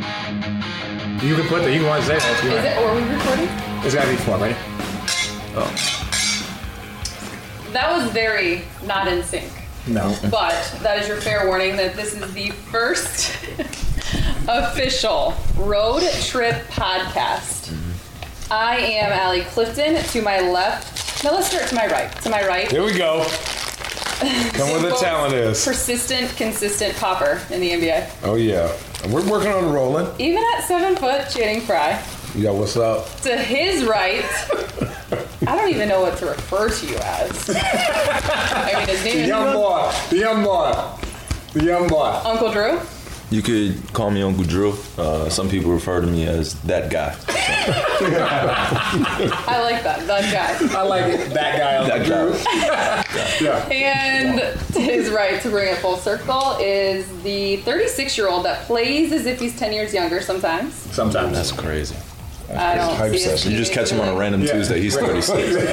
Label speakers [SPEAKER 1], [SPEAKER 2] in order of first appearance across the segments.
[SPEAKER 1] You can put the, you can want to say that if you
[SPEAKER 2] Is
[SPEAKER 1] want.
[SPEAKER 2] it? Or we recording?
[SPEAKER 1] It's gotta be four, right? Oh.
[SPEAKER 2] That was very not in sync.
[SPEAKER 1] No.
[SPEAKER 2] But that is your fair warning that this is the first official road trip podcast. I am Allie Clifton. To my left, no, let's start to my right. To my right,
[SPEAKER 3] Here we go. Come where the
[SPEAKER 2] Both
[SPEAKER 3] talent is.
[SPEAKER 2] persistent, consistent popper in the NBA.
[SPEAKER 3] Oh yeah, And we're working on rolling.
[SPEAKER 2] Even at seven foot, Channing Frye.
[SPEAKER 3] Yo, what's up?
[SPEAKER 2] To his right, I don't even know what to refer to you as. I mean, his name is
[SPEAKER 1] Young boy, the young boy, the young boy.
[SPEAKER 2] Uncle Drew.
[SPEAKER 4] You could call me Uncle Drew. Uh, some people refer to me as that guy.
[SPEAKER 2] I like that. That guy.
[SPEAKER 1] I like it. That guy. on
[SPEAKER 4] That
[SPEAKER 1] the
[SPEAKER 4] guy.
[SPEAKER 1] roof. yeah.
[SPEAKER 2] And to his right, to bring it full circle, is the 36 year old that plays as if he's 10 years younger sometimes.
[SPEAKER 1] Sometimes.
[SPEAKER 4] That's crazy.
[SPEAKER 2] I don't
[SPEAKER 3] Hype
[SPEAKER 2] see us
[SPEAKER 3] session.
[SPEAKER 4] You just catch him on a random
[SPEAKER 1] Yeah.
[SPEAKER 4] Tuesday. He's
[SPEAKER 1] Right.
[SPEAKER 4] 36.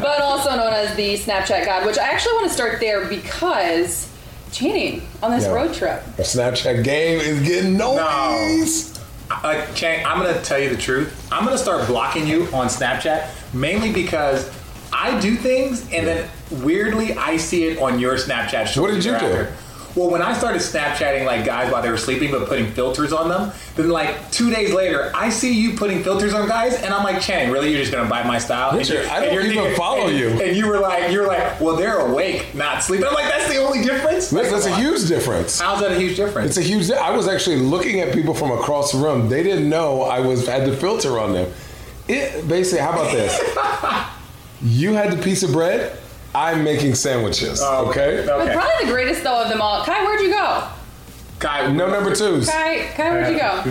[SPEAKER 2] But also known as the Snapchat God, which I actually want to start there because Channing on this
[SPEAKER 3] Yeah.
[SPEAKER 2] road trip.
[SPEAKER 3] The Snapchat game is getting noise.
[SPEAKER 1] Uh, Chang, I'm gonna tell you the truth. I'm gonna start blocking you on Snapchat mainly because I do things and then weirdly I see it on your Snapchat. shortly
[SPEAKER 3] What did you do?
[SPEAKER 1] thereafter. Well, when I started Snapchatting like guys while they were sleeping but putting filters on them, then like two days later, I see you putting filters on guys, and I'm like, Channing, really? You're just gonna buy my style? And
[SPEAKER 3] Richard,
[SPEAKER 1] you-
[SPEAKER 3] I
[SPEAKER 1] and
[SPEAKER 3] don't
[SPEAKER 1] you're
[SPEAKER 3] even
[SPEAKER 1] thinking-
[SPEAKER 3] follow
[SPEAKER 1] and-
[SPEAKER 3] you.
[SPEAKER 1] And you were like, you're like, well, they're awake, not sleeping. I'm like, that's the only difference.
[SPEAKER 3] That's, that's a
[SPEAKER 1] Like,
[SPEAKER 3] huge difference.
[SPEAKER 1] How's that a huge difference?
[SPEAKER 3] It's a huge. di- I was actually looking at people from across the room. They didn't know I was had the filter on them. It basically. How about this? you had the piece of bread. I'm making sandwiches.
[SPEAKER 1] Oh,
[SPEAKER 3] okay.
[SPEAKER 2] But probably the greatest though of them all. Kai, where'd you go?
[SPEAKER 1] Kai,
[SPEAKER 3] No number twos.
[SPEAKER 2] Kai, Kai, where'd you go?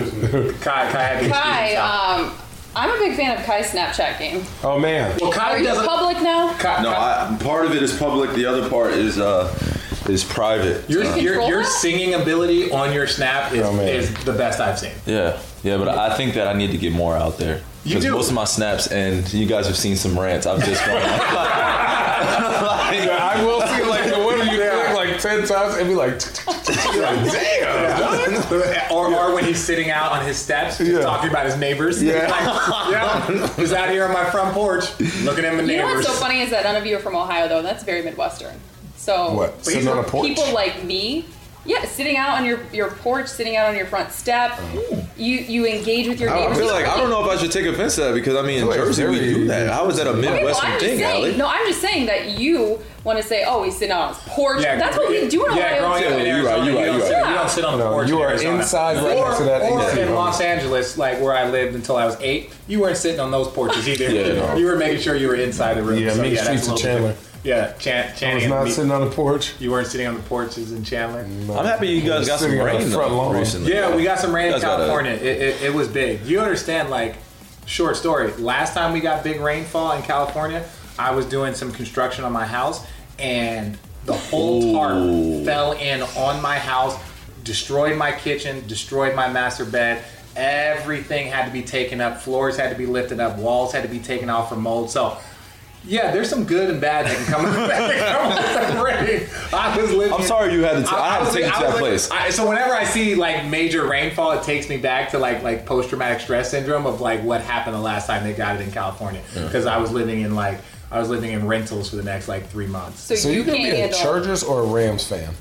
[SPEAKER 1] Kai, Kai had to
[SPEAKER 2] Kai, um, I'm a big fan of Kai's Snapchat game.
[SPEAKER 3] Oh man.
[SPEAKER 1] Well,
[SPEAKER 2] Are
[SPEAKER 1] Kai
[SPEAKER 2] you
[SPEAKER 1] doesn't.
[SPEAKER 2] public now?
[SPEAKER 1] Kai,
[SPEAKER 4] No,
[SPEAKER 1] Kai,
[SPEAKER 4] I, part of it is public. The other part is uh, is private.
[SPEAKER 1] your,
[SPEAKER 2] you
[SPEAKER 1] your,
[SPEAKER 2] control
[SPEAKER 1] your
[SPEAKER 2] that?
[SPEAKER 1] singing ability on your snap is,
[SPEAKER 3] Oh, man.
[SPEAKER 1] is the best I've seen.
[SPEAKER 4] Yeah, yeah, but I think that I need to get more out there
[SPEAKER 1] You
[SPEAKER 4] because
[SPEAKER 1] do.
[SPEAKER 4] most of my snaps and you guys have seen some rants. I've just gone. like,
[SPEAKER 3] I will see like the one of you
[SPEAKER 1] Yeah.
[SPEAKER 3] click like ten times and be like, damn.
[SPEAKER 1] or, or when he's sitting out on his steps
[SPEAKER 3] Yeah.
[SPEAKER 1] talking about his neighbors.
[SPEAKER 3] Yeah.
[SPEAKER 1] Like, yeah. Who's out here on my front porch looking at my
[SPEAKER 2] You know
[SPEAKER 1] neighbors?
[SPEAKER 2] what's so funny is that none of you are from Ohio though. That's very Midwestern. So
[SPEAKER 3] What?
[SPEAKER 1] Please
[SPEAKER 3] Sitting on a
[SPEAKER 1] for
[SPEAKER 3] porch?
[SPEAKER 2] people like me yeah sitting out on your your porch sitting out on your front step you you engage with your
[SPEAKER 4] Oh, I
[SPEAKER 2] neighbors
[SPEAKER 4] feel like I don't know if I should take offense to that because I mean in
[SPEAKER 3] Like,
[SPEAKER 4] Jersey we
[SPEAKER 3] very-
[SPEAKER 4] do that. How is that a
[SPEAKER 2] Okay, well,
[SPEAKER 4] Midwestern
[SPEAKER 2] I'm just
[SPEAKER 4] thing,
[SPEAKER 2] saying,
[SPEAKER 4] Allie?
[SPEAKER 2] no, I'm just saying that you want to say, "Oh, he's sitting out on his porch."
[SPEAKER 1] Yeah,
[SPEAKER 2] That's what we do in
[SPEAKER 1] yeah,
[SPEAKER 2] Ohio.
[SPEAKER 1] growing up in
[SPEAKER 2] too.
[SPEAKER 4] Yeah, you're
[SPEAKER 1] Arizona,
[SPEAKER 4] right, you're right,
[SPEAKER 1] you, don't
[SPEAKER 4] you're
[SPEAKER 1] sit,
[SPEAKER 2] right.
[SPEAKER 1] you don't sit on the
[SPEAKER 3] No,
[SPEAKER 1] porch.
[SPEAKER 3] you
[SPEAKER 1] in
[SPEAKER 3] are
[SPEAKER 1] Arizona.
[SPEAKER 3] inside
[SPEAKER 1] or,
[SPEAKER 3] right next to that
[SPEAKER 1] Or
[SPEAKER 3] AC
[SPEAKER 1] in
[SPEAKER 3] room.
[SPEAKER 1] Los Angeles, like where I lived until I was eight, you weren't sitting on those porches either.
[SPEAKER 4] Yeah, no.
[SPEAKER 1] You were making sure you were inside the room.
[SPEAKER 3] Yeah,
[SPEAKER 1] so,
[SPEAKER 3] me,
[SPEAKER 1] yeah, that's
[SPEAKER 3] streets
[SPEAKER 1] a
[SPEAKER 3] of
[SPEAKER 1] little
[SPEAKER 3] Chandler.
[SPEAKER 1] different. Yeah, Chan- Channing
[SPEAKER 3] I was
[SPEAKER 1] and
[SPEAKER 3] not
[SPEAKER 1] me.
[SPEAKER 3] sitting on a porch.
[SPEAKER 1] You weren't sitting on the porches in Chandler.
[SPEAKER 4] I'm happy you guys got some
[SPEAKER 3] Sitting on the
[SPEAKER 4] rain
[SPEAKER 3] front
[SPEAKER 4] though,
[SPEAKER 3] lawn.
[SPEAKER 4] recently.
[SPEAKER 1] Yeah, we got some rain in
[SPEAKER 4] That's gotta-
[SPEAKER 1] California. It, it, it was big. You understand, like, short story. Last time we got big rainfall in California, I was doing some construction on my house, and the whole tarp fell in on my house, destroyed my kitchen, destroyed my master bed. Everything had to be taken up. Floors had to be lifted up. Walls had to be taken off for mold. So, yeah, there's some good and bad that can come that can come with the rain. I was living.
[SPEAKER 4] I'm sorry you had to. I had to
[SPEAKER 1] was
[SPEAKER 4] take you
[SPEAKER 1] like-
[SPEAKER 4] to
[SPEAKER 1] I was like-
[SPEAKER 4] that place.
[SPEAKER 1] I, so whenever I see like major rainfall, it takes me back to like like post traumatic stress syndrome of like what happened the last time they got it in California because I was living in like I was living in rentals for the next like three months.
[SPEAKER 2] So,
[SPEAKER 3] So
[SPEAKER 2] you
[SPEAKER 3] you're gonna
[SPEAKER 2] can't
[SPEAKER 3] be a
[SPEAKER 2] handle.
[SPEAKER 3] Chargers or a Rams fan?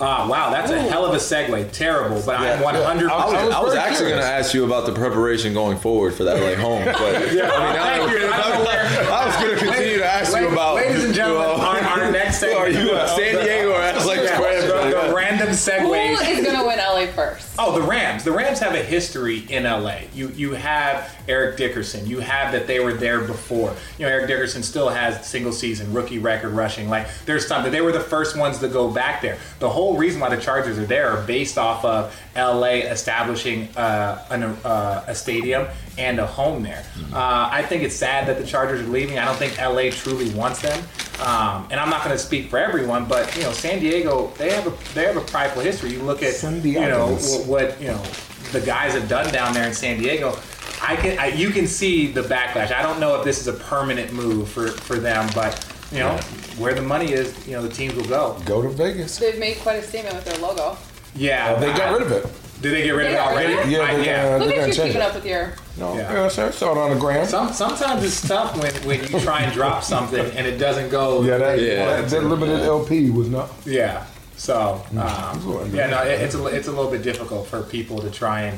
[SPEAKER 1] Ah, wow, that's a hell of a segue. Terrible, but
[SPEAKER 4] Yeah.
[SPEAKER 1] I'm 100.
[SPEAKER 3] I
[SPEAKER 4] I was,
[SPEAKER 3] was
[SPEAKER 4] I was
[SPEAKER 3] very
[SPEAKER 4] actually going
[SPEAKER 3] curious.
[SPEAKER 4] to ask you about the preparation going forward for that like home, but I mean, I,
[SPEAKER 1] Thank
[SPEAKER 4] don't,
[SPEAKER 1] you. I
[SPEAKER 4] I,
[SPEAKER 1] don't know where-
[SPEAKER 4] was going to continue to ask you
[SPEAKER 1] Ladies-
[SPEAKER 4] about.
[SPEAKER 1] ladies and gentlemen,
[SPEAKER 4] you know,
[SPEAKER 1] our, our next
[SPEAKER 4] who
[SPEAKER 1] segment.
[SPEAKER 4] are you, uh, San Diego or
[SPEAKER 1] Yeah,
[SPEAKER 4] Alex
[SPEAKER 1] the, the
[SPEAKER 4] Craig?
[SPEAKER 1] random
[SPEAKER 2] Who
[SPEAKER 1] segues.
[SPEAKER 2] is gonna win LA first?
[SPEAKER 1] Oh, the Rams. The Rams have a history in LA. You you have Eric Dickerson. You have that they were there before. You know, Eric Dickerson still has single season rookie record rushing. Like there's something. They were the first ones to go back there. The whole reason why the Chargers are there are based off of LA establishing uh, an, uh, a stadium and a home there. Uh, I think it's sad that the Chargers are leaving. I don't think LA truly wants them. Um, and I'm not going to speak for everyone, but you know, San Diego, they have a they have a prideful history. You look at
[SPEAKER 3] San
[SPEAKER 1] you know
[SPEAKER 3] Diegans.
[SPEAKER 1] wh- what you know the guys have done down there in San Diego. I can I, you can see the backlash. I don't know if this is a permanent move for for them, but You know, where the money is, you know, the teams will go.
[SPEAKER 3] Go to Vegas.
[SPEAKER 2] They've made quite a statement with their logo.
[SPEAKER 1] Yeah,
[SPEAKER 3] They got rid of it.
[SPEAKER 1] Did they get rid of
[SPEAKER 2] They
[SPEAKER 1] it
[SPEAKER 2] got rid
[SPEAKER 1] already?
[SPEAKER 2] of it?
[SPEAKER 3] Yeah,
[SPEAKER 1] I-
[SPEAKER 3] they
[SPEAKER 2] Look
[SPEAKER 3] got-
[SPEAKER 2] at
[SPEAKER 3] they're gonna
[SPEAKER 2] you
[SPEAKER 3] change
[SPEAKER 2] keeping
[SPEAKER 3] it.
[SPEAKER 2] up with your.
[SPEAKER 3] No,
[SPEAKER 1] Yeah.
[SPEAKER 3] yeah, sir. Saw it on the gram.
[SPEAKER 1] Some, sometimes it's tough when, when you try and drop something and it doesn't go.
[SPEAKER 3] Yeah, that,
[SPEAKER 4] Yeah.
[SPEAKER 3] that, that limited LP was not.
[SPEAKER 1] Yeah. So um,
[SPEAKER 3] Mm.
[SPEAKER 1] yeah, no, it, it's a, it's a little bit difficult for people to try and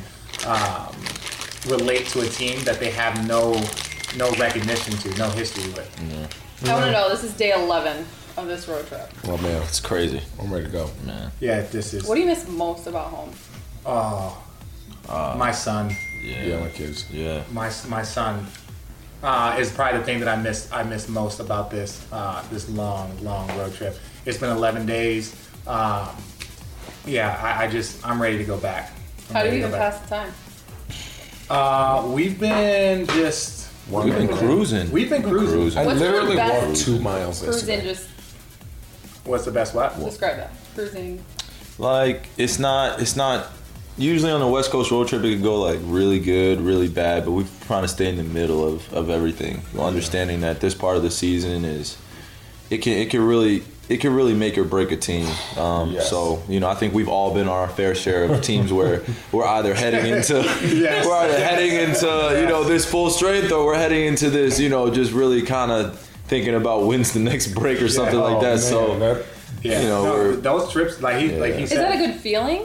[SPEAKER 1] um, relate to a team that they have no no recognition to, no history with.
[SPEAKER 2] I want to know. This is day 11 of this road trip.
[SPEAKER 3] Oh man,
[SPEAKER 4] It's crazy,
[SPEAKER 3] I'm ready to go.
[SPEAKER 4] man.
[SPEAKER 1] Yeah, this is
[SPEAKER 2] What do you miss most about home?
[SPEAKER 1] my son.
[SPEAKER 4] Yeah.
[SPEAKER 3] Yeah, my kids.
[SPEAKER 4] Yeah.
[SPEAKER 1] My my son uh, is probably the thing that I miss I miss most about this uh, this long long road trip. It's been 11 days. Um, yeah, I, I just I'm ready to go back. I'm
[SPEAKER 2] How do
[SPEAKER 1] ready
[SPEAKER 2] you
[SPEAKER 1] to go
[SPEAKER 2] even
[SPEAKER 1] back.
[SPEAKER 2] pass the time?
[SPEAKER 1] Uh, we've been just
[SPEAKER 3] One
[SPEAKER 4] We've been
[SPEAKER 3] minute.
[SPEAKER 4] cruising.
[SPEAKER 1] We've been cruising.
[SPEAKER 3] I
[SPEAKER 2] What's your
[SPEAKER 3] literally
[SPEAKER 2] best-
[SPEAKER 3] walked two miles
[SPEAKER 2] Cruising,
[SPEAKER 3] yesterday.
[SPEAKER 2] just
[SPEAKER 1] what's the best what?
[SPEAKER 2] describe that. Cruising.
[SPEAKER 4] Like it's not. It's not. Usually on a West Coast road trip, it could go like really good, really bad, but we're trying to stay in the middle of, of everything. Understanding that this part of the season is, it can it can really it can really make or break a team. Um,
[SPEAKER 3] Yes.
[SPEAKER 4] So you know, I think we've all been on our fair share of teams where we're either heading into
[SPEAKER 1] Yes.
[SPEAKER 4] we're either heading into you know this full strength or we're heading into this you know just really kind of thinking about when's the next break or something like
[SPEAKER 3] Oh,
[SPEAKER 4] that.
[SPEAKER 3] man,
[SPEAKER 4] so
[SPEAKER 3] that-
[SPEAKER 1] Yeah,
[SPEAKER 4] You know,
[SPEAKER 1] No,
[SPEAKER 4] we're-
[SPEAKER 1] those trips, like he, like he
[SPEAKER 2] Is that
[SPEAKER 1] said,
[SPEAKER 2] a good feeling?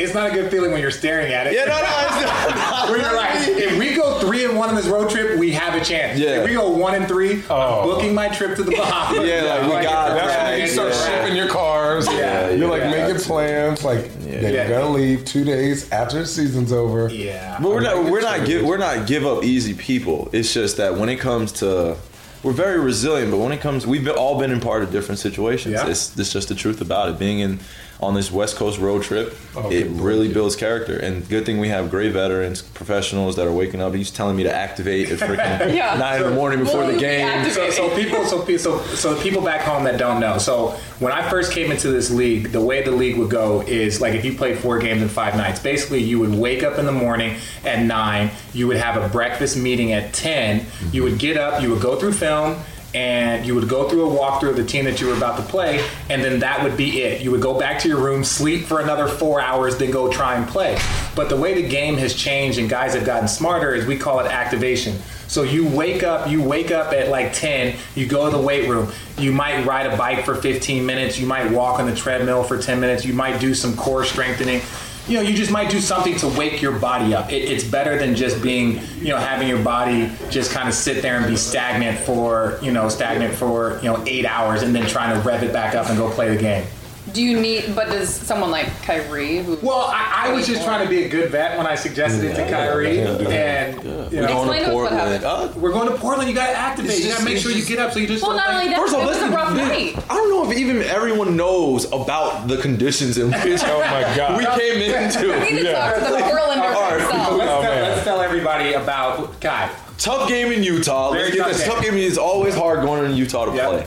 [SPEAKER 1] it's not a good feeling when you're staring at it.
[SPEAKER 4] yeah, no, no, it's not.
[SPEAKER 1] Where you're like, if we go three and one on this road trip, we have a chance.
[SPEAKER 4] Yeah.
[SPEAKER 1] If we go one and three,
[SPEAKER 3] Oh.
[SPEAKER 1] I'm booking my trip to the Bahamas.
[SPEAKER 4] Yeah, like, we got
[SPEAKER 1] it's a
[SPEAKER 3] That's
[SPEAKER 4] that.
[SPEAKER 1] wrap.
[SPEAKER 3] when you start
[SPEAKER 1] It's a wrap.
[SPEAKER 3] shipping your cars.
[SPEAKER 1] Yeah,
[SPEAKER 3] You're
[SPEAKER 4] yeah,
[SPEAKER 3] like
[SPEAKER 4] yeah,
[SPEAKER 3] making plans. Like they're
[SPEAKER 1] Yeah.
[SPEAKER 3] gonna leave two days after the season's over.
[SPEAKER 1] Yeah.
[SPEAKER 4] But we're not
[SPEAKER 3] making
[SPEAKER 4] we're not
[SPEAKER 3] sure.
[SPEAKER 4] give, we're not give up easy people. It's just that when it comes to we're very resilient, but when it comes we've been, all been in part of different situations.
[SPEAKER 1] Yeah.
[SPEAKER 4] It's it's just the truth about it. Being in on this West Coast road trip,
[SPEAKER 3] Oh,
[SPEAKER 4] it
[SPEAKER 3] good lord,
[SPEAKER 4] really
[SPEAKER 3] yeah.
[SPEAKER 4] builds character. And good thing we have great veterans, professionals that are waking up. He's telling me to activate at freaking
[SPEAKER 2] Yeah.
[SPEAKER 4] nine in the morning before
[SPEAKER 2] Well,
[SPEAKER 4] the
[SPEAKER 2] we
[SPEAKER 4] game.
[SPEAKER 2] activate.
[SPEAKER 1] So, so people, so, pe- so so people back home that don't know. So when I first came into this league, the way the league would go is like if you played four games in five nights. Basically, you would wake up in the morning at nine. You would have a breakfast meeting at ten. You would get up. You would go through film. And you would go through a walkthrough of the team that you were about to play, and then that would be it. You would go back to your room, sleep for another four hours, then go try and play. But the way the game has changed and guys have gotten smarter is we call it activation. So you wake up, you wake up at like 10, you go to the weight room, you might ride a bike for 15 minutes, you might walk on the treadmill for 10 minutes, you might do some core strengthening. You know, you just might do something to wake your body up. It, it's better than just being, you know, having your body just kind of sit there and be stagnant for, you know, stagnant for, you know, eight hours and then trying to rev it back up and go play the game.
[SPEAKER 2] Do you need? But does someone like Kyrie, who
[SPEAKER 1] Well, I, I was just trying to be a good vet when I suggested it to Kyrie. And, you
[SPEAKER 4] We're
[SPEAKER 1] know,
[SPEAKER 2] Explain to
[SPEAKER 4] going to
[SPEAKER 2] us what
[SPEAKER 4] Portland.
[SPEAKER 2] happened.
[SPEAKER 4] Uh,
[SPEAKER 1] we're going to Portland. You got to activate.
[SPEAKER 4] It's
[SPEAKER 1] You got to
[SPEAKER 4] just-
[SPEAKER 1] make
[SPEAKER 4] it's
[SPEAKER 1] sure you
[SPEAKER 4] just-
[SPEAKER 1] get up so you just
[SPEAKER 2] Well,
[SPEAKER 1] don't
[SPEAKER 2] not
[SPEAKER 1] like-
[SPEAKER 2] only that,
[SPEAKER 4] First of all,
[SPEAKER 2] it was a
[SPEAKER 4] listen,
[SPEAKER 2] rough
[SPEAKER 4] dude,
[SPEAKER 2] night.
[SPEAKER 4] I don't know if even everyone knows about the conditions in which
[SPEAKER 3] Oh my god.
[SPEAKER 4] we came into.
[SPEAKER 2] We need to talk to the Portlander
[SPEAKER 4] All right.
[SPEAKER 2] himself.
[SPEAKER 1] Let's, tell,
[SPEAKER 3] Oh, man.
[SPEAKER 1] let's tell everybody about Kai.
[SPEAKER 4] Tough game in Utah. Let's
[SPEAKER 1] Very
[SPEAKER 4] get
[SPEAKER 1] tough
[SPEAKER 4] this.
[SPEAKER 1] game.
[SPEAKER 4] Tough game is always hard going in Utah to
[SPEAKER 1] Yep.
[SPEAKER 4] play.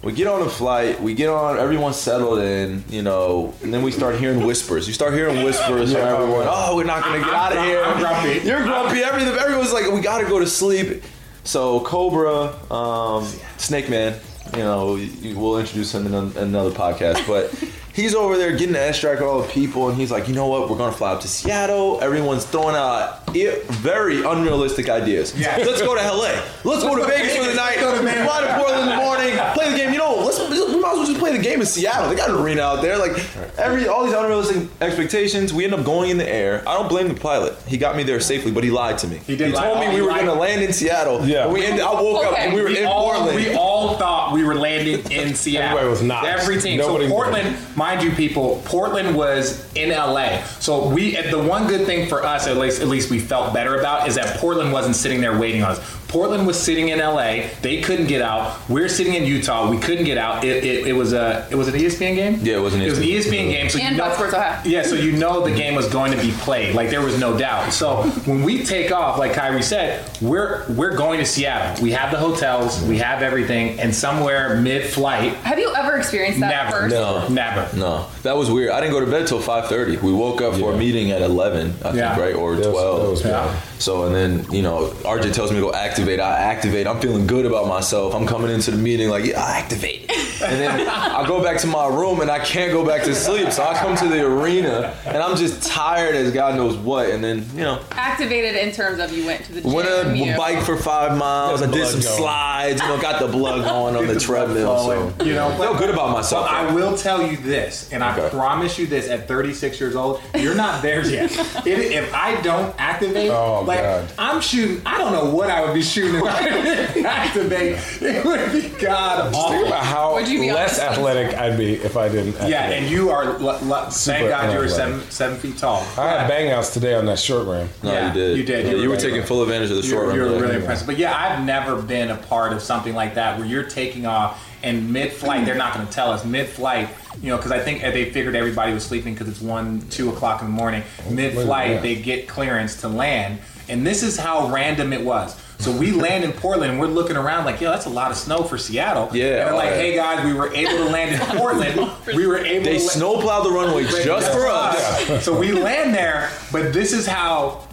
[SPEAKER 4] We get on a flight. We get on. Everyone's settled in, you know, and then we start hearing whispers. You start hearing whispers from everyone. Oh, we're not gonna get out of here.
[SPEAKER 1] I'm grumpy.
[SPEAKER 4] You're grumpy. Everything. Everyone's like, we gotta go to sleep. So Cobra, um, Snake Man, you know, you- we'll introduce him in an- another podcast, but. He's over there getting the extract with all the people, and he's like, you know what? We're gonna fly up to Seattle. Everyone's throwing out i- very unrealistic ideas.
[SPEAKER 1] Yeah.
[SPEAKER 4] Let's go to LA. Let's go to Vegas for the night.
[SPEAKER 1] Let's go to Vegas.
[SPEAKER 4] Fly to Portland in the morning. Play the game. You know, let's we might as well just play the game in Seattle. They got an arena out there. Like every all these unrealistic expectations. We end up going in the air. I don't blame the pilot. He got me there safely, but he lied to me.
[SPEAKER 1] He did lie.
[SPEAKER 4] told
[SPEAKER 1] Oh,
[SPEAKER 4] me
[SPEAKER 1] he
[SPEAKER 4] we were
[SPEAKER 1] lied.
[SPEAKER 4] gonna land in Seattle.
[SPEAKER 3] Yeah.
[SPEAKER 4] And we ended, I woke up and we were
[SPEAKER 1] We
[SPEAKER 4] in
[SPEAKER 1] all,
[SPEAKER 4] Portland.
[SPEAKER 1] we all thought we were landing in Seattle.
[SPEAKER 3] Everybody was not.
[SPEAKER 1] Every team.
[SPEAKER 3] Nobody-
[SPEAKER 1] so Portland, mind you, people, Portland was in LA. So we, and the one good thing for us, at least, at least we felt better about, is that Portland wasn't sitting there waiting on us. Portland was sitting in LA. They couldn't get out. We're sitting in Utah. We couldn't get out. It, it, it was a it was an E ESPN game.
[SPEAKER 4] Yeah, it was an E
[SPEAKER 1] it was an E
[SPEAKER 4] ESPN.
[SPEAKER 1] ESPN game. So
[SPEAKER 2] And
[SPEAKER 1] you know,
[SPEAKER 2] Fox Sports Ohio.
[SPEAKER 1] Yeah, so you know
[SPEAKER 4] Mm-hmm.
[SPEAKER 1] the game was going to be played. Like there was no doubt. So when we take off, like Kyrie said, we're we're going to Seattle. We have the hotels,
[SPEAKER 4] Mm-hmm.
[SPEAKER 1] we have everything, and somewhere mid-flight,
[SPEAKER 2] Have you ever experienced that
[SPEAKER 1] never,
[SPEAKER 2] first?
[SPEAKER 4] No.
[SPEAKER 1] never.
[SPEAKER 4] No, that was weird. I didn't go to bed till five thirty. We woke up for a
[SPEAKER 3] Yeah.
[SPEAKER 4] meeting at eleven, I
[SPEAKER 1] Yeah.
[SPEAKER 4] think, right or
[SPEAKER 3] That was- that
[SPEAKER 4] twelve.
[SPEAKER 3] knows, man?
[SPEAKER 1] Yeah.
[SPEAKER 4] So and then you know RJ tells me to go activate. I activate. I'm feeling good about myself. I'm coming into the meeting like yeah, I activate. And then I go back to my room and I can't go back to sleep. So I come to the arena and I'm just tired as God knows what. And then you know
[SPEAKER 2] Activated in terms of you went to the gym.
[SPEAKER 4] went a
[SPEAKER 2] you-
[SPEAKER 4] bike for five miles. I
[SPEAKER 3] Got the
[SPEAKER 4] did
[SPEAKER 3] blood
[SPEAKER 4] some
[SPEAKER 3] going.
[SPEAKER 4] slides. You know got the blood going on the,
[SPEAKER 1] Get blood
[SPEAKER 4] treadmill.
[SPEAKER 1] flowing,
[SPEAKER 4] So
[SPEAKER 1] you know,
[SPEAKER 4] I feel good about
[SPEAKER 1] Well,
[SPEAKER 4] myself.
[SPEAKER 1] I will tell you this, and I
[SPEAKER 4] Okay.
[SPEAKER 1] promise you this: at 36 years old, you're not there yet. if, if I don't activate,
[SPEAKER 3] Oh,
[SPEAKER 1] like
[SPEAKER 3] God.
[SPEAKER 1] I'm shooting, I don't know what I would be shooting if I didn't activate. It would be god
[SPEAKER 3] Think
[SPEAKER 1] awful.
[SPEAKER 3] about how
[SPEAKER 2] Would you be
[SPEAKER 3] less
[SPEAKER 2] honest?
[SPEAKER 3] athletic I'd be if I didn't.
[SPEAKER 1] Yeah,
[SPEAKER 3] activate.
[SPEAKER 1] and you are. L- l- thank
[SPEAKER 3] Super
[SPEAKER 1] God you were
[SPEAKER 3] athletic.
[SPEAKER 1] seven seven feet tall.
[SPEAKER 3] I had bang outs today on that short ram.
[SPEAKER 4] No,
[SPEAKER 1] Yeah,
[SPEAKER 4] you did.
[SPEAKER 1] you did.
[SPEAKER 4] Yeah,
[SPEAKER 1] You
[SPEAKER 4] you
[SPEAKER 1] were
[SPEAKER 4] were
[SPEAKER 1] right.
[SPEAKER 4] taking full advantage of the short
[SPEAKER 1] You're,
[SPEAKER 4] run.
[SPEAKER 1] you're
[SPEAKER 4] today.
[SPEAKER 1] really impressive. But yeah, I've never been a part of something like that where you're taking off and mid-flight. They're not going to tell us mid-flight. You know, because I think uh, they figured everybody was sleeping because it's one, two o'clock in the morning. Mid-flight,
[SPEAKER 3] yeah.
[SPEAKER 1] they get clearance to land, and this is how random it was. So we land in Portland, and we're looking around like, yo, that's a lot of snow for Seattle.
[SPEAKER 4] Yeah,
[SPEAKER 1] and they're like,
[SPEAKER 4] alright.
[SPEAKER 1] hey guys, we were able to land in Portland. we were able.
[SPEAKER 4] They
[SPEAKER 1] to la-
[SPEAKER 4] snowplowed the runway just for us.
[SPEAKER 1] so we land there, but this is how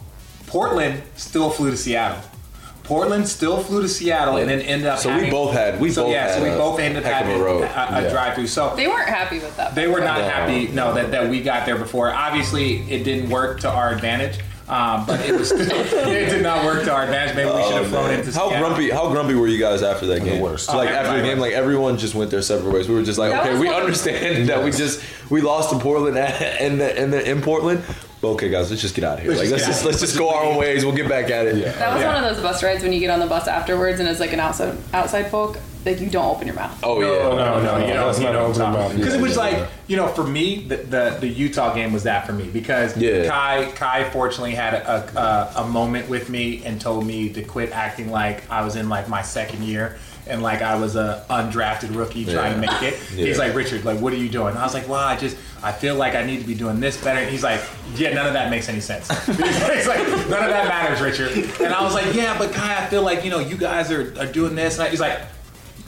[SPEAKER 1] Portland still flew to Seattle. Portland still flew to Seattle and then ended up.
[SPEAKER 4] So we
[SPEAKER 1] having-
[SPEAKER 4] both had- we
[SPEAKER 1] so
[SPEAKER 4] both
[SPEAKER 1] yeah, so
[SPEAKER 4] had
[SPEAKER 1] we
[SPEAKER 4] a
[SPEAKER 1] both ended up
[SPEAKER 4] heck of a
[SPEAKER 1] having
[SPEAKER 4] road.
[SPEAKER 1] a,
[SPEAKER 3] Yeah.
[SPEAKER 1] drive through. So
[SPEAKER 2] They weren't happy with that.
[SPEAKER 1] they were not
[SPEAKER 4] No.
[SPEAKER 1] happy. No, that, that we got there before. Obviously, it didn't work to our advantage. Um, but it was still, it did not work to our advantage. Maybe we should have flown into
[SPEAKER 4] Oh, How
[SPEAKER 1] Seattle.
[SPEAKER 4] grumpy? How grumpy were you guys after that game?
[SPEAKER 3] worst.
[SPEAKER 4] Like
[SPEAKER 1] Oh,
[SPEAKER 4] after the
[SPEAKER 1] everybody
[SPEAKER 4] game, like everyone just went their separate ways. We were just like,
[SPEAKER 2] That
[SPEAKER 4] okay,
[SPEAKER 2] was
[SPEAKER 4] we
[SPEAKER 2] one-
[SPEAKER 4] understand that we just we lost to Portland and the, and the, in Portland. But okay, guys, let's just get out of here. Like let's
[SPEAKER 1] just get
[SPEAKER 4] just
[SPEAKER 1] out.
[SPEAKER 4] let's just go our own ways. We'll get back at it.
[SPEAKER 3] Yeah.
[SPEAKER 2] That was
[SPEAKER 1] Yeah.
[SPEAKER 2] one of those bus rides when you get on the bus afterwards and it's like an outside outside folk, like you don't open your mouth.
[SPEAKER 4] Oh yeah.
[SPEAKER 1] No, no, no,
[SPEAKER 3] no,
[SPEAKER 1] you
[SPEAKER 3] no,
[SPEAKER 1] know,
[SPEAKER 3] that's not open mouth.
[SPEAKER 1] Because it
[SPEAKER 3] Yeah,
[SPEAKER 1] was
[SPEAKER 3] yeah,
[SPEAKER 1] like,
[SPEAKER 3] yeah.
[SPEAKER 1] you know, for me, the, the the Utah game was that for me because
[SPEAKER 4] Yeah.
[SPEAKER 1] Kai Kai fortunately had a, a a moment with me and told me to quit acting like I was in like my second year. And like I was a undrafted rookie trying to make it, he's
[SPEAKER 4] Yeah.
[SPEAKER 1] like Richard, like what are you doing? And I was like, well, I just I feel like I need to be doing this better. And he's like, yeah, none of that makes any sense. he's like, none of that matters, Richard. And I was like, yeah, but Kai, I feel like you know you guys are, are doing this. And I, he's like,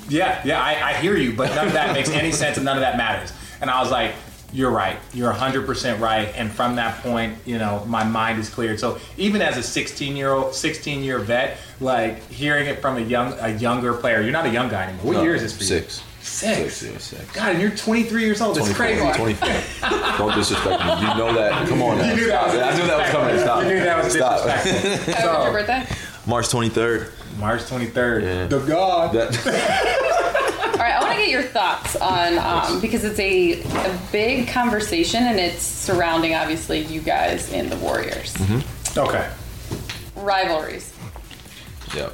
[SPEAKER 1] yeah, yeah, I, I hear you, but none of that makes any sense and none of that matters. And I was like, you're right. You're 100% right. And from that point, you know, my mind is cleared. So even as a 16 year old, 16 year vet, like hearing it from a young, a younger player, you're not a young guy anymore. What
[SPEAKER 4] No,
[SPEAKER 1] year is this for you?
[SPEAKER 4] Six.
[SPEAKER 1] Six.
[SPEAKER 4] Six, yeah, six.
[SPEAKER 1] God, and you're 23 years old. That's
[SPEAKER 4] 24,
[SPEAKER 1] crazy.
[SPEAKER 4] 24. Don't disrespect me. You know that. Come on. Now.
[SPEAKER 1] You knew that
[SPEAKER 4] Stop
[SPEAKER 1] was
[SPEAKER 4] it. I knew that was coming. Stop.
[SPEAKER 1] You knew that was
[SPEAKER 4] Stop.
[SPEAKER 1] disrespectful.
[SPEAKER 2] Kai, when's your
[SPEAKER 1] so,
[SPEAKER 2] birthday?
[SPEAKER 4] March 23rd.
[SPEAKER 1] March 23rd.
[SPEAKER 4] Yeah.
[SPEAKER 1] The God.
[SPEAKER 4] That,
[SPEAKER 2] All right, I want to get your thoughts on um, because it's a, a big conversation and it's surrounding obviously you guys and the Warriors
[SPEAKER 1] okay.
[SPEAKER 2] rivalries.
[SPEAKER 4] yeah.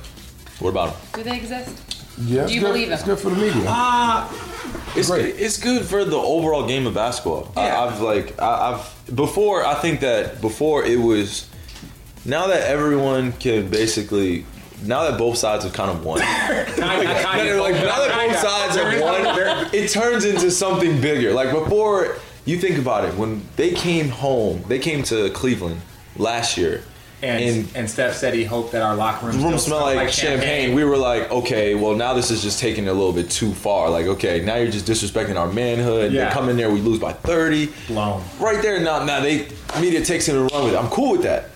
[SPEAKER 4] What about him?
[SPEAKER 2] Do they exist?
[SPEAKER 3] Yeah,
[SPEAKER 2] Do you
[SPEAKER 3] it's good-
[SPEAKER 2] believe him?
[SPEAKER 3] It's good for the media.
[SPEAKER 4] It's
[SPEAKER 3] Great.
[SPEAKER 4] good. It's good for the overall game of basketball.
[SPEAKER 1] Yeah.
[SPEAKER 4] I, I've like I, I've before. I think that before it was. Now that everyone can basically, now that both sides have kind of won,
[SPEAKER 1] Kinda,
[SPEAKER 4] now
[SPEAKER 1] kinda,
[SPEAKER 4] that, like, now that
[SPEAKER 1] kinda.
[SPEAKER 4] both sides
[SPEAKER 1] There
[SPEAKER 4] have
[SPEAKER 1] is no- there-
[SPEAKER 4] won, it turns into something bigger. Like before, you think about it. When they came home, they came to Cleveland last year,
[SPEAKER 1] And, and, Steph said he hoped that our locker room,
[SPEAKER 4] the room
[SPEAKER 1] still
[SPEAKER 4] smelled like, champagne. We were like, okay, well now this is just taking it a little bit too far. Like, okay, now you're just disrespecting our manhood.
[SPEAKER 1] Yeah.
[SPEAKER 4] They come in there, we lose by thirty.
[SPEAKER 1] Blown.
[SPEAKER 4] Right there, now now they media takes him and run with it. I'm cool with that.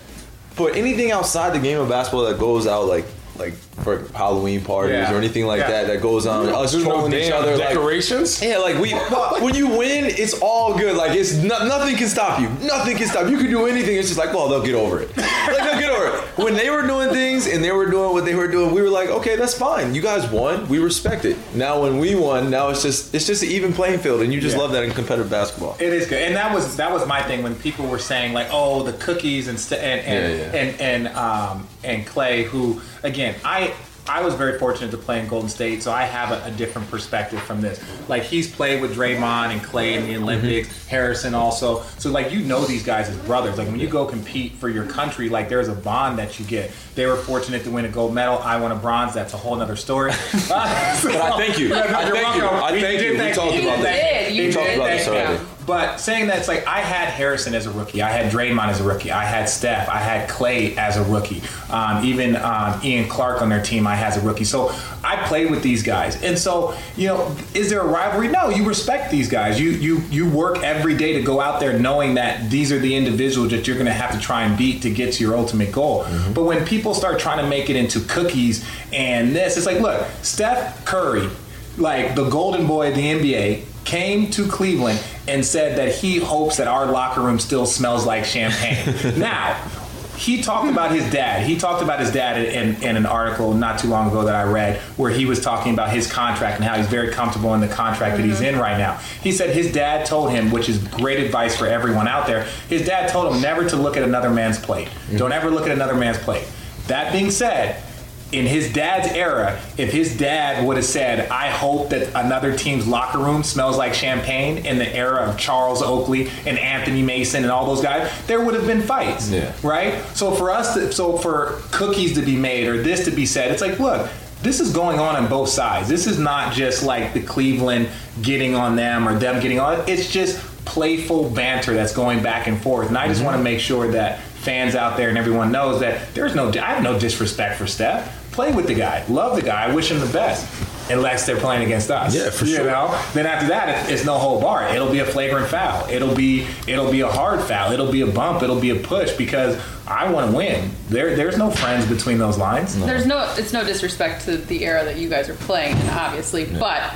[SPEAKER 4] But anything outside the game of basketball that goes out like like for Halloween parties
[SPEAKER 1] Yeah.
[SPEAKER 4] or anything like
[SPEAKER 1] Yeah.
[SPEAKER 4] that that goes on us
[SPEAKER 3] There's no
[SPEAKER 4] trolling each
[SPEAKER 3] damn
[SPEAKER 4] other like
[SPEAKER 3] decorations.
[SPEAKER 4] yeah, like we when you win, it's all good. Like it's no, nothing can stop you. Nothing can stop you. You can do anything. It's just like, well, they'll get over it. Like they'll get over it. When they were doing things and they were doing what they were doing, we were like, okay, that's fine. You guys won. We respect it. Now when we won, now it's just it's just an even playing field, and you just
[SPEAKER 1] Yeah.
[SPEAKER 4] love that in competitive basketball.
[SPEAKER 1] It is good, and that was that was my thing when people were saying like, "Oh, the cookies and st- and and
[SPEAKER 4] Yeah, yeah.
[SPEAKER 1] and and, um, and Clay." Who again, I I was very fortunate to play in Golden State, so I have a, a different perspective from this. Like he's played with Draymond and Clay in the Olympics,
[SPEAKER 4] Mm-hmm.
[SPEAKER 1] Harrison also. So like you know these guys as brothers. Like when you go compete for your country, like there's a bond that you get. They were fortunate to win a gold medal. I won a bronze. That's a whole nother story. but I
[SPEAKER 4] thank you. I
[SPEAKER 1] you're
[SPEAKER 4] thank you.
[SPEAKER 1] welcome.
[SPEAKER 4] I
[SPEAKER 1] We
[SPEAKER 4] thank
[SPEAKER 1] did
[SPEAKER 4] you. We
[SPEAKER 1] thank
[SPEAKER 4] talked
[SPEAKER 1] you.
[SPEAKER 4] about
[SPEAKER 1] Thank
[SPEAKER 2] this.
[SPEAKER 1] you.
[SPEAKER 2] You
[SPEAKER 1] We did
[SPEAKER 2] did. You
[SPEAKER 4] talked
[SPEAKER 1] thank
[SPEAKER 4] about this
[SPEAKER 1] you.
[SPEAKER 4] already.
[SPEAKER 1] But saying that's like I had Harrison as a rookie, I had Draymond as a rookie, I had Steph, I had Clay as a rookie, um, even um, Ian Clark on their team, I has a rookie. So I played with these guys, and so you know, is there a rivalry? No, you respect these guys. You you you work every day to go out there knowing that these are the individuals that you're going to have to try and beat to get to your ultimate goal. But when people start trying to make it into cookies and this, it's like, look, Steph Curry, like the golden boy of the NBA, came to Cleveland and said that he hopes that our locker room still smells like champagne. now, he talked about his dad. He talked about his dad in, in, in an article not too long ago that I read where he was talking about his contract and how he's very comfortable in the contract that he's in right now. He said his dad told him, which is great advice for everyone out there, his dad told him never to look at another man's plate. Don't ever look at another man's plate. That being said, in his dad's era, if his dad would have said, I hope that another team's locker room smells like champagne in the era of Charles Oakley and Anthony Mason and all those guys, there would have been fights.
[SPEAKER 4] Yeah.
[SPEAKER 1] Right? So for us to, so for cookies to be made or this to be said, it's like, look, this is going on on both sides. This is not just like the Cleveland getting on them or them getting on it. It's just playful banter that's going back and forth. And I
[SPEAKER 3] Mm-hmm.
[SPEAKER 1] just want to make sure that fans out there and everyone knows that there's no, I have no disrespect for Steph. Play with the guy, love the guy, wish him the best. Unless they're playing against us,
[SPEAKER 3] Yeah, for
[SPEAKER 1] you
[SPEAKER 3] sure.
[SPEAKER 1] Know? Then after that, it- it's no whole bar. It'll be a flagrant foul. It'll be it'll be a hard foul. It'll be a bump. It'll be a push because I want to win. There there's no friends between those lines.
[SPEAKER 2] There's no, it's no disrespect to the era that you guys are playing in, obviously, but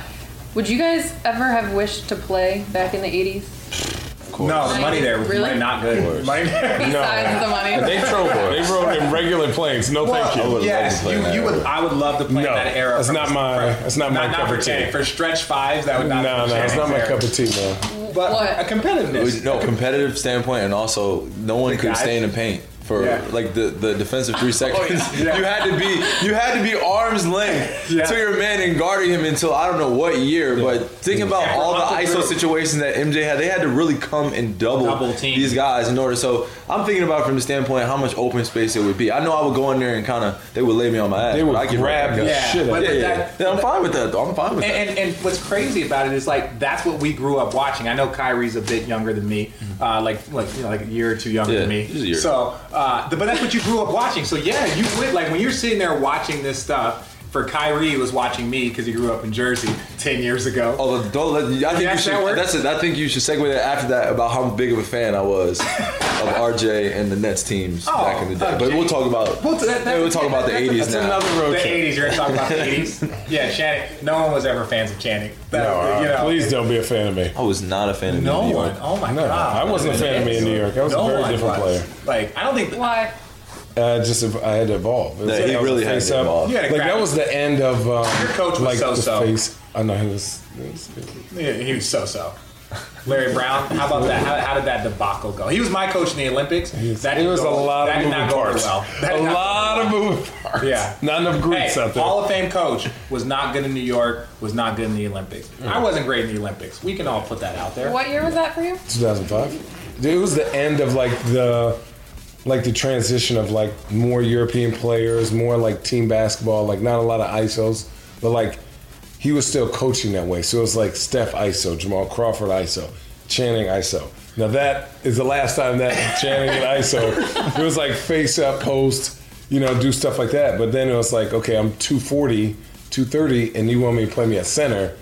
[SPEAKER 2] would you guys ever have wished to play back in the 80s?
[SPEAKER 1] No, the
[SPEAKER 2] Really?
[SPEAKER 1] money there was
[SPEAKER 2] Really?
[SPEAKER 1] money not good. Money there.
[SPEAKER 2] Besides the money.
[SPEAKER 3] They drove. They rode in regular planes. No, thank you.
[SPEAKER 4] would love
[SPEAKER 1] yes,
[SPEAKER 4] to play
[SPEAKER 1] you,
[SPEAKER 4] that
[SPEAKER 1] you would.
[SPEAKER 4] era.
[SPEAKER 1] I would love to play
[SPEAKER 3] No,
[SPEAKER 1] that era.
[SPEAKER 3] that's
[SPEAKER 1] from-
[SPEAKER 3] not my- that's not my cup
[SPEAKER 1] for
[SPEAKER 3] of tea.
[SPEAKER 1] Shanahan. For stretch fives, that would
[SPEAKER 3] No,
[SPEAKER 1] not.
[SPEAKER 3] no,
[SPEAKER 1] be
[SPEAKER 3] it's not my
[SPEAKER 1] Shanahan's
[SPEAKER 3] cup of tea, man.
[SPEAKER 1] era. But
[SPEAKER 2] What?
[SPEAKER 1] a competitiveness.
[SPEAKER 4] No, competitive standpoint, and also no one could
[SPEAKER 1] guys-
[SPEAKER 4] stay in the paint for
[SPEAKER 1] Yeah.
[SPEAKER 4] like the, the defensive three seconds.
[SPEAKER 1] Yeah.
[SPEAKER 4] You had to be you had to be arm's length
[SPEAKER 1] Yeah.
[SPEAKER 4] to your man and guarding him until I don't know what year. But think about
[SPEAKER 1] Yeah,
[SPEAKER 4] all the
[SPEAKER 1] off the
[SPEAKER 4] ISO
[SPEAKER 1] dribble.
[SPEAKER 4] situations that MJ had. They had to really come and double,
[SPEAKER 1] Double team.
[SPEAKER 4] these guys in order. So I'm thinking about from the standpoint how much open space it would be. I know I would go in there and kind of they would lay me on my ass.
[SPEAKER 3] They would
[SPEAKER 4] but I could
[SPEAKER 3] grab
[SPEAKER 4] right back
[SPEAKER 3] the
[SPEAKER 4] up.
[SPEAKER 1] Yeah,
[SPEAKER 3] shit out
[SPEAKER 1] but-
[SPEAKER 3] of
[SPEAKER 4] Yeah,
[SPEAKER 3] it.
[SPEAKER 4] yeah. yeah, I'm fine with that. though. I'm fine with that.
[SPEAKER 1] And, and, and what's crazy about it is like that's what we grew up watching. I know Kyrie's a bit younger than me, uh, like like you know, like a year or two younger
[SPEAKER 4] Yeah,
[SPEAKER 1] than me.
[SPEAKER 4] he's a year.
[SPEAKER 1] So, uh, th- but that's what you grew up watching. So yeah, you would like when you're sitting there watching this stuff. For Kyrie, it was watching me because he grew up in Jersey ten years ago.
[SPEAKER 4] Although, don't let. I think
[SPEAKER 1] Yeah,
[SPEAKER 4] you should.
[SPEAKER 1] that works.
[SPEAKER 4] that's it. I think you should segue that after that about how big of a fan I was of RJ and the Nets teams
[SPEAKER 1] Oh,
[SPEAKER 4] back in the day.
[SPEAKER 1] okay.
[SPEAKER 4] But we'll talk about.
[SPEAKER 1] Well, that- that-
[SPEAKER 4] we'll talk about the
[SPEAKER 1] that's-
[SPEAKER 4] '80s
[SPEAKER 3] That's
[SPEAKER 4] now.
[SPEAKER 3] another road
[SPEAKER 1] The
[SPEAKER 3] trip.
[SPEAKER 1] 80s, you're talking about the 80s? Yeah, Channing. No one was ever fans of Channing. That,
[SPEAKER 3] No,
[SPEAKER 1] you know,
[SPEAKER 3] uh, please don't be a fan of me.
[SPEAKER 4] I was not a fan of
[SPEAKER 1] No
[SPEAKER 4] New
[SPEAKER 1] one.
[SPEAKER 4] York.
[SPEAKER 1] Oh my
[SPEAKER 3] No,
[SPEAKER 1] god.
[SPEAKER 3] I wasn't a fan of me in New York. I was a very
[SPEAKER 1] one
[SPEAKER 3] different
[SPEAKER 1] was. Like, I don't think.
[SPEAKER 2] Why?
[SPEAKER 3] Uh, just ev- I had to evolve. It was
[SPEAKER 4] Yeah,
[SPEAKER 3] like
[SPEAKER 4] he
[SPEAKER 3] I was
[SPEAKER 4] really had
[SPEAKER 3] face
[SPEAKER 4] to
[SPEAKER 3] up.
[SPEAKER 4] evolve. You
[SPEAKER 1] had to
[SPEAKER 3] Like
[SPEAKER 1] grab-
[SPEAKER 3] that was the end of um,
[SPEAKER 1] Your coach was
[SPEAKER 3] like
[SPEAKER 1] so-so.
[SPEAKER 3] the face. I know he was. He was
[SPEAKER 1] Yeah, he was so so. Larry Brown, how about that? How, how did that debacle go? He was my coach in the Olympics. That
[SPEAKER 3] it
[SPEAKER 1] didn't
[SPEAKER 3] was a
[SPEAKER 1] go-
[SPEAKER 3] lot
[SPEAKER 1] that
[SPEAKER 3] of
[SPEAKER 1] did
[SPEAKER 3] moving
[SPEAKER 1] not go over
[SPEAKER 3] parts.
[SPEAKER 1] well. That
[SPEAKER 3] A
[SPEAKER 1] did not go
[SPEAKER 3] lot
[SPEAKER 1] over
[SPEAKER 3] of
[SPEAKER 1] well.
[SPEAKER 3] moving parts.
[SPEAKER 1] Yeah.
[SPEAKER 3] Not enough Greeks
[SPEAKER 1] Hey,
[SPEAKER 3] out there.
[SPEAKER 1] Hall of Fame coach was not good in New York, was not good in the Olympics.
[SPEAKER 3] Mm.
[SPEAKER 1] I wasn't great in the Olympics. We can all put that out there.
[SPEAKER 2] What year was that for you?
[SPEAKER 3] 2005. It was the end of like the like the transition of like more European players, more like team basketball, like not a lot of ISOs, but like he was still coaching that way. So it was like Steph ISO, Jamal Crawford ISO, Channing ISO. Now that is the last time that Channing and ISO. It was like face up post, you know, do stuff like that. But then it was like, okay, I'm 240, 230, and you want me to play me at center,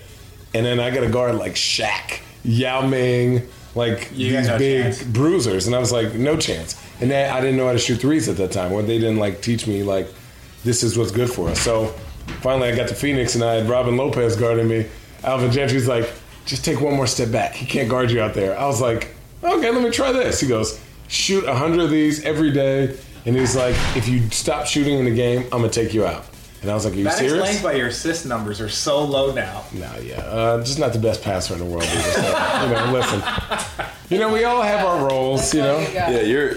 [SPEAKER 3] and then I got to guard like Shaq, Yao Ming, like
[SPEAKER 1] You got
[SPEAKER 3] these
[SPEAKER 1] no
[SPEAKER 3] big
[SPEAKER 1] chance.
[SPEAKER 3] bruisers, and I was like, no chance. And then I didn't know how to shoot threes at that time, or they didn't like teach me like this is what's good for us. So finally, I got to Phoenix, and I had Robin Lopez guarding me. Alvin Gentry's like, just take one more step back. He can't guard you out there. I was like, okay, let me try this. He goes, shoot hundred of these every day, and he's like, if you stop shooting in the game, I'm gonna take you out. And I was like, are you
[SPEAKER 1] that
[SPEAKER 3] serious?
[SPEAKER 1] explains why your assist numbers are so low now.
[SPEAKER 3] No, yeah, uh, just not the best passer in the world. Either, so, you know, listen, you know, we all have our roles, you know.
[SPEAKER 2] got.
[SPEAKER 4] Yeah, you're.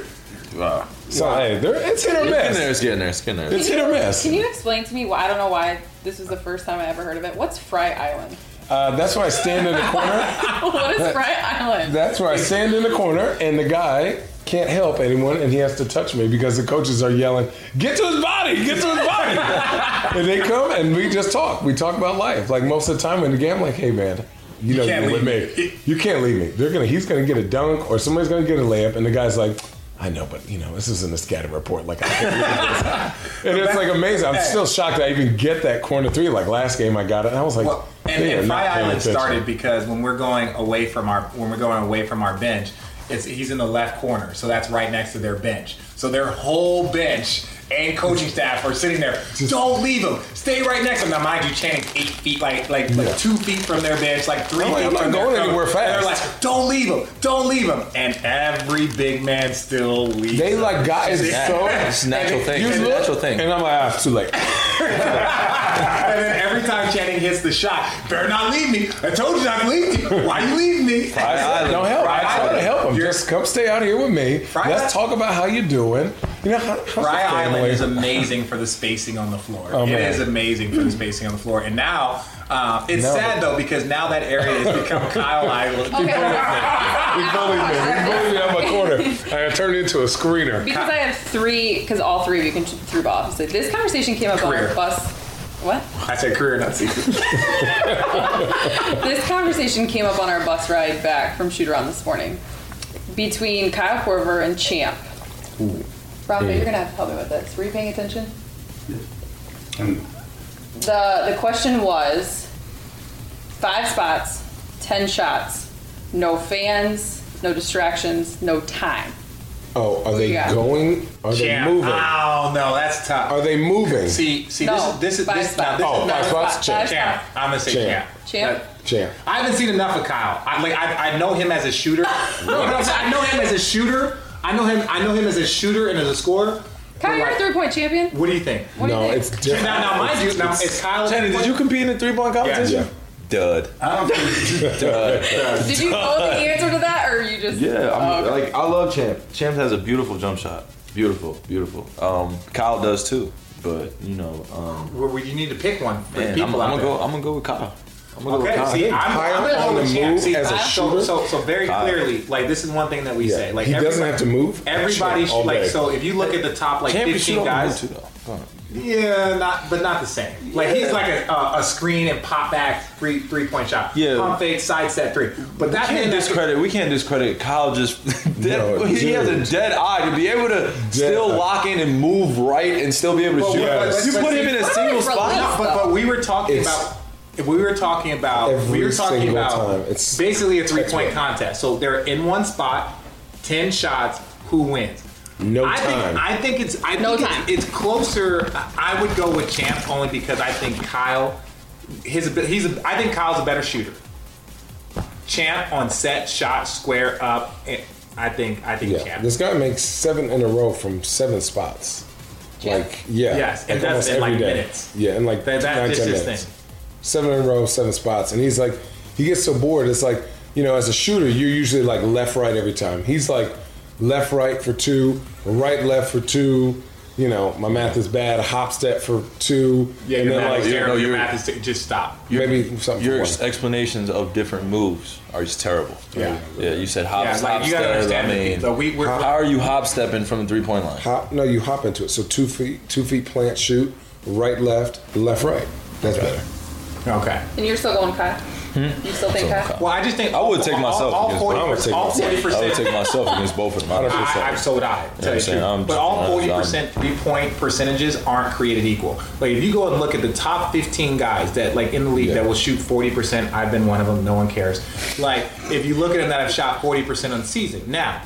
[SPEAKER 4] Wow.
[SPEAKER 3] So hey, there, it's hit or
[SPEAKER 4] It's getting there.
[SPEAKER 3] miss.
[SPEAKER 4] It's getting there. It's getting there.
[SPEAKER 3] It's hit or miss.
[SPEAKER 2] Can you explain to me why? I don't know why this was the first time I ever heard of it. What's Fry Island?
[SPEAKER 3] Uh, that's why I stand in the corner.
[SPEAKER 2] what is Fry Island?
[SPEAKER 3] That's where I stand in the corner, and the guy can't help anyone, and he has to touch me because the coaches are yelling, "Get to his body! Get to his body!" and they come, and we just talk. We talk about life. Like most of the time in the game, I'm like, "Hey, man." You know,
[SPEAKER 1] can't
[SPEAKER 3] you're with
[SPEAKER 1] leave
[SPEAKER 3] me. You can't leave me. They're gonna. He's gonna get a dunk, or somebody's gonna get a layup, and the guy's like, I know, but you know, this isn't a scatter report. Like, I can't read this. and it's like amazing. I'm still shocked I even get that corner three. Like last game, I got it, and I was like,
[SPEAKER 1] Well, and,
[SPEAKER 3] they are
[SPEAKER 1] and
[SPEAKER 3] not
[SPEAKER 1] Fry
[SPEAKER 3] paying
[SPEAKER 1] Island
[SPEAKER 3] attention.
[SPEAKER 1] started because when we're going away from our when we're going away from our bench, it's he's in the left corner, so that's right next to their bench. So their whole bench and coaching staff are sitting there. Don't leave him. Stay right next to him. Now, mind you, Channing's eight feet, like like,
[SPEAKER 3] Yeah.
[SPEAKER 1] like two feet from their bench, like three
[SPEAKER 3] I'm like,
[SPEAKER 1] feet
[SPEAKER 3] I'm not
[SPEAKER 1] from their
[SPEAKER 3] going
[SPEAKER 1] coach.
[SPEAKER 3] anywhere
[SPEAKER 1] And They're
[SPEAKER 3] fast.
[SPEAKER 1] like, don't leave him. Don't leave him. And every big man still leaves.
[SPEAKER 3] They
[SPEAKER 1] him.
[SPEAKER 3] like got it
[SPEAKER 1] Yeah.
[SPEAKER 3] so.
[SPEAKER 4] It's a natural thing.
[SPEAKER 3] You
[SPEAKER 4] It's a
[SPEAKER 3] look,
[SPEAKER 4] natural thing.
[SPEAKER 3] And I'm like, ah, it's too late.
[SPEAKER 1] and then every time Channing hits the shot, better not leave me. I told you not to leave you. Why you leaving me?
[SPEAKER 3] I said, don't help.
[SPEAKER 1] Fry
[SPEAKER 3] I try to
[SPEAKER 1] Island.
[SPEAKER 3] help him.
[SPEAKER 1] You're-
[SPEAKER 3] Just come stay out here with me.
[SPEAKER 1] Fry Island.
[SPEAKER 3] Let's talk about how you're doing. You know, how, how's the
[SPEAKER 1] Fry Island
[SPEAKER 3] family?
[SPEAKER 1] is amazing for the spacing on the floor.
[SPEAKER 3] Oh,
[SPEAKER 1] it
[SPEAKER 3] man.
[SPEAKER 1] is amazing for the spacing on the floor. And now, uh, it's
[SPEAKER 3] No.
[SPEAKER 1] sad though because now that area has become Kyle Island.
[SPEAKER 3] We bullied me. We bullied me out my corner. I turned into a screener.
[SPEAKER 2] Because I have three, because all three of you can through ball. So this conversation came up on
[SPEAKER 1] Career.
[SPEAKER 2] our bus. What?
[SPEAKER 1] I said career, not season.
[SPEAKER 2] This conversation came up on our bus ride back from shoot around this morning between Kyle Corver and Champ. Rafa, you're gonna have to help me with this. Were you paying attention? The the question was five spots, ten shots, no fans, no distractions, no time.
[SPEAKER 3] Oh, are they
[SPEAKER 2] Yeah.
[SPEAKER 3] going? Are they moving?
[SPEAKER 1] Oh no, that's tough.
[SPEAKER 3] Are they moving?
[SPEAKER 1] See, see,
[SPEAKER 2] No,
[SPEAKER 1] this is this is
[SPEAKER 2] five
[SPEAKER 1] this, now, this
[SPEAKER 3] spots.
[SPEAKER 1] is
[SPEAKER 3] Oh, five
[SPEAKER 1] not
[SPEAKER 3] spots? Champ.
[SPEAKER 1] champ. I'm gonna say
[SPEAKER 3] Champ.
[SPEAKER 1] champ.
[SPEAKER 2] Champ?
[SPEAKER 1] That-
[SPEAKER 3] Champ.
[SPEAKER 1] I haven't seen enough of Kyle. I, like I, I know him as a shooter. no, no, I know him as a shooter. I know him. I know him as a shooter and as a scorer.
[SPEAKER 2] Kyle, you're a three point champion.
[SPEAKER 1] What do you think?
[SPEAKER 2] What do
[SPEAKER 3] No,
[SPEAKER 2] you think?
[SPEAKER 3] it's different.
[SPEAKER 1] Now, now, mind you, now it's Kyle.
[SPEAKER 4] Channing, did you compete in a three-point competition?
[SPEAKER 3] Yeah.
[SPEAKER 4] Dud.
[SPEAKER 2] Did you know the answer to that, or you just?
[SPEAKER 4] Yeah,
[SPEAKER 2] Oh,
[SPEAKER 1] Uh,
[SPEAKER 4] I'm,
[SPEAKER 2] okay.
[SPEAKER 4] like I love Champ. Champ has a beautiful jump shot. Beautiful, beautiful. Um, Kyle does too, but you know, um,
[SPEAKER 1] Well, you need to pick one. For
[SPEAKER 4] man, I'm, I'm
[SPEAKER 1] people out
[SPEAKER 4] gonna
[SPEAKER 1] there.
[SPEAKER 4] go. I'm gonna go with Kyle. I'm gonna
[SPEAKER 1] Okay,
[SPEAKER 4] go with Kyle.
[SPEAKER 1] see, I'm,
[SPEAKER 3] Kyle
[SPEAKER 1] I'm
[SPEAKER 3] on
[SPEAKER 1] on
[SPEAKER 3] the
[SPEAKER 1] the
[SPEAKER 3] move
[SPEAKER 1] move see,
[SPEAKER 3] as
[SPEAKER 1] so,
[SPEAKER 3] a shooter?
[SPEAKER 1] so, so very
[SPEAKER 4] Kyle.
[SPEAKER 1] clearly, like this is one thing that we
[SPEAKER 3] Yeah,
[SPEAKER 1] say. Like
[SPEAKER 3] he doesn't
[SPEAKER 1] everybody-
[SPEAKER 3] have to move.
[SPEAKER 1] Everybody,
[SPEAKER 3] Champ all
[SPEAKER 1] should, like
[SPEAKER 3] day.
[SPEAKER 1] so. If you look at the top, like
[SPEAKER 4] Champ can shoot
[SPEAKER 1] 15
[SPEAKER 4] on the
[SPEAKER 1] guys,
[SPEAKER 4] hoop, though. Come on.
[SPEAKER 1] Yeah, not but not the same. Like he's like a, a, a screen and pop back three three point shot.
[SPEAKER 4] Yeah.
[SPEAKER 1] pump fake side set three. But that
[SPEAKER 4] can't
[SPEAKER 1] man that-
[SPEAKER 4] discredit. We can't discredit Kyle. Just dead,
[SPEAKER 3] No,
[SPEAKER 4] he has a
[SPEAKER 3] dude.
[SPEAKER 4] dead eye to be able to still
[SPEAKER 3] eye.
[SPEAKER 4] lock in and move right and still be able to
[SPEAKER 1] Well,
[SPEAKER 4] shoot.
[SPEAKER 1] yeah,
[SPEAKER 4] you
[SPEAKER 1] but-
[SPEAKER 4] put
[SPEAKER 1] but
[SPEAKER 4] him in a
[SPEAKER 2] see,
[SPEAKER 4] single
[SPEAKER 2] what about
[SPEAKER 4] spot.
[SPEAKER 1] No, but, but we were talking
[SPEAKER 3] It's-
[SPEAKER 1] about. If we were talking about,
[SPEAKER 3] Every
[SPEAKER 1] we were talking
[SPEAKER 3] single
[SPEAKER 1] about
[SPEAKER 3] time, it's-
[SPEAKER 1] basically a three point
[SPEAKER 3] right.
[SPEAKER 1] contest. So they're in one spot, ten shots. Who wins?
[SPEAKER 3] No
[SPEAKER 1] I
[SPEAKER 3] time.
[SPEAKER 1] Think, I think it's. I
[SPEAKER 2] No
[SPEAKER 1] think
[SPEAKER 2] time.
[SPEAKER 1] It's, it's closer. I I would go with Champ only because I think Kyle, his abi- he's. a- I think Kyle's a better shooter. Champ on set, shot, square up. eh, I think. I think
[SPEAKER 3] yeah,
[SPEAKER 1] Champ.
[SPEAKER 3] this guy makes seven in a row from seven spots.
[SPEAKER 2] Champ.
[SPEAKER 3] Like, yeah,
[SPEAKER 1] Yes, and
[SPEAKER 3] like
[SPEAKER 1] that's
[SPEAKER 3] almost
[SPEAKER 1] in, like,
[SPEAKER 3] every day.
[SPEAKER 1] minutes.
[SPEAKER 3] Yeah, in like
[SPEAKER 1] That- that
[SPEAKER 3] nine,
[SPEAKER 1] is
[SPEAKER 3] ten
[SPEAKER 1] his
[SPEAKER 3] minutes.
[SPEAKER 1] thing.
[SPEAKER 3] Seven in a row, seven spots, and he's like, he gets so bored. It's like, you know, as a shooter, you're usually like left, right every time. He's like left, right for two, right, left for two. You know, my math is bad. Hop step for two.
[SPEAKER 1] yeah,
[SPEAKER 3] and
[SPEAKER 1] your
[SPEAKER 3] then
[SPEAKER 1] math,
[SPEAKER 3] like
[SPEAKER 1] is
[SPEAKER 4] you're-
[SPEAKER 1] terrible.
[SPEAKER 4] no,
[SPEAKER 1] your
[SPEAKER 4] you're-
[SPEAKER 1] math is ter- just stop.
[SPEAKER 3] maybe something.
[SPEAKER 4] Your
[SPEAKER 3] for
[SPEAKER 4] ex-
[SPEAKER 3] one.
[SPEAKER 4] explanations of different moves are just terrible.
[SPEAKER 3] Yeah.
[SPEAKER 4] yeah. You said hop,
[SPEAKER 1] Yeah,
[SPEAKER 4] stop,
[SPEAKER 1] like you gotta
[SPEAKER 4] step. I
[SPEAKER 1] understand. that
[SPEAKER 4] mean,
[SPEAKER 1] the, we, we're,
[SPEAKER 4] how are you hop stepping from the three point line?
[SPEAKER 3] Hop, no, you hop into it. So two feet, two feet, plant, shoot, right, left, left, right. That's better.
[SPEAKER 1] okay.
[SPEAKER 2] And you're still going, Kyle.
[SPEAKER 1] Hmm?
[SPEAKER 2] You still think
[SPEAKER 4] Still
[SPEAKER 2] Kyle?
[SPEAKER 4] Kyle.
[SPEAKER 1] Well, I just think
[SPEAKER 4] I would take
[SPEAKER 1] all-
[SPEAKER 4] myself
[SPEAKER 1] All,
[SPEAKER 4] against
[SPEAKER 1] forty
[SPEAKER 3] both. I would take
[SPEAKER 1] all
[SPEAKER 3] myself.
[SPEAKER 1] forty
[SPEAKER 4] I would
[SPEAKER 1] percent.
[SPEAKER 4] take myself against both of them.
[SPEAKER 3] I-
[SPEAKER 1] I, I'm so would I. Tell
[SPEAKER 4] Yeah, I'm
[SPEAKER 1] you the
[SPEAKER 4] saying,
[SPEAKER 1] truth.
[SPEAKER 4] I'm
[SPEAKER 1] but
[SPEAKER 4] just-
[SPEAKER 1] all
[SPEAKER 4] I'm-
[SPEAKER 1] forty percent three point percentages aren't created equal. Like if you go and look at the top fifteen guys that like in the league
[SPEAKER 3] Yeah.
[SPEAKER 1] that will shoot forty percent, I've been one of them. No one cares. Like if you look at them that have shot forty percent on the season now.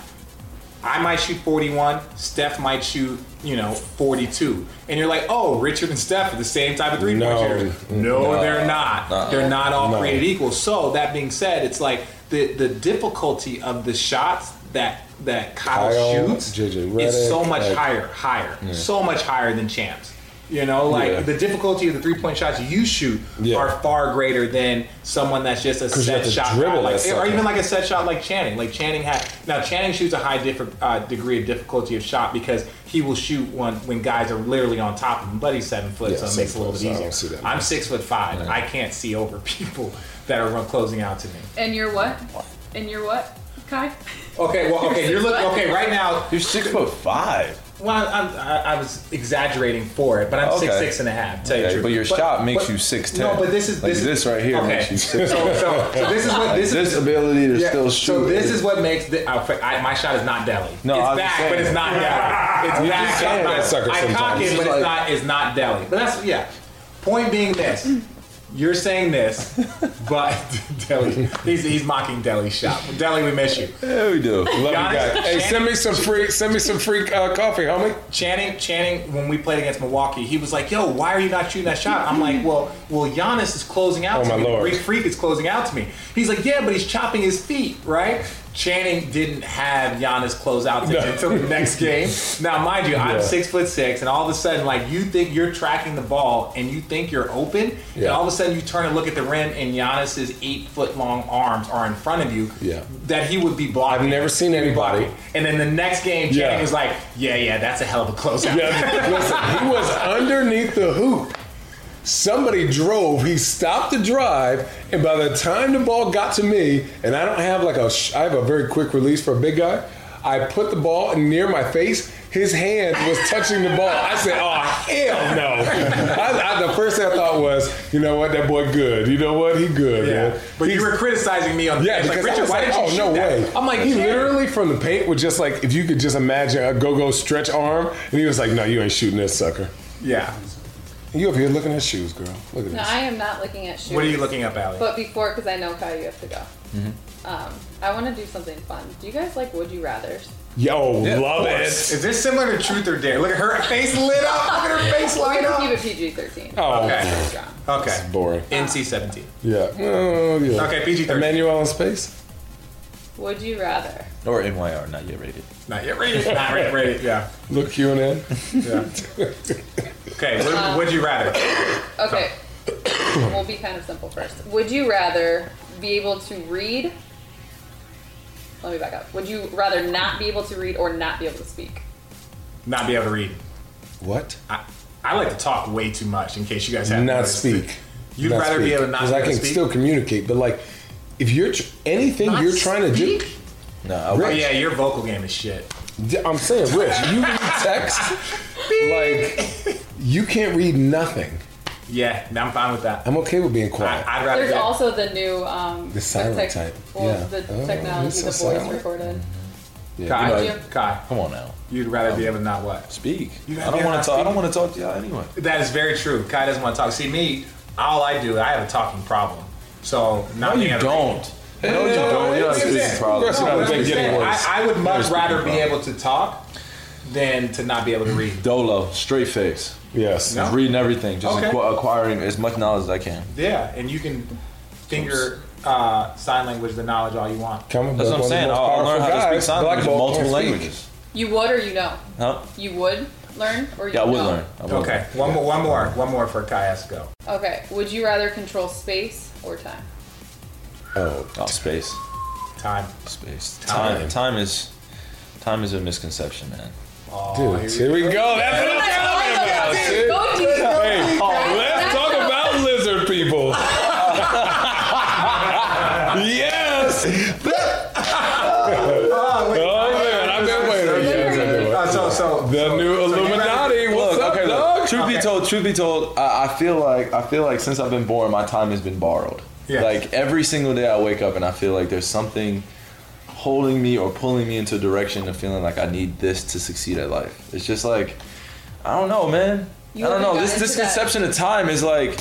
[SPEAKER 1] I might shoot 41, Steph might shoot, you know, 42. And you're like, oh, Richard and Steph are the same type of three point
[SPEAKER 3] No.
[SPEAKER 1] shooters. No, they're not.
[SPEAKER 4] Uh-uh.
[SPEAKER 1] They're not all
[SPEAKER 3] No.
[SPEAKER 1] created equal. So that being said, it's like the the difficulty of the shots that that Kyle,
[SPEAKER 3] Kyle,
[SPEAKER 1] shoots
[SPEAKER 3] JJ
[SPEAKER 1] is so
[SPEAKER 3] Redick,
[SPEAKER 1] much
[SPEAKER 3] like-
[SPEAKER 1] higher, higher, so much higher than champs. You know, like
[SPEAKER 3] Yeah.
[SPEAKER 1] the difficulty of the three point shots you shoot
[SPEAKER 3] Yeah.
[SPEAKER 1] are far greater than someone that's just a
[SPEAKER 3] 'Cause you
[SPEAKER 1] set
[SPEAKER 3] have to
[SPEAKER 1] shot,
[SPEAKER 3] dribble
[SPEAKER 1] guy, like-
[SPEAKER 3] that
[SPEAKER 1] or
[SPEAKER 3] sucker.
[SPEAKER 1] even like a set shot like Channing. Like Channing had now Channing shoots a high differ, uh, degree of difficulty of shot because he will shoot one when guys are literally on top of him. But he's seven foot,
[SPEAKER 3] Yeah,
[SPEAKER 1] so it
[SPEAKER 3] seven
[SPEAKER 1] makes it a little
[SPEAKER 3] foot,
[SPEAKER 1] bit
[SPEAKER 3] so I
[SPEAKER 1] easier.
[SPEAKER 3] don't see that
[SPEAKER 1] I'm
[SPEAKER 3] much.
[SPEAKER 1] six foot five. I can't see over people that are run- closing out to me.
[SPEAKER 2] And you're what? And you're what, Kai?
[SPEAKER 1] Okay, well, okay, you're looking.
[SPEAKER 2] What?
[SPEAKER 1] Okay, right now,
[SPEAKER 4] You're six foot five.
[SPEAKER 1] Well, I'm, I, I was exaggerating for it, but I'm six
[SPEAKER 4] Okay.
[SPEAKER 1] six and a half. To tell you the
[SPEAKER 4] Okay,
[SPEAKER 1] truth.
[SPEAKER 4] but your shot makes you 6'10".
[SPEAKER 1] No, but this is
[SPEAKER 4] Like
[SPEAKER 1] this, is-
[SPEAKER 4] this right here
[SPEAKER 1] Okay.
[SPEAKER 4] makes you
[SPEAKER 1] so,
[SPEAKER 4] 6'10".
[SPEAKER 1] so, so this is what this
[SPEAKER 4] this
[SPEAKER 1] is.
[SPEAKER 4] ability to
[SPEAKER 1] yeah,
[SPEAKER 4] still shoot.
[SPEAKER 1] so this is what makes the, I, I, my shot is not deli.
[SPEAKER 4] No, I
[SPEAKER 1] it's
[SPEAKER 4] was
[SPEAKER 1] back,
[SPEAKER 4] saying-
[SPEAKER 1] but it's not deli. It's back.
[SPEAKER 3] just
[SPEAKER 1] but
[SPEAKER 3] saying
[SPEAKER 1] it's
[SPEAKER 3] that sucker
[SPEAKER 1] I cock
[SPEAKER 3] sometimes.
[SPEAKER 1] it,
[SPEAKER 3] It's
[SPEAKER 1] but it's
[SPEAKER 4] like-
[SPEAKER 1] not. It's not deli. But that's yeah. Point being this. You're saying this, but Deli, he's, he's mocking Deli's shot. Deli, we miss you.
[SPEAKER 4] Yeah, we do.
[SPEAKER 3] Love
[SPEAKER 1] Giannis-
[SPEAKER 3] you guys. Hey, send me some free, send me some free uh, coffee, homie.
[SPEAKER 1] Channing, Channing, when we played against Milwaukee, he was like, "Yo, why are you not shooting that shot?" I'm like, "Well, well, Giannis is closing out
[SPEAKER 3] Oh,
[SPEAKER 1] to
[SPEAKER 3] my
[SPEAKER 1] me.
[SPEAKER 3] Lord.
[SPEAKER 1] Greek Freak is closing out to me." He's like, "Yeah, but he's chopping his feet, right?" Channing didn't have Giannis close out to
[SPEAKER 3] No.
[SPEAKER 1] him until the next game. Now, mind you, I'm
[SPEAKER 3] Yeah.
[SPEAKER 1] six foot six, and all of a sudden, like you think you're tracking the ball and you think you're open, and
[SPEAKER 3] Yeah.
[SPEAKER 1] all of a sudden you turn and look at the rim, and Giannis's eight foot long arms are in front of you.
[SPEAKER 3] Yeah.
[SPEAKER 1] that he would be blocking.
[SPEAKER 3] I've never seen anybody.
[SPEAKER 1] And then the next game, Channing
[SPEAKER 3] Yeah.
[SPEAKER 1] was like, "Yeah, yeah, that's a hell of a closeout."
[SPEAKER 3] Yeah, listen, he was underneath the hoop. Somebody drove. He stopped the drive, and by the time the ball got to me, and I don't have like a, sh- I have a very quick release for a big guy. I put the ball near my face. His hand was touching the ball. I said, "Oh hell no!" I, I, the first thing I thought was, "You know what? That boy good. You know what? He good,
[SPEAKER 1] Yeah.
[SPEAKER 3] man."
[SPEAKER 1] But
[SPEAKER 3] He's-
[SPEAKER 1] you were criticizing me on the
[SPEAKER 3] Yeah,
[SPEAKER 1] bench,
[SPEAKER 3] because
[SPEAKER 1] like, Richard,
[SPEAKER 3] I was
[SPEAKER 1] why
[SPEAKER 3] like,
[SPEAKER 1] didn't you
[SPEAKER 3] oh
[SPEAKER 1] shoot
[SPEAKER 3] no
[SPEAKER 1] that?"
[SPEAKER 3] way!
[SPEAKER 1] I'm like,
[SPEAKER 3] he
[SPEAKER 1] "Yeah."
[SPEAKER 3] literally from the paint would just like if you could just imagine a go-go stretch arm, and he was like, "No, you ain't shooting this sucker."
[SPEAKER 1] Yeah.
[SPEAKER 3] You over here looking at shoes, girl. Look at
[SPEAKER 2] No,
[SPEAKER 3] this.
[SPEAKER 2] I am not looking at shoes.
[SPEAKER 1] What are you looking up, Allie?
[SPEAKER 2] But before, because I know Kyle, you have to go.
[SPEAKER 1] Mm-hmm.
[SPEAKER 2] Um, I want to do something fun. Do you guys like Would You Rather's?
[SPEAKER 3] Yo,
[SPEAKER 4] Yeah, of
[SPEAKER 3] love
[SPEAKER 4] course.
[SPEAKER 3] it.
[SPEAKER 1] Is this similar to Truth or Dare? Look at her face lit up. Look at her face
[SPEAKER 2] We're
[SPEAKER 1] light
[SPEAKER 2] gonna
[SPEAKER 1] up.
[SPEAKER 2] keep it PG thirteen.
[SPEAKER 3] Oh,
[SPEAKER 1] Okay.
[SPEAKER 2] Strong.
[SPEAKER 1] Okay.
[SPEAKER 3] boring.
[SPEAKER 1] NC seventeen.
[SPEAKER 3] Yeah. Oh, yeah.
[SPEAKER 1] Okay, PG-13.
[SPEAKER 3] Emmanuel in space.
[SPEAKER 2] Would you rather?
[SPEAKER 4] Or NYR, not yet rated.
[SPEAKER 1] Not yet rated. Not yet rated. Yeah.
[SPEAKER 3] Look, Q and N.
[SPEAKER 1] Yeah. Okay. What,
[SPEAKER 2] Uh,
[SPEAKER 1] would you rather?
[SPEAKER 2] Okay. we'll be kind of simple first. Would you rather be able to read? Let me back up. Would you rather not be able to read or not be able to speak?
[SPEAKER 1] Not be able to read.
[SPEAKER 3] What?
[SPEAKER 1] I, I like to talk way too much. In case you guys have
[SPEAKER 3] Not speak.
[SPEAKER 1] You'd
[SPEAKER 3] Not
[SPEAKER 1] rather be
[SPEAKER 3] speak.
[SPEAKER 1] able to not
[SPEAKER 3] 'Cause
[SPEAKER 1] be
[SPEAKER 3] I
[SPEAKER 1] able to
[SPEAKER 3] can
[SPEAKER 1] speak?
[SPEAKER 3] still communicate, but like, if you're tr- anything
[SPEAKER 1] Not
[SPEAKER 3] you're trying to do,
[SPEAKER 1] speak?
[SPEAKER 4] No, I
[SPEAKER 1] Oh,
[SPEAKER 4] would-
[SPEAKER 1] yeah, your vocal game is shit.
[SPEAKER 3] D- I'm saying, Rich, you read text like you can't read nothing.
[SPEAKER 1] Yeah, I'm fine with that.
[SPEAKER 3] I'm okay with being
[SPEAKER 1] I,
[SPEAKER 3] quiet.
[SPEAKER 1] I'd rather.
[SPEAKER 2] There's
[SPEAKER 1] get-
[SPEAKER 2] also the new um,
[SPEAKER 3] The silent
[SPEAKER 2] tech-
[SPEAKER 3] type.
[SPEAKER 2] Well,
[SPEAKER 3] Yeah.
[SPEAKER 2] the
[SPEAKER 3] Oh,
[SPEAKER 2] technology,
[SPEAKER 3] he's so
[SPEAKER 2] the voice
[SPEAKER 3] silent.
[SPEAKER 2] recorded.
[SPEAKER 1] Kai,
[SPEAKER 4] You
[SPEAKER 2] know-
[SPEAKER 1] Kai,
[SPEAKER 4] Come on now,
[SPEAKER 1] you'd rather be able to not what?
[SPEAKER 4] speak.
[SPEAKER 1] You
[SPEAKER 4] I don't
[SPEAKER 1] have
[SPEAKER 4] want
[SPEAKER 1] not
[SPEAKER 4] to talk. I don't want to talk to y'all anyway.
[SPEAKER 1] That is very true. Kai doesn't want to talk. See me, all I do, I have a talking problem. So not
[SPEAKER 4] No,
[SPEAKER 1] being
[SPEAKER 4] you
[SPEAKER 1] able to-
[SPEAKER 4] don't. No, you
[SPEAKER 3] no,
[SPEAKER 4] don't. You have a
[SPEAKER 3] no, it's-
[SPEAKER 4] speaking
[SPEAKER 3] it's-
[SPEAKER 4] problem.
[SPEAKER 3] it's-
[SPEAKER 1] No,
[SPEAKER 3] No,
[SPEAKER 1] that's what I'm
[SPEAKER 3] it's getting
[SPEAKER 1] saying.
[SPEAKER 3] worse.
[SPEAKER 1] I, I would much
[SPEAKER 4] There's
[SPEAKER 1] rather be
[SPEAKER 4] speaking
[SPEAKER 1] able to talk than to not be able to read.
[SPEAKER 4] Dolo, straight face.
[SPEAKER 3] Yes.
[SPEAKER 1] No.
[SPEAKER 4] Reading everything, just
[SPEAKER 1] Okay.
[SPEAKER 4] acqu- acquiring as much knowledge as I can.
[SPEAKER 1] Yeah, and you can finger uh, sign language the knowledge all you want.
[SPEAKER 3] Coming
[SPEAKER 4] That's what I'm saying. I'll, I'll learn how to speak sign language in multiple languages.
[SPEAKER 2] You would or you don't?
[SPEAKER 4] Huh?
[SPEAKER 2] You would learn or you
[SPEAKER 4] Yeah, I would
[SPEAKER 2] don't?
[SPEAKER 4] learn. I would
[SPEAKER 1] Okay,
[SPEAKER 4] learn.
[SPEAKER 1] one more, one more, one more for Kai has to go.
[SPEAKER 2] Okay. Would you rather control space or time?
[SPEAKER 3] Oh,
[SPEAKER 4] Oh, space,
[SPEAKER 1] Time.
[SPEAKER 4] space.
[SPEAKER 1] Time.
[SPEAKER 4] Time. time, is, time is a misconception, man.
[SPEAKER 1] Oh,
[SPEAKER 3] dude, here we go. That's what I'm talking about. dude.
[SPEAKER 2] Go deep.
[SPEAKER 3] Hey,
[SPEAKER 4] Oh,
[SPEAKER 3] let's talk about lizard people. yes.
[SPEAKER 1] Oh, wait.
[SPEAKER 3] Oh man, I've been waiting.
[SPEAKER 1] Uh, so, so
[SPEAKER 3] The
[SPEAKER 1] so-
[SPEAKER 3] new
[SPEAKER 1] so you rather-
[SPEAKER 3] Illuminati. What's
[SPEAKER 4] Look,
[SPEAKER 3] up,
[SPEAKER 4] okay, look,
[SPEAKER 3] dog?
[SPEAKER 4] Truth
[SPEAKER 1] Okay.
[SPEAKER 4] be told, truth be told, I, I feel like I feel like since I've been born, my time has been borrowed.
[SPEAKER 1] Yeah.
[SPEAKER 4] Like every single day, I wake up and I feel like there's something holding me or pulling me into a direction of feeling like I need this to succeed at life. It's just like I don't know, man.
[SPEAKER 2] You
[SPEAKER 4] I don't
[SPEAKER 2] haven't
[SPEAKER 4] know.
[SPEAKER 2] gotten
[SPEAKER 4] This
[SPEAKER 2] into
[SPEAKER 4] this
[SPEAKER 2] that.
[SPEAKER 4] conception of time is like,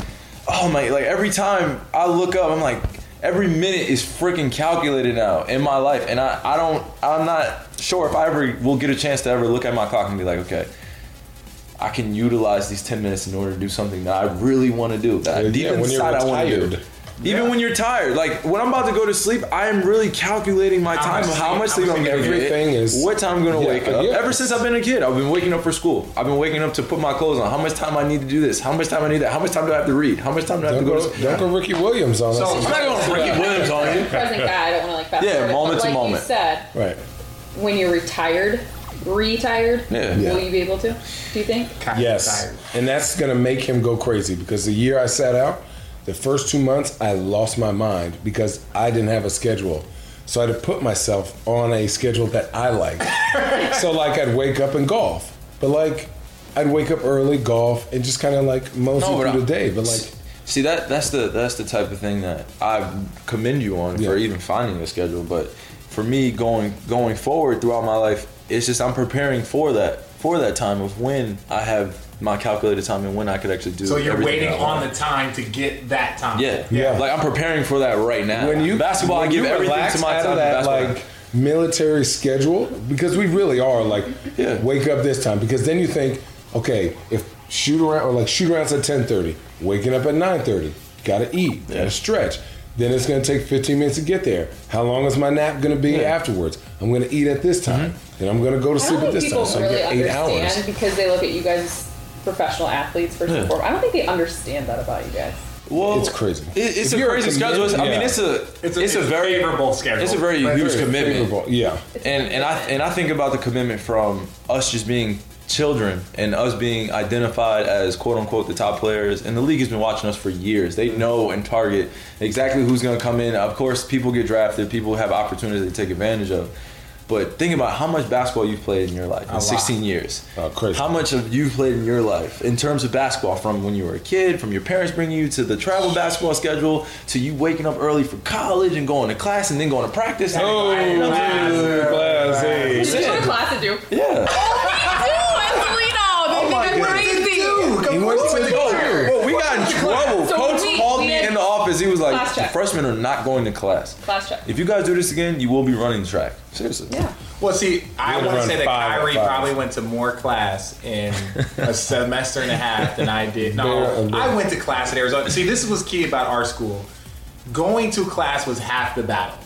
[SPEAKER 4] oh my! Like every time I look up, I'm like, every minute is freaking calculated now in my life, and I I don't I'm not sure if I ever will get a chance to ever look at my clock and be like, okay. I can utilize these 10 minutes in order to do something that I really want to do. That
[SPEAKER 3] Yeah,
[SPEAKER 4] deep
[SPEAKER 3] when you're
[SPEAKER 4] inside I want to do.
[SPEAKER 3] retired.
[SPEAKER 4] Even when you're tired, like when I'm about to go to sleep, I am really calculating my
[SPEAKER 1] How
[SPEAKER 4] time,
[SPEAKER 1] much sleep-
[SPEAKER 4] how much
[SPEAKER 1] how
[SPEAKER 4] sleep
[SPEAKER 1] much
[SPEAKER 4] I'm
[SPEAKER 1] sleep
[SPEAKER 4] going to get,
[SPEAKER 3] everything is-
[SPEAKER 4] what time I'm going to
[SPEAKER 3] Yeah,
[SPEAKER 4] wake up.
[SPEAKER 3] yeah.
[SPEAKER 4] Ever since I've been a kid, I've been waking up for school. I've been waking up to put my clothes on. How much time I need to do this? How much time I need that? How much time do I have to read? How much time do I have
[SPEAKER 3] Don't
[SPEAKER 4] to go,
[SPEAKER 3] go,
[SPEAKER 4] to
[SPEAKER 3] don't go Ricky Williams on
[SPEAKER 1] So-
[SPEAKER 3] us.
[SPEAKER 1] I'm not
[SPEAKER 4] going to Ricky Williams on you.
[SPEAKER 2] Present guy. I don't want to like fast
[SPEAKER 4] Yeah,
[SPEAKER 2] forward it, but
[SPEAKER 4] moment to
[SPEAKER 2] like
[SPEAKER 4] moment.
[SPEAKER 2] You said
[SPEAKER 3] Right.
[SPEAKER 2] when you're retired, retired.
[SPEAKER 4] Yeah.
[SPEAKER 3] Yeah.
[SPEAKER 2] Will you be able to? Do you think?
[SPEAKER 1] Kai
[SPEAKER 3] Yes.
[SPEAKER 1] retired.
[SPEAKER 3] And that's going to make him go crazy because the year I sat out, the first two months, I lost my mind because I didn't have a schedule. So I had to put myself on a schedule that I liked. so, like, I'd wake up and golf. But like, I'd wake up early, golf, and just kind of like mosey
[SPEAKER 4] No, but
[SPEAKER 3] through
[SPEAKER 4] I-
[SPEAKER 3] the day. But like,
[SPEAKER 4] S- see that that's the that's the type of thing that I commend you on for
[SPEAKER 3] Yeah.
[SPEAKER 4] even finding a schedule. But for me, going going forward throughout my life, it's just I'm preparing for that for that time of when I have my calculated time and when I could actually do.
[SPEAKER 1] So you're
[SPEAKER 4] everything
[SPEAKER 1] waiting
[SPEAKER 4] that I want.
[SPEAKER 1] on the time to get that time.
[SPEAKER 4] Yeah.
[SPEAKER 3] Yeah.
[SPEAKER 4] Like I'm preparing for that right now.
[SPEAKER 3] when you
[SPEAKER 4] basketball,
[SPEAKER 3] when
[SPEAKER 4] I give
[SPEAKER 3] you
[SPEAKER 4] everything
[SPEAKER 3] relax
[SPEAKER 4] to my
[SPEAKER 3] out
[SPEAKER 4] time. in
[SPEAKER 3] of that
[SPEAKER 4] basketball.
[SPEAKER 3] like military schedule because we really are like
[SPEAKER 4] Yeah.
[SPEAKER 3] wake up this time because then you think okay if shoot around or like shoot arounds at 10:30 waking up at 9:30 gotta eat
[SPEAKER 4] Yeah.
[SPEAKER 3] gotta stretch then it's gonna take 15 minutes to get there how long is my nap gonna be
[SPEAKER 4] Yeah. Mm-hmm.
[SPEAKER 3] afterwards I'm gonna eat at this time then I'm gonna go to
[SPEAKER 2] I don't
[SPEAKER 3] sleep at
[SPEAKER 2] think
[SPEAKER 3] this
[SPEAKER 2] people
[SPEAKER 3] time so I
[SPEAKER 2] really
[SPEAKER 3] get eight
[SPEAKER 2] understand
[SPEAKER 3] hours
[SPEAKER 2] because they look at you guys as professional athletes first and
[SPEAKER 4] Yeah.
[SPEAKER 2] foremost. I don't think they understand that about you guys.
[SPEAKER 4] Well,
[SPEAKER 3] It's crazy.
[SPEAKER 4] It, it's
[SPEAKER 3] If
[SPEAKER 4] a
[SPEAKER 3] you're
[SPEAKER 4] crazy
[SPEAKER 3] committed-
[SPEAKER 4] schedule. It's- I mean,
[SPEAKER 3] yeah.
[SPEAKER 4] it's a
[SPEAKER 1] It's
[SPEAKER 4] it's
[SPEAKER 1] a-
[SPEAKER 4] a,
[SPEAKER 1] it's a
[SPEAKER 4] very
[SPEAKER 1] favorable schedule.
[SPEAKER 4] It's a very
[SPEAKER 1] Very
[SPEAKER 4] huge commitment.
[SPEAKER 3] Favorable. yeah
[SPEAKER 4] and and I and I think about the commitment from us just being children and us being identified as quote unquote the top players and the league has been watching us for years they know and target exactly who's going to come in of course people get drafted people have opportunities they take advantage of but think about how much basketball you've played in your life in
[SPEAKER 1] lot.
[SPEAKER 4] 16 years
[SPEAKER 3] Oh, crazy.
[SPEAKER 4] how much of you played in your life in terms of basketball from when you were a kid from your parents bringing you to the travel basketball schedule to you waking up early for college and going to class and then going to practice
[SPEAKER 1] Oh, dude, class, hey.
[SPEAKER 2] What
[SPEAKER 4] saying.
[SPEAKER 2] do class to do?
[SPEAKER 4] yeah
[SPEAKER 2] Oh,
[SPEAKER 4] my
[SPEAKER 2] I'm
[SPEAKER 4] goodness.
[SPEAKER 2] crazy.
[SPEAKER 3] He wants to
[SPEAKER 4] Oh,
[SPEAKER 3] do.
[SPEAKER 4] well, we got in trouble.
[SPEAKER 2] So
[SPEAKER 4] Coach
[SPEAKER 2] we-
[SPEAKER 4] called
[SPEAKER 2] we
[SPEAKER 4] me
[SPEAKER 2] had-
[SPEAKER 4] in the office. He was like,
[SPEAKER 2] Class check.
[SPEAKER 4] freshmen are not going to class.
[SPEAKER 2] Class check.
[SPEAKER 4] If you guys do this again, you will be running track. Seriously.
[SPEAKER 2] Yeah.
[SPEAKER 1] Well, see, I
[SPEAKER 3] You're
[SPEAKER 1] want to
[SPEAKER 3] around
[SPEAKER 1] say that
[SPEAKER 3] five,
[SPEAKER 1] Kyrie
[SPEAKER 3] five.
[SPEAKER 1] probably went to more class in a semester and a half than I did. No,
[SPEAKER 3] Bare-
[SPEAKER 1] I went to class at Arizona. See, this was key about our school. Going to class was half the battle.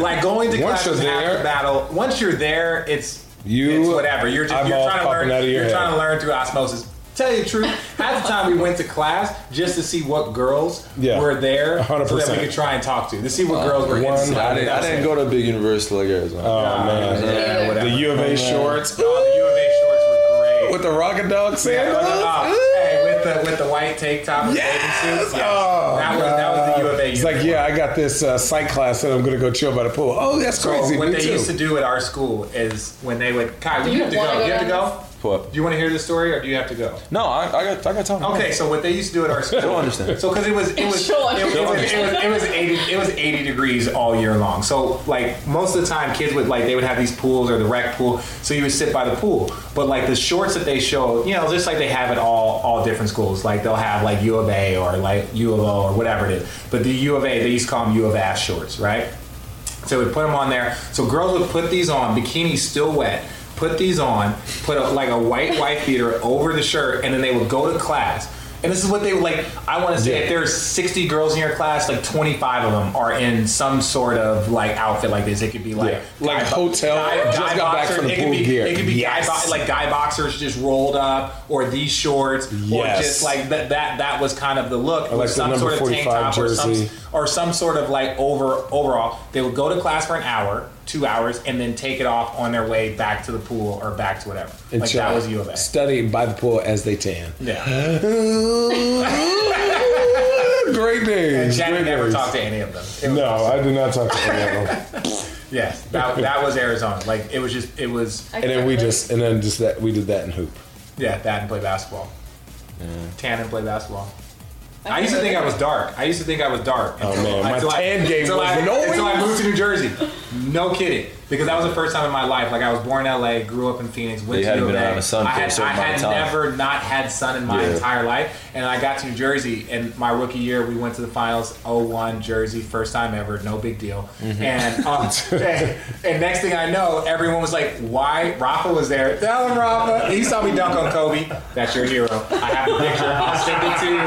[SPEAKER 1] Like going to
[SPEAKER 3] Once
[SPEAKER 1] class
[SPEAKER 3] you're
[SPEAKER 1] was half the
[SPEAKER 3] there-
[SPEAKER 1] battle. Once you're there, it's
[SPEAKER 3] You-
[SPEAKER 1] it's whatever. You're just you're
[SPEAKER 3] eyeballs
[SPEAKER 1] trying to
[SPEAKER 3] popping
[SPEAKER 1] learn.
[SPEAKER 3] out of your
[SPEAKER 1] you're
[SPEAKER 3] head.
[SPEAKER 1] trying to learn through osmosis. Tell you the truth, half the time we went to class just to see what girls
[SPEAKER 3] Yeah.
[SPEAKER 1] were there, so that
[SPEAKER 3] 100%.
[SPEAKER 1] we could try and talk to, to see what girls were
[SPEAKER 3] one-
[SPEAKER 1] inside.
[SPEAKER 4] I didn't, I
[SPEAKER 1] That's
[SPEAKER 4] didn't
[SPEAKER 1] it.
[SPEAKER 4] go to a big university like Arizona.
[SPEAKER 3] oh man
[SPEAKER 1] Yeah, whatever.
[SPEAKER 3] the U of A shorts
[SPEAKER 1] Oh, the U of A shorts were great.
[SPEAKER 3] with the rocket dog
[SPEAKER 1] Yeah,
[SPEAKER 3] sandals.
[SPEAKER 1] oh, hey, with the with the white tank top and
[SPEAKER 3] Yes!
[SPEAKER 1] bathing suit.
[SPEAKER 3] Oh,
[SPEAKER 1] that was that was the U of A.
[SPEAKER 3] It's like, yeah, I got this uh, psych class and I'm going to go chill by the pool. Oh, that's
[SPEAKER 1] So
[SPEAKER 3] crazy.
[SPEAKER 1] what
[SPEAKER 3] Me
[SPEAKER 1] they
[SPEAKER 3] too.
[SPEAKER 1] used to do at our school is when they would, Kai, you,
[SPEAKER 2] you
[SPEAKER 1] have to
[SPEAKER 2] wanna
[SPEAKER 1] go.
[SPEAKER 2] go
[SPEAKER 1] You have to
[SPEAKER 2] down
[SPEAKER 1] go.
[SPEAKER 4] What?
[SPEAKER 1] Do you want to hear this story, or do you have to go?
[SPEAKER 4] No, I, I got I got time.
[SPEAKER 1] Okay, so what they used to do at our school.
[SPEAKER 4] She'll understand.
[SPEAKER 1] So because it was it was it,
[SPEAKER 2] She'll
[SPEAKER 1] it, it was it was it was eighty it was eighty degrees all year long. So like most of the time, kids would like they would have these pools or the rec pool. So you would sit by the pool. But like the shorts that they show, you know, just like they have at all all different schools. Like they'll have like U of A or like U of O or whatever it is. But the U of A they used to call them U of Ass shorts, right? So we put them on there. So girls would put these on, bikinis still wet. Put these on, put a, like a white wife beater over the shirt, and then they would go to class. And this is what they like. I want to say if there's 60 girls in your class, like 25 of them are in some sort of like outfit like this. It could be like
[SPEAKER 3] Yeah. Like hotel, just got back from the
[SPEAKER 1] it could
[SPEAKER 3] pool
[SPEAKER 1] be,
[SPEAKER 3] gear.
[SPEAKER 1] It could be
[SPEAKER 3] Yes.
[SPEAKER 1] guy bo- like guy boxers just rolled up, or these shorts, or
[SPEAKER 3] Yes.
[SPEAKER 1] just like that. That that was kind of the look.
[SPEAKER 3] I like
[SPEAKER 1] with
[SPEAKER 3] the
[SPEAKER 1] some
[SPEAKER 3] number
[SPEAKER 1] sort of tank
[SPEAKER 3] 45
[SPEAKER 1] top or some
[SPEAKER 3] jersey.
[SPEAKER 1] or some sort of like over overall. They would go to class for an hour, two hours, and then take it off on their way back to the pool or back to whatever.
[SPEAKER 3] And
[SPEAKER 1] like
[SPEAKER 3] chill.
[SPEAKER 1] that was U of
[SPEAKER 4] uh,
[SPEAKER 1] A.
[SPEAKER 3] Study by the pool as they tan.
[SPEAKER 1] Yeah,
[SPEAKER 3] great days.
[SPEAKER 1] Jack
[SPEAKER 3] great
[SPEAKER 1] never
[SPEAKER 3] days.
[SPEAKER 1] talked to any of them. It was
[SPEAKER 3] no,
[SPEAKER 1] awesome.
[SPEAKER 3] I did not talk to any of them.
[SPEAKER 1] yes, that, that was Arizona. Like it was just it was
[SPEAKER 2] I
[SPEAKER 3] And then we
[SPEAKER 2] can't-
[SPEAKER 3] just, and then just that, we did that in hoop.
[SPEAKER 1] yeah that and play basketball. Tan and play basketball. I used to think I was dark. I used to think I was dark.
[SPEAKER 3] Oh, man, my
[SPEAKER 1] I-
[SPEAKER 3] tan game
[SPEAKER 1] until I,
[SPEAKER 3] was annoying.
[SPEAKER 1] Until I moved to New Jersey. No kidding. Because that was the first time in my life. Like, I was born in LA, grew up in Phoenix, went
[SPEAKER 4] You
[SPEAKER 1] to
[SPEAKER 4] hadn't
[SPEAKER 1] U of
[SPEAKER 4] been
[SPEAKER 1] A.
[SPEAKER 4] out in the sun
[SPEAKER 1] I
[SPEAKER 4] for a
[SPEAKER 1] had,
[SPEAKER 4] certain
[SPEAKER 1] I
[SPEAKER 4] amount
[SPEAKER 1] had
[SPEAKER 4] of time.
[SPEAKER 1] never not had sun in my
[SPEAKER 4] Yeah.
[SPEAKER 1] entire life. And I got to New Jersey, and my rookie year, we went to the finals 01 Jersey, first time ever, no big deal. And, um, and, and next thing I know, everyone was like, why? Rafa was there. Tell him, Rafa. He saw me dunk on Kobe. That's your hero. I have a picture. I'll send it to you.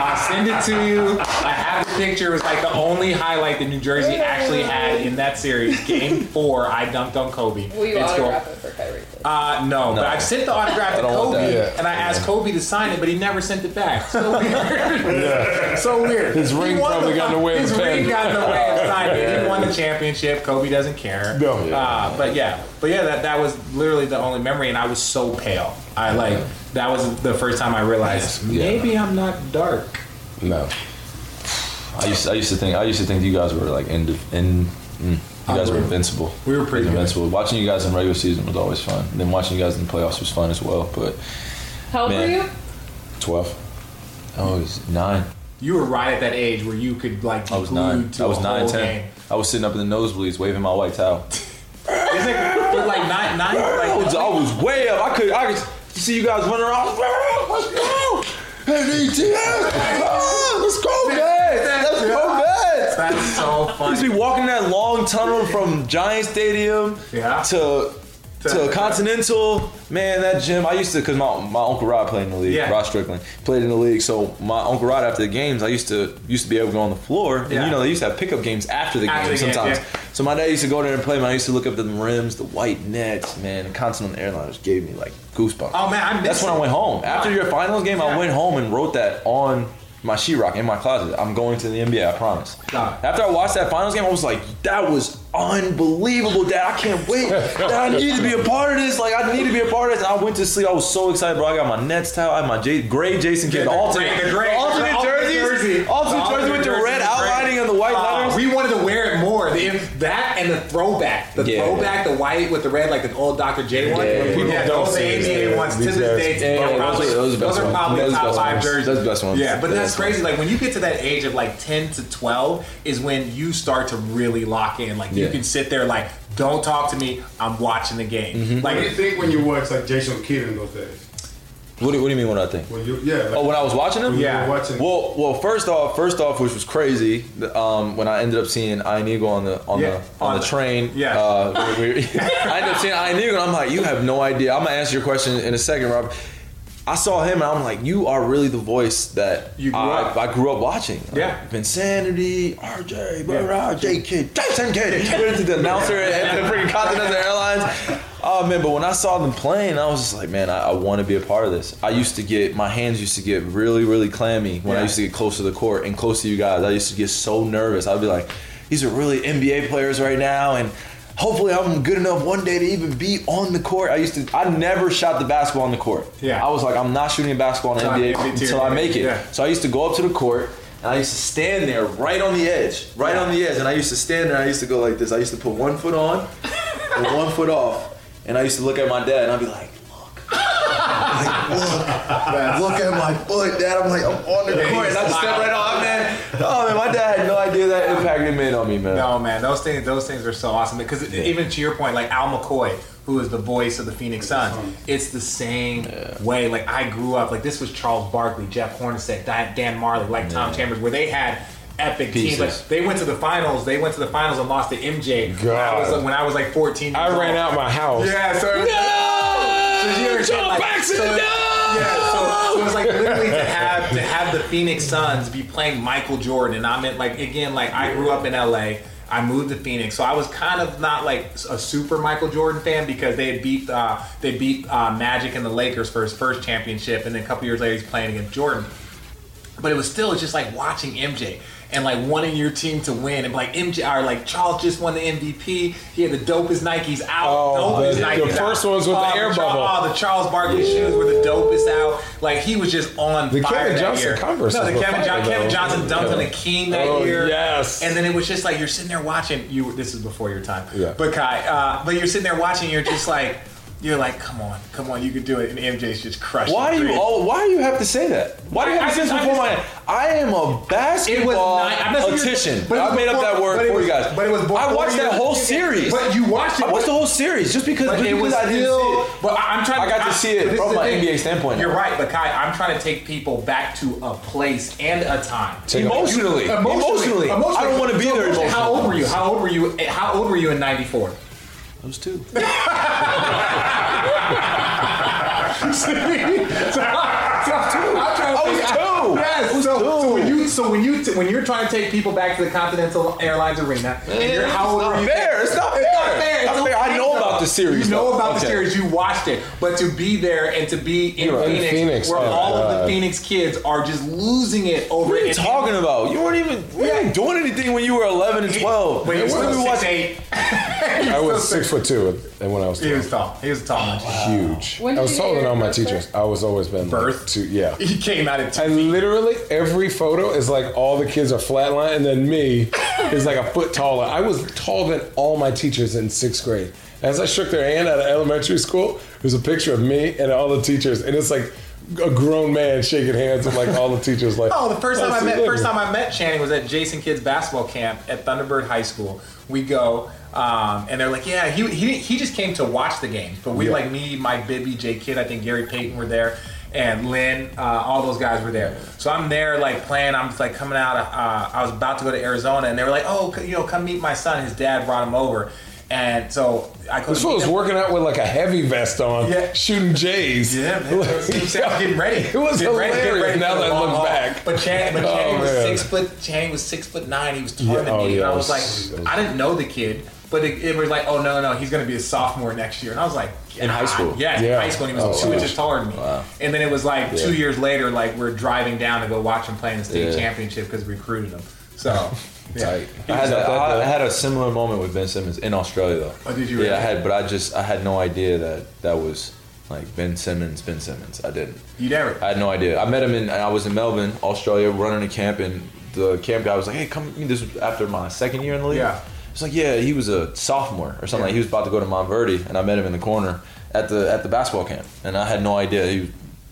[SPEAKER 1] I'll send it to you. I have the picture. It was like the only highlight that New Jersey actually had in that series. Game four, I dunked on Kobe.
[SPEAKER 2] Will you
[SPEAKER 1] It's cool.
[SPEAKER 2] autograph it for Kyrie? please?
[SPEAKER 1] Uh, no, but I've sent the autograph to
[SPEAKER 4] don't want
[SPEAKER 1] Kobe,
[SPEAKER 4] that.
[SPEAKER 1] and I asked Kobe to sign it, but he never sent it back. So weird. So weird.
[SPEAKER 3] His
[SPEAKER 1] He
[SPEAKER 3] ring
[SPEAKER 1] won
[SPEAKER 3] probably got in the way of
[SPEAKER 1] His
[SPEAKER 3] the
[SPEAKER 1] ring
[SPEAKER 3] pen.
[SPEAKER 1] got in the way of signing it. He won the championship. Kobe doesn't care.
[SPEAKER 3] No.
[SPEAKER 1] Uh, but yeah, but yeah, that that was literally the only memory, and I was so pale. I like that was the first time I realized
[SPEAKER 4] Yeah.
[SPEAKER 1] maybe I'm not dark.
[SPEAKER 3] No.
[SPEAKER 4] I used I used to think I used to think you guys were like in in mm, You guys were invincible.
[SPEAKER 1] We were pretty
[SPEAKER 4] You guys
[SPEAKER 1] good.
[SPEAKER 4] invincible. Watching you guys in regular season was always fun. And then watching you guys in the playoffs was fun as well. But
[SPEAKER 2] How old were
[SPEAKER 4] Man.
[SPEAKER 2] you?
[SPEAKER 4] twelve. Oh, it was nine.
[SPEAKER 1] You were right at that age where you could like be
[SPEAKER 4] I was
[SPEAKER 1] glued
[SPEAKER 4] nine.
[SPEAKER 1] to
[SPEAKER 4] I was
[SPEAKER 1] a
[SPEAKER 4] nine,
[SPEAKER 1] whole
[SPEAKER 4] ten.
[SPEAKER 1] game.
[SPEAKER 4] I was sitting up in the nosebleeds waving my white towel.
[SPEAKER 1] It's like, but like nine, nine,
[SPEAKER 4] I
[SPEAKER 1] like
[SPEAKER 4] was, I was way up. I could. I could see you guys running around. "Oh, Let's go. NETS. Ah, Let's go, Mets. Let's go, Mets.
[SPEAKER 1] that's so
[SPEAKER 4] Just be
[SPEAKER 1] funny.
[SPEAKER 4] walking that long tunnel from Giant Stadium
[SPEAKER 1] Yeah.
[SPEAKER 4] to to
[SPEAKER 1] To-
[SPEAKER 4] Continental. Man, that gym. I used to because my, my uncle Rod played in the league.
[SPEAKER 1] Yeah.
[SPEAKER 4] Rod Strickland played in the league. So my uncle Rod after the games, I used to used to be able to go on the floor. And
[SPEAKER 1] Yeah.
[SPEAKER 4] you know they used to have pickup games after the
[SPEAKER 1] After
[SPEAKER 4] game
[SPEAKER 1] the game,
[SPEAKER 4] sometimes.
[SPEAKER 1] yeah.
[SPEAKER 4] So my dad used to go there and play. Man, I used to look up at the rims, the white nets. Man, Continental Airlines gave me like goosebumps.
[SPEAKER 1] Oh, man, I miss
[SPEAKER 4] that's when
[SPEAKER 1] it.
[SPEAKER 4] I went home after your finals game. I
[SPEAKER 1] Yeah.
[SPEAKER 4] went home and wrote that on. My sheetrock in my closet. I'm going to the NBA. I promise.
[SPEAKER 1] Nah.
[SPEAKER 4] After I watched that finals game, I was like, that was unbelievable, Dad. I can't wait. Dad, I need to be a part of this. Like, I need to be a part of this. I went to sleep. I was so excited, bro. I got my Nets towel. I had my J- gray Jason Kidd.
[SPEAKER 1] Yeah,
[SPEAKER 4] the
[SPEAKER 1] the
[SPEAKER 4] alternate,
[SPEAKER 1] gray- the
[SPEAKER 4] the
[SPEAKER 1] gray-
[SPEAKER 4] alternate
[SPEAKER 1] the alternate
[SPEAKER 4] jerseys.
[SPEAKER 1] jersey.
[SPEAKER 4] Alternate
[SPEAKER 1] The
[SPEAKER 4] jersey with the
[SPEAKER 1] alternate
[SPEAKER 4] red
[SPEAKER 1] jersey, the
[SPEAKER 4] outlining
[SPEAKER 1] gray.
[SPEAKER 4] and the white
[SPEAKER 1] Uh,
[SPEAKER 4] letters.
[SPEAKER 1] We wanted to wear it more. The, that and the throwback. The
[SPEAKER 4] Yeah.
[SPEAKER 1] throwback, the white with the red, like the old Dr. J one.
[SPEAKER 4] Yeah.
[SPEAKER 1] People
[SPEAKER 3] Yeah,
[SPEAKER 1] don't
[SPEAKER 3] those
[SPEAKER 1] see
[SPEAKER 3] are the
[SPEAKER 1] ABA ones to
[SPEAKER 3] best.
[SPEAKER 1] this day.
[SPEAKER 4] Yeah, yeah,
[SPEAKER 1] are
[SPEAKER 4] those
[SPEAKER 1] probably-
[SPEAKER 4] are- those are the best
[SPEAKER 1] are
[SPEAKER 4] ones.
[SPEAKER 1] probably
[SPEAKER 4] Those are the
[SPEAKER 1] top
[SPEAKER 4] best
[SPEAKER 1] five
[SPEAKER 4] ones.
[SPEAKER 1] jerseys.
[SPEAKER 4] Those are the best ones.
[SPEAKER 1] Yeah, but
[SPEAKER 4] Those are
[SPEAKER 1] that's
[SPEAKER 4] the best
[SPEAKER 1] crazy. Like when you get to that age of like 10 to 12 is when you start to really lock in. Like you
[SPEAKER 4] Yeah.
[SPEAKER 1] can sit there like, don't talk to me. I'm watching the game.
[SPEAKER 4] Mm-hmm.
[SPEAKER 5] What do you
[SPEAKER 1] Like
[SPEAKER 5] think when you watch like Jason Kidd in those days?
[SPEAKER 4] What do, what do you mean, what I think?
[SPEAKER 5] When you yeah, like,
[SPEAKER 4] Oh, when I was watching them?
[SPEAKER 5] when you
[SPEAKER 1] yeah.
[SPEAKER 5] were watching
[SPEAKER 4] Well, well. First off, first off, which was crazy. the- Um, when I ended up seeing Ianigo on the on
[SPEAKER 1] Yeah,
[SPEAKER 4] the on,
[SPEAKER 1] on
[SPEAKER 4] the
[SPEAKER 1] the-
[SPEAKER 4] train,
[SPEAKER 1] yeah.
[SPEAKER 4] Uh, we- we- I ended up seeing Ianigo, and I'm like, you have no idea. I'm gonna answer your question in a second, Rob. I saw him, and I'm like, you are really the voice that
[SPEAKER 1] You grew
[SPEAKER 4] I,
[SPEAKER 1] up.
[SPEAKER 4] I grew up watching. Like,
[SPEAKER 1] Yeah.
[SPEAKER 4] Insanity, RJ, blah, blah, J Kid, Jason Kidd, the announcer at the freaking Continental Airlines. Oh man, but when I saw them playing, I was just like, man, I, I want to be a part of this. I used to get my hands used to get really, really clammy when I
[SPEAKER 1] Yeah.
[SPEAKER 4] used to get close to the court and close to you guys. I used to get so nervous. I'd be like, these are really NBA players right now, and hopefully I'm good enough one day to even be on the court. I used to, I never shot the basketball on the court.
[SPEAKER 1] Yeah.
[SPEAKER 4] I was like, I'm not shooting a basketball on the
[SPEAKER 1] Until I
[SPEAKER 4] NBA
[SPEAKER 1] make it to
[SPEAKER 4] until
[SPEAKER 1] your
[SPEAKER 4] I make it.
[SPEAKER 1] NBA, yeah.
[SPEAKER 4] So I used to go up to the court and I used to stand there right on the edge, right on the edge. And I used to stand there. I used to go like this. I used to put one foot on and one foot off. And I used to look at my dad and I'd be like, look, like, look, look at my foot, dad. I'm like, I'm on the
[SPEAKER 1] Yeah,
[SPEAKER 4] court.
[SPEAKER 1] you
[SPEAKER 4] And I just step
[SPEAKER 1] smile.
[SPEAKER 4] right off, man. Oh, man, my dad had no idea that impact it made on me, man.
[SPEAKER 1] No, man, those things, those things are so awesome. Because even to your point, like Al McCoy, who is the voice of the Phoenix Suns, it's the same way. Like I grew up, like this was Charles Barkley, Jeff Hornacek, Di- Dan Marley, like Tom Chambers, where they had epic teams.
[SPEAKER 4] Pieces.
[SPEAKER 1] Like they went to the finals. They went to the finals and lost to MJ. When I was,
[SPEAKER 3] God.
[SPEAKER 1] when I was like 14. Years
[SPEAKER 3] I ran
[SPEAKER 1] old.
[SPEAKER 3] out my house.
[SPEAKER 1] Yeah, so it was like, so you understand, like, so, Yeah, so, so it was like literally to have to have the Phoenix Suns be playing Michael Jordan, and I'm in like again, like I grew up in LA. I moved to Phoenix, so I was kind of not like a super Michael Jordan fan because they had beat uh, they beat uh, Magic and the Lakers for his first championship, and then a couple years later he's playing against Jordan but it was still just like watching MJ and like wanting your team to win and like MJ or like Charles just won the MVP. He had the dopest Nikes out.
[SPEAKER 3] Oh,
[SPEAKER 1] dopest
[SPEAKER 3] the- the
[SPEAKER 1] Nikes out.
[SPEAKER 3] first ones with the air
[SPEAKER 1] Char-
[SPEAKER 3] bubble.
[SPEAKER 1] Oh, the Charles Barkley shoes were the dopest out. Like he was just on
[SPEAKER 3] The
[SPEAKER 1] fire
[SPEAKER 3] Kevin
[SPEAKER 1] that
[SPEAKER 3] Johnson
[SPEAKER 1] year.
[SPEAKER 3] Converse
[SPEAKER 1] No, the
[SPEAKER 3] were
[SPEAKER 1] Kevin,
[SPEAKER 3] fire,
[SPEAKER 1] John- Kevin
[SPEAKER 3] though.
[SPEAKER 1] Johnson dunked on the King that
[SPEAKER 3] Oh,
[SPEAKER 1] year.
[SPEAKER 3] yes.
[SPEAKER 1] And then it was just like you're sitting there watching. You were- this is before your time,
[SPEAKER 3] Yeah.
[SPEAKER 1] but Kai. Uh, but you're sitting there watching. You're just like. You're like, come on, come on, you can do it. And MJ's just crushing.
[SPEAKER 4] Why do you
[SPEAKER 1] threes.
[SPEAKER 4] all? Why do you have to say that? Why do you
[SPEAKER 1] I-
[SPEAKER 4] have
[SPEAKER 1] I
[SPEAKER 4] to say this
[SPEAKER 1] just- I
[SPEAKER 4] before my?
[SPEAKER 1] just-
[SPEAKER 4] I am a basketball
[SPEAKER 1] nine- I'm not saying you're-
[SPEAKER 4] optician.
[SPEAKER 1] but it was
[SPEAKER 4] I made up
[SPEAKER 1] before-
[SPEAKER 4] that word
[SPEAKER 1] but it
[SPEAKER 4] for
[SPEAKER 1] was-
[SPEAKER 4] you guys.
[SPEAKER 1] but it was
[SPEAKER 4] I
[SPEAKER 1] before
[SPEAKER 4] watched
[SPEAKER 1] you-
[SPEAKER 4] that whole series.
[SPEAKER 1] But you watched it.
[SPEAKER 4] I watched the whole series just because.
[SPEAKER 1] But
[SPEAKER 4] just
[SPEAKER 1] it
[SPEAKER 4] because
[SPEAKER 1] was
[SPEAKER 4] I didn't
[SPEAKER 1] still.
[SPEAKER 4] see it.
[SPEAKER 1] But I- I'm trying.
[SPEAKER 4] I got to see it
[SPEAKER 1] this
[SPEAKER 4] from
[SPEAKER 1] is the
[SPEAKER 4] my
[SPEAKER 1] thing.
[SPEAKER 4] NBA standpoint.
[SPEAKER 1] You're right, but Kai, I'm trying to take people back to a place and a time.
[SPEAKER 4] Emotionally, emotionally, I don't want to be
[SPEAKER 1] So
[SPEAKER 4] there emotionally.
[SPEAKER 1] How old were you? How old were you? eh, How old were you in '94?
[SPEAKER 4] I was two.
[SPEAKER 1] so, so, I'm trying to
[SPEAKER 4] I was
[SPEAKER 1] think-
[SPEAKER 4] two.
[SPEAKER 1] Yes,
[SPEAKER 4] I was
[SPEAKER 1] so, so
[SPEAKER 4] two.
[SPEAKER 1] when you so when you t- when you're trying to take people back to the Continental Airlines arena, and you're how old are you?
[SPEAKER 4] Fair. Eh, It's not fair.
[SPEAKER 1] fair.
[SPEAKER 4] It's
[SPEAKER 1] It's
[SPEAKER 4] not fair. I
[SPEAKER 1] okay,
[SPEAKER 4] know
[SPEAKER 1] though.
[SPEAKER 4] about the series.
[SPEAKER 1] You know
[SPEAKER 4] though.
[SPEAKER 1] about the
[SPEAKER 4] Okay.
[SPEAKER 1] series. You watched it, but to be there and to be in
[SPEAKER 4] You're right.
[SPEAKER 1] Phoenix,
[SPEAKER 3] In Phoenix,
[SPEAKER 1] where
[SPEAKER 3] oh,
[SPEAKER 1] all of the
[SPEAKER 3] God.
[SPEAKER 1] Phoenix kids are just losing it over.
[SPEAKER 4] What are you
[SPEAKER 1] it.
[SPEAKER 4] talking about? You weren't even you weren't doing anything when you were 11 and 12.
[SPEAKER 1] When he was
[SPEAKER 4] What
[SPEAKER 1] still
[SPEAKER 4] were we
[SPEAKER 1] six,
[SPEAKER 4] watching?
[SPEAKER 1] eight.
[SPEAKER 3] I was six foot two, and when I was
[SPEAKER 1] He
[SPEAKER 3] twelve,
[SPEAKER 1] was tall. He was tall. man.
[SPEAKER 3] huge.
[SPEAKER 2] When
[SPEAKER 3] I
[SPEAKER 2] did
[SPEAKER 3] was
[SPEAKER 2] you
[SPEAKER 3] taller
[SPEAKER 2] get
[SPEAKER 3] than all
[SPEAKER 2] your
[SPEAKER 3] my
[SPEAKER 2] first
[SPEAKER 3] teachers. I was always been
[SPEAKER 1] Birth?
[SPEAKER 3] two, yeah.
[SPEAKER 1] He came out at two.
[SPEAKER 3] And literally every photo is like all the kids are flatline, and then me is like a foot taller. I was taller than all my teachers in sixth grade. As I shook their hand out of elementary school, there's a picture of me and all the teachers, and it's like a grown man shaking hands with like all the teachers. Like,
[SPEAKER 1] Oh, the first time I
[SPEAKER 3] "That's
[SPEAKER 1] met
[SPEAKER 3] it."
[SPEAKER 1] first time I met Channing was at Jason Kidd's basketball camp at Thunderbird High School. We go. Um, and they're like, yeah, he, he, he just came to watch the games. But we,
[SPEAKER 3] Yeah.
[SPEAKER 1] like me, my Bibby, J Kid, I think Gary Payton were there, and Lynn, uh, all those guys were there. So I'm there, like playing. I'm just like coming out. Uh, I was about to go to Arizona, and they were like, oh, c- you know, come meet my son. His dad brought him over, and so I couldn't.
[SPEAKER 3] This fool
[SPEAKER 1] meet
[SPEAKER 3] was
[SPEAKER 1] him.
[SPEAKER 3] working out with like a heavy vest on,
[SPEAKER 1] Yeah.
[SPEAKER 3] shooting J's.
[SPEAKER 1] Yeah, man. That's what I'm saying. I'm getting ready.
[SPEAKER 3] It was
[SPEAKER 1] Getting ready- getting
[SPEAKER 3] hilarious
[SPEAKER 1] ready for
[SPEAKER 3] now
[SPEAKER 1] the
[SPEAKER 3] that I
[SPEAKER 1] long
[SPEAKER 3] look
[SPEAKER 1] haul.
[SPEAKER 3] back.
[SPEAKER 1] But Channing, but
[SPEAKER 3] Oh,
[SPEAKER 1] Channing was
[SPEAKER 3] man.
[SPEAKER 1] six foot. Channing was six foot nine. He was taller
[SPEAKER 3] Yeah,
[SPEAKER 1] than
[SPEAKER 3] oh,
[SPEAKER 1] me, and
[SPEAKER 3] yeah,
[SPEAKER 1] I
[SPEAKER 3] it
[SPEAKER 1] was
[SPEAKER 3] was-
[SPEAKER 1] like, I didn't know the kid, but it, it was like, oh no, no, he's going to be a sophomore next year, and I was like,
[SPEAKER 4] In high
[SPEAKER 1] God.
[SPEAKER 4] school?
[SPEAKER 1] yeah, in
[SPEAKER 3] Yeah.
[SPEAKER 1] high school, and he was
[SPEAKER 3] Oh,
[SPEAKER 1] two
[SPEAKER 3] wow.
[SPEAKER 1] inches taller than me. And then it was like two years later, like we're driving down to go watch him play in the state
[SPEAKER 4] Yeah.
[SPEAKER 1] championship because we recruited him. So, yeah.
[SPEAKER 4] I had, a, I had a similar moment with Ben Simmons in Australia though.
[SPEAKER 1] Oh, did you
[SPEAKER 4] Yeah, I
[SPEAKER 1] really?
[SPEAKER 4] had, but I just I had no idea that that was like Ben Simmons, Ben Simmons. I didn't.
[SPEAKER 1] you never.
[SPEAKER 4] I had no idea. I met him in. I was in Melbourne, Australia, running a camp, and the camp guy was like, "Hey, come." This was after my second year in the league.
[SPEAKER 1] Yeah.
[SPEAKER 4] It's like, yeah, he was a sophomore or something. Like he was about to go to Montverde, and I met him in the corner at the at the basketball camp, and I had no idea he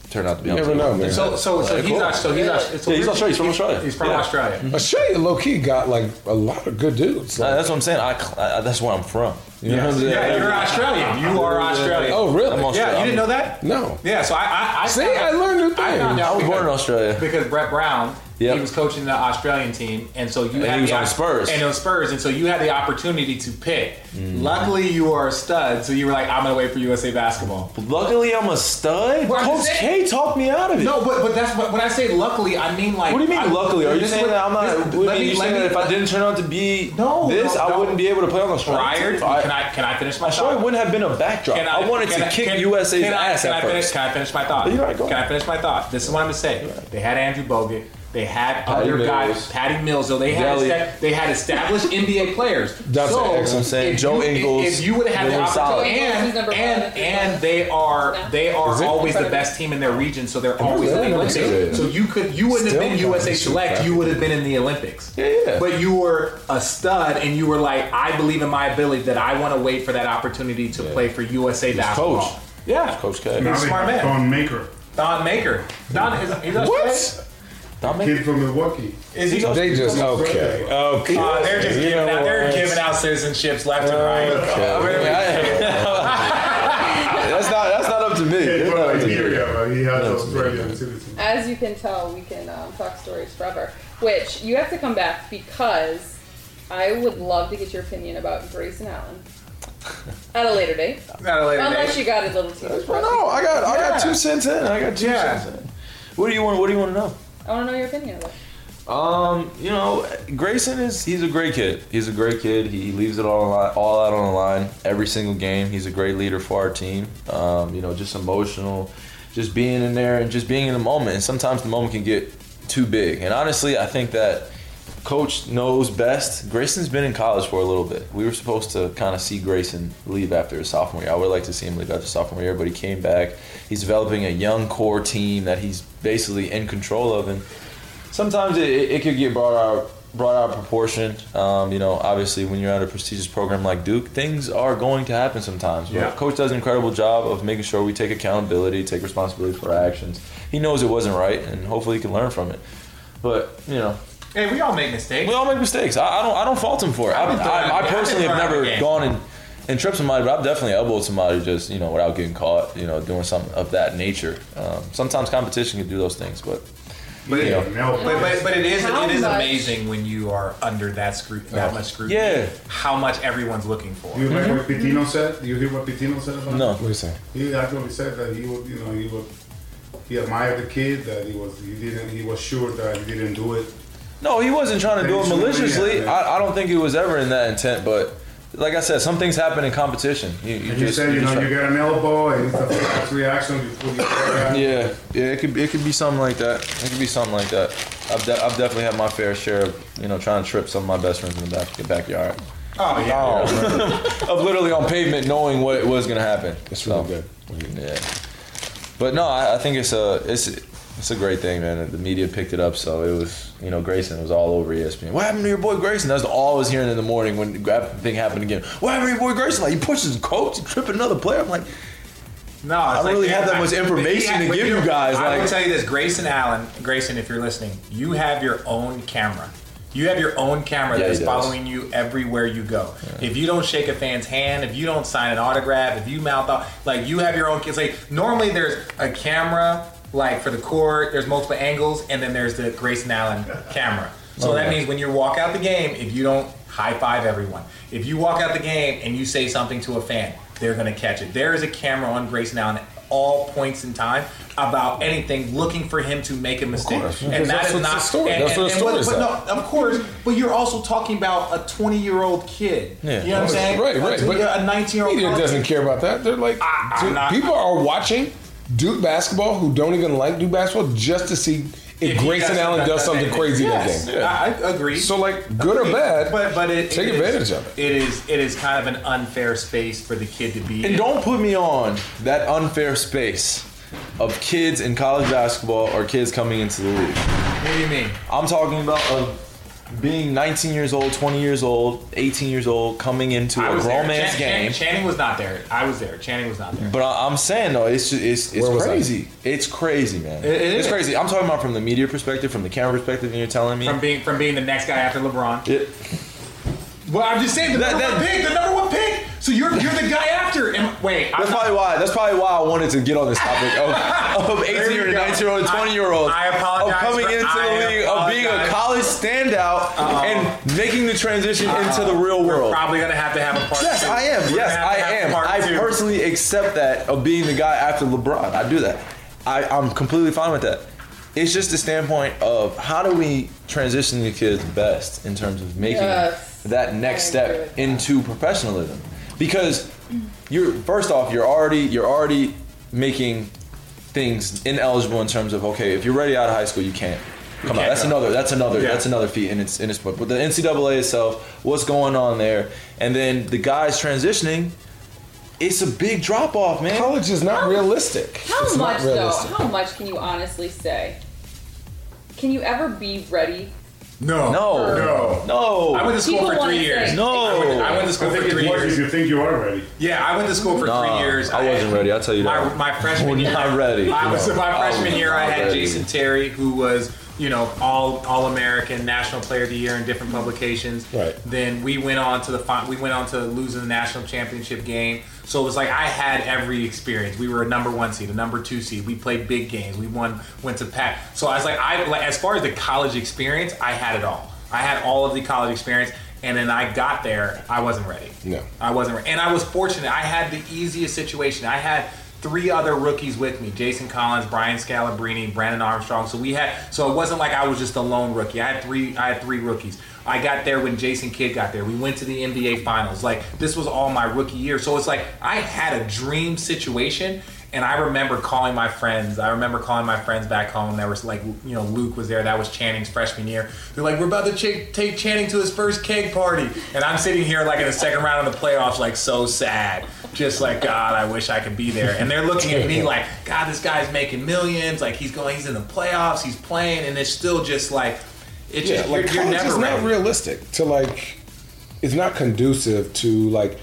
[SPEAKER 4] turned out to be.
[SPEAKER 3] You never know, man.
[SPEAKER 4] uh,
[SPEAKER 1] so, so, so
[SPEAKER 4] Like,
[SPEAKER 1] he's
[SPEAKER 4] cool.
[SPEAKER 1] not. So he's not. so
[SPEAKER 4] Yeah, he's Australian. He's from Australia.
[SPEAKER 1] He's from
[SPEAKER 4] Yeah.
[SPEAKER 1] Australia.
[SPEAKER 3] Australia low key got like a lot of good dudes.
[SPEAKER 4] Uh,
[SPEAKER 3] Like,
[SPEAKER 4] that's what I'm saying. I, cl- I that's where I'm from. You know what I'm saying?
[SPEAKER 1] Yeah, you're Australian. You are Australian.
[SPEAKER 3] oh, really?
[SPEAKER 4] I'm Australian.
[SPEAKER 1] yeah, you didn't know that?
[SPEAKER 3] no.
[SPEAKER 1] Yeah, so I I, I
[SPEAKER 3] See, I learned new
[SPEAKER 1] I found
[SPEAKER 3] things.
[SPEAKER 1] out
[SPEAKER 4] I was born in
[SPEAKER 1] because,
[SPEAKER 4] Australia.
[SPEAKER 1] because Brett Brown.
[SPEAKER 4] Yep.
[SPEAKER 1] He was coaching the Australian team, and so you
[SPEAKER 4] he
[SPEAKER 1] had
[SPEAKER 4] was
[SPEAKER 1] the,
[SPEAKER 4] on
[SPEAKER 1] op-
[SPEAKER 4] Spurs. Mm.
[SPEAKER 1] and on Spurs, and so you had the opportunity to pick. Luckily, you are a stud, so you were like, "I'm gonna wait for USA basketball."
[SPEAKER 4] Luckily, I'm a stud.
[SPEAKER 1] Well, I'm
[SPEAKER 4] Coach
[SPEAKER 1] just saying-
[SPEAKER 4] K talked me out of it.
[SPEAKER 1] No, but but that's what, when I say luckily, I mean like.
[SPEAKER 4] What do you mean,
[SPEAKER 1] I-
[SPEAKER 4] luckily? Are you
[SPEAKER 1] this
[SPEAKER 4] saying
[SPEAKER 1] was-
[SPEAKER 4] that I'm not?
[SPEAKER 1] this-
[SPEAKER 4] what do you
[SPEAKER 1] let
[SPEAKER 4] mean?
[SPEAKER 1] me-
[SPEAKER 4] You're
[SPEAKER 1] let
[SPEAKER 4] saying
[SPEAKER 1] me-
[SPEAKER 4] that if I didn't turn out to be
[SPEAKER 1] No,
[SPEAKER 4] this,
[SPEAKER 1] no,
[SPEAKER 4] I
[SPEAKER 1] no.
[SPEAKER 4] wouldn't be able to play on Australia.
[SPEAKER 1] prior,
[SPEAKER 4] I,
[SPEAKER 1] can I can I finish my
[SPEAKER 4] Australia
[SPEAKER 1] thought?
[SPEAKER 4] wouldn't have been a backdrop.
[SPEAKER 1] Can
[SPEAKER 4] I, wanted to
[SPEAKER 1] can
[SPEAKER 4] kick
[SPEAKER 1] can-
[SPEAKER 4] USA's
[SPEAKER 1] can I-
[SPEAKER 4] ass
[SPEAKER 1] can
[SPEAKER 4] at
[SPEAKER 1] I
[SPEAKER 4] first.
[SPEAKER 1] finish- can I finish my thought?
[SPEAKER 4] You're right, go
[SPEAKER 1] can
[SPEAKER 4] on.
[SPEAKER 1] I finish my thought? This is what I'm gonna say. They had Andrew Bogut. They had other
[SPEAKER 4] Mills.
[SPEAKER 1] guys, Patty Mills. Though they had
[SPEAKER 4] Deli.
[SPEAKER 1] esta- they had established NBA players.
[SPEAKER 3] That's
[SPEAKER 1] so,
[SPEAKER 3] what I'm
[SPEAKER 4] saying.
[SPEAKER 1] if
[SPEAKER 4] Joe
[SPEAKER 1] you- if-
[SPEAKER 4] Ingles,
[SPEAKER 1] If you would have had the
[SPEAKER 4] Dylan Solid.
[SPEAKER 1] opportunity,
[SPEAKER 2] Ingles is
[SPEAKER 1] and
[SPEAKER 2] number five.
[SPEAKER 1] and and they are they
[SPEAKER 3] Is
[SPEAKER 1] are
[SPEAKER 3] it? Oh,
[SPEAKER 1] always the best team in their region, so they're always
[SPEAKER 3] really?
[SPEAKER 1] in the
[SPEAKER 3] Number two?
[SPEAKER 1] Olympics. So you could you wouldn't
[SPEAKER 3] Still
[SPEAKER 1] have been
[SPEAKER 3] not
[SPEAKER 1] USA
[SPEAKER 3] super
[SPEAKER 1] Select. You
[SPEAKER 3] practical.
[SPEAKER 1] would have been in the Olympics.
[SPEAKER 4] yeah.
[SPEAKER 1] But you were a stud, and you were like, I believe in my ability that I want to wait for that opportunity to play for USA basketball.
[SPEAKER 4] coach.
[SPEAKER 1] Yeah,
[SPEAKER 4] Coach K.
[SPEAKER 1] You're a
[SPEAKER 5] Now they
[SPEAKER 1] smart
[SPEAKER 5] have
[SPEAKER 1] man.
[SPEAKER 5] Don Maker,
[SPEAKER 1] Don Maker. Don is he's Australian?
[SPEAKER 3] What?
[SPEAKER 4] Don't make-
[SPEAKER 5] kid from Milwaukee.
[SPEAKER 1] Is he?
[SPEAKER 3] They just okay. Okay.
[SPEAKER 1] Uh, they're just
[SPEAKER 3] You
[SPEAKER 1] giving
[SPEAKER 3] know
[SPEAKER 1] out. They're
[SPEAKER 3] what? Uh,
[SPEAKER 1] giving out citizenships left and right.
[SPEAKER 4] I mean, I- that's not that's not up to me.
[SPEAKER 5] Yeah,
[SPEAKER 4] That's
[SPEAKER 5] from
[SPEAKER 4] not up to me.
[SPEAKER 5] Liberia, but he has Australian citizenship.
[SPEAKER 2] As you can tell, we can um, talk stories forever. Which you have to come back because I would love to get your opinion about Grace and Allen at a later date.
[SPEAKER 1] Not a later
[SPEAKER 2] Unless
[SPEAKER 1] date.
[SPEAKER 2] you got a little too much.
[SPEAKER 4] Well, no, I got I got two cents in. I got two
[SPEAKER 1] Yeah.
[SPEAKER 4] cents in. What do you want? What do you want to know?
[SPEAKER 2] I want to know your opinion of it.
[SPEAKER 4] Um, you know, Grayson is he's a great kid. He's a great kid. He leaves it all on the li- all out on the line every single game. He's a great leader for our team. Um, you know, just emotional, just being in there and just being in the moment. And sometimes the moment can get too big. And honestly, I think that coach knows best. Grayson's been in college for a little bit. We were supposed to kind of see Grayson leave after his sophomore year. I would like to see him leave after sophomore year, but he came back. He's developing a young core team that he's basically in control of and sometimes it, it, it could get brought out brought out of proportion. Um, you know, obviously when you're at a prestigious program like Duke, things are going to happen sometimes. But
[SPEAKER 1] Yeah.
[SPEAKER 4] coach does an incredible job of making sure we take accountability, take responsibility for our actions. He knows it wasn't right, and hopefully he can learn from it. But you know,
[SPEAKER 1] Hey, we all make mistakes.
[SPEAKER 4] we all make mistakes. I, I don't. I don't fault him for it. I,
[SPEAKER 1] I've been throwing out
[SPEAKER 4] I,
[SPEAKER 1] of
[SPEAKER 4] I
[SPEAKER 1] the game.
[SPEAKER 4] personally
[SPEAKER 1] I've
[SPEAKER 4] have
[SPEAKER 1] been
[SPEAKER 4] never
[SPEAKER 1] throwing out of the game.
[SPEAKER 4] gone and and tripped somebody, but I've definitely elbowed somebody just you know without getting caught. You know, doing something of that nature. Um, sometimes competition can do those things, but
[SPEAKER 1] But,
[SPEAKER 5] Yeah,
[SPEAKER 1] it,
[SPEAKER 5] now-
[SPEAKER 1] but, but, but it is
[SPEAKER 2] How
[SPEAKER 1] it is
[SPEAKER 2] much-
[SPEAKER 1] amazing when you are under that scru- that much scrutiny.
[SPEAKER 4] Yeah.
[SPEAKER 1] How much everyone's looking for.
[SPEAKER 5] You like what Pitino said? Do you hear what Pitino said about
[SPEAKER 4] no.
[SPEAKER 5] it?
[SPEAKER 3] What do you say?
[SPEAKER 5] He actually said that he would, you know, he would, he admired the kid that he was, he didn't, he was sure that he didn't do it.
[SPEAKER 4] No, he wasn't trying to do it maliciously. I, I don't think he was ever in that intent, but like I said, some things happen in competition. You, you
[SPEAKER 5] And
[SPEAKER 4] just
[SPEAKER 5] you said you
[SPEAKER 4] just
[SPEAKER 5] know
[SPEAKER 4] try-
[SPEAKER 5] you get an elbow and it's a fast reaction. You put your foot out.
[SPEAKER 4] Yeah, yeah, it could be, it could be something like that. It could be something like that. I've, de- I've definitely had my fair share of you know trying to trip some of my best friends in the back the backyard
[SPEAKER 5] Oh yeah.
[SPEAKER 4] of literally on pavement, knowing what was gonna happen.
[SPEAKER 3] That's
[SPEAKER 4] So,
[SPEAKER 3] really good.
[SPEAKER 4] Yeah, but no, I, I think it's a it's it's a great thing, man. The media picked it up, so it was you know Grayson was all over E ESPN. What happened to your boy Grayson? That's all I was hearing in the morning when the grab thing happened again. What happened to your boy Grayson? Like he pushed his coach, he tripped another player. I'm like,
[SPEAKER 1] No, I
[SPEAKER 4] don't really have that much information to give you guys,
[SPEAKER 1] I will
[SPEAKER 4] like-
[SPEAKER 1] tell you this, Grayson Allen, Grayson, if you're listening, you have your own camera. You have your own camera
[SPEAKER 4] Yeah, he
[SPEAKER 1] that's
[SPEAKER 4] does.
[SPEAKER 1] following you everywhere you go. If you don't shake a fan's hand, if you don't sign an autograph, if you mouth off, like you have your own. It's like normally there's a camera like for the court. There's multiple angles, and then there's the Grayson Allen camera. So
[SPEAKER 4] Oh,
[SPEAKER 1] that
[SPEAKER 4] yeah.
[SPEAKER 1] means when you walk out the game, if you don't high five everyone, if you walk out the game and you say something to a fan, they're gonna catch it. There is a camera on Grayson Allen at all points in time about anything, looking for him to make a mistake.
[SPEAKER 4] course, yeah.
[SPEAKER 1] and that
[SPEAKER 3] That's
[SPEAKER 1] is
[SPEAKER 3] what
[SPEAKER 1] not
[SPEAKER 3] the story-
[SPEAKER 1] And,
[SPEAKER 3] that's
[SPEAKER 1] and-
[SPEAKER 3] what the
[SPEAKER 1] and
[SPEAKER 3] story
[SPEAKER 1] but-
[SPEAKER 3] is
[SPEAKER 1] but
[SPEAKER 3] at.
[SPEAKER 1] no, of course, but you're also talking about a 20 year old kid.
[SPEAKER 4] Yeah.
[SPEAKER 1] You know what I'm saying?
[SPEAKER 3] Right, right,
[SPEAKER 1] A,
[SPEAKER 3] but
[SPEAKER 1] a 19 year old
[SPEAKER 3] Media doesn't care about that. They're like,
[SPEAKER 1] I- I'm
[SPEAKER 3] dude,
[SPEAKER 1] not-
[SPEAKER 3] people are watching Duke basketball who don't even like Duke basketball just to see if,
[SPEAKER 1] If he
[SPEAKER 3] Grayson
[SPEAKER 1] does
[SPEAKER 3] Allen
[SPEAKER 1] that-
[SPEAKER 3] does
[SPEAKER 1] that
[SPEAKER 3] something
[SPEAKER 1] thing.
[SPEAKER 3] crazy
[SPEAKER 1] Yes,
[SPEAKER 3] in that game. Yeah.
[SPEAKER 1] I, I agree.
[SPEAKER 3] So like, good or bad,
[SPEAKER 1] but but it,
[SPEAKER 3] take
[SPEAKER 1] it is-
[SPEAKER 3] advantage of it.
[SPEAKER 1] It is it is kind of an unfair space for the kid to be.
[SPEAKER 4] And
[SPEAKER 1] in.
[SPEAKER 4] don't put me on that unfair space of kids in college basketball or kids coming into the league.
[SPEAKER 1] What do you mean?
[SPEAKER 4] I'm talking about of being 19 years old, 20 years old, 18 years old, coming into a grown man's
[SPEAKER 1] Chan- Chan-
[SPEAKER 4] game.
[SPEAKER 1] Channing was not there. I was there. Channing was not there.
[SPEAKER 4] But I, I'm saying though, it's just, it's it's
[SPEAKER 3] Where was I?
[SPEAKER 4] crazy. It's crazy, man.
[SPEAKER 1] It- it
[SPEAKER 4] it's
[SPEAKER 1] is.
[SPEAKER 4] crazy. I'm talking about from the media perspective, from the camera perspective, and you're telling me.
[SPEAKER 1] From being from being the next guy after LeBron.
[SPEAKER 4] it,
[SPEAKER 1] Well, I'm just saying the
[SPEAKER 4] That-
[SPEAKER 1] number
[SPEAKER 4] that-
[SPEAKER 1] one pick, the number one pick. So you're you're the guy after. And, wait, I'm
[SPEAKER 4] that's
[SPEAKER 1] not-
[SPEAKER 4] probably why. That's probably why I wanted to get on this topic of, of 18 year
[SPEAKER 1] you
[SPEAKER 4] old,
[SPEAKER 1] go.
[SPEAKER 4] 19 year old,
[SPEAKER 1] I-
[SPEAKER 4] 20 year old.
[SPEAKER 1] I apologize
[SPEAKER 4] Of coming
[SPEAKER 1] for-
[SPEAKER 4] into
[SPEAKER 1] I
[SPEAKER 4] the league, of being a
[SPEAKER 1] apologize.
[SPEAKER 4] college standout, and making the transition into the real
[SPEAKER 1] Uh, We're
[SPEAKER 4] world.
[SPEAKER 1] probably gonna have to have a part.
[SPEAKER 4] Yes,
[SPEAKER 1] two.
[SPEAKER 4] I am.
[SPEAKER 1] We're gonna
[SPEAKER 4] Yes,
[SPEAKER 1] have
[SPEAKER 4] I
[SPEAKER 1] to have
[SPEAKER 4] am.
[SPEAKER 1] part
[SPEAKER 4] I
[SPEAKER 1] two.
[SPEAKER 4] personally accept that of being the guy after LeBron. I do that. I, I'm completely fine with that. It's just the standpoint of how do we transition the kids best in terms of making
[SPEAKER 2] Yes.
[SPEAKER 4] that next
[SPEAKER 2] I agree with
[SPEAKER 4] step
[SPEAKER 2] that.
[SPEAKER 4] into professionalism. Because you're first off, you're already you're already making things ineligible in terms of okay, if you're ready out of high school, you can't. Come on,
[SPEAKER 1] can't
[SPEAKER 4] that's
[SPEAKER 1] go.
[SPEAKER 4] another that's another
[SPEAKER 1] Yeah.
[SPEAKER 4] that's another feat in its in its but the NCAA itself, what's going on there, and then the guys transitioning, it's a big drop off, man.
[SPEAKER 3] college is not realistic.
[SPEAKER 2] How
[SPEAKER 3] It's not
[SPEAKER 2] much though?
[SPEAKER 3] realistic.
[SPEAKER 2] How much can you honestly say? Can you ever be ready?
[SPEAKER 1] No,
[SPEAKER 4] No,
[SPEAKER 5] No.
[SPEAKER 4] no,
[SPEAKER 1] I went to school
[SPEAKER 2] People
[SPEAKER 1] for
[SPEAKER 2] wanna
[SPEAKER 1] three
[SPEAKER 2] say-
[SPEAKER 1] years. I went, I
[SPEAKER 4] no.
[SPEAKER 1] went to
[SPEAKER 5] I
[SPEAKER 1] school for
[SPEAKER 5] think
[SPEAKER 1] three
[SPEAKER 5] it works if
[SPEAKER 1] years.
[SPEAKER 5] you think you are ready.
[SPEAKER 1] Yeah, I went to school for
[SPEAKER 4] Nah,
[SPEAKER 1] three years.
[SPEAKER 4] I wasn't ready. I'll tell you
[SPEAKER 1] my,
[SPEAKER 4] that.
[SPEAKER 1] my freshman
[SPEAKER 4] We're
[SPEAKER 1] year,
[SPEAKER 4] not ready.
[SPEAKER 1] I was
[SPEAKER 4] No.
[SPEAKER 1] my
[SPEAKER 4] I was
[SPEAKER 1] freshman year. I
[SPEAKER 4] not
[SPEAKER 1] had
[SPEAKER 4] ready.
[SPEAKER 1] Jason Terry, who was you know all all American, national player of the year in different publications.
[SPEAKER 3] Right.
[SPEAKER 1] Then we went on to the fi- we went on to losing the national championship game. So it was like I had every experience. We were a number one seed, a number two seed. We played big games. We won, went to Pat. So I was like, I like, as far as the college experience, I had it all. I had all of the college experience, and then I got there. I wasn't ready.
[SPEAKER 3] No.
[SPEAKER 1] I wasn't, re- and I was fortunate. I had the easiest situation. I had three other rookies with me: Jason Collins, Brian Scalabrine, Brandon Armstrong. So we had, so it wasn't like I was just a lone rookie. I had three. I had three rookies. I got there when Jason Kidd got there. We went to the NBA Finals. Like this was all my rookie year. So it's like I had a dream situation. And I remember calling my friends. I remember calling my friends back home. There was like, you know, Luke was there. That was Channing's freshman year. They're like, we're about to ch- take Channing to his first keg party. And I'm sitting here like in the second round of the playoffs, like so sad. Just like, God, I wish I could be there. And they're looking at me like, God, this guy's making millions. Like he's going, he's in the playoffs, he's playing. And it's still just like, it's
[SPEAKER 3] Yeah,
[SPEAKER 1] just,
[SPEAKER 3] like
[SPEAKER 1] like you're, you're
[SPEAKER 3] college
[SPEAKER 1] never
[SPEAKER 3] is
[SPEAKER 1] ready.
[SPEAKER 3] not realistic to like. It's not conducive to like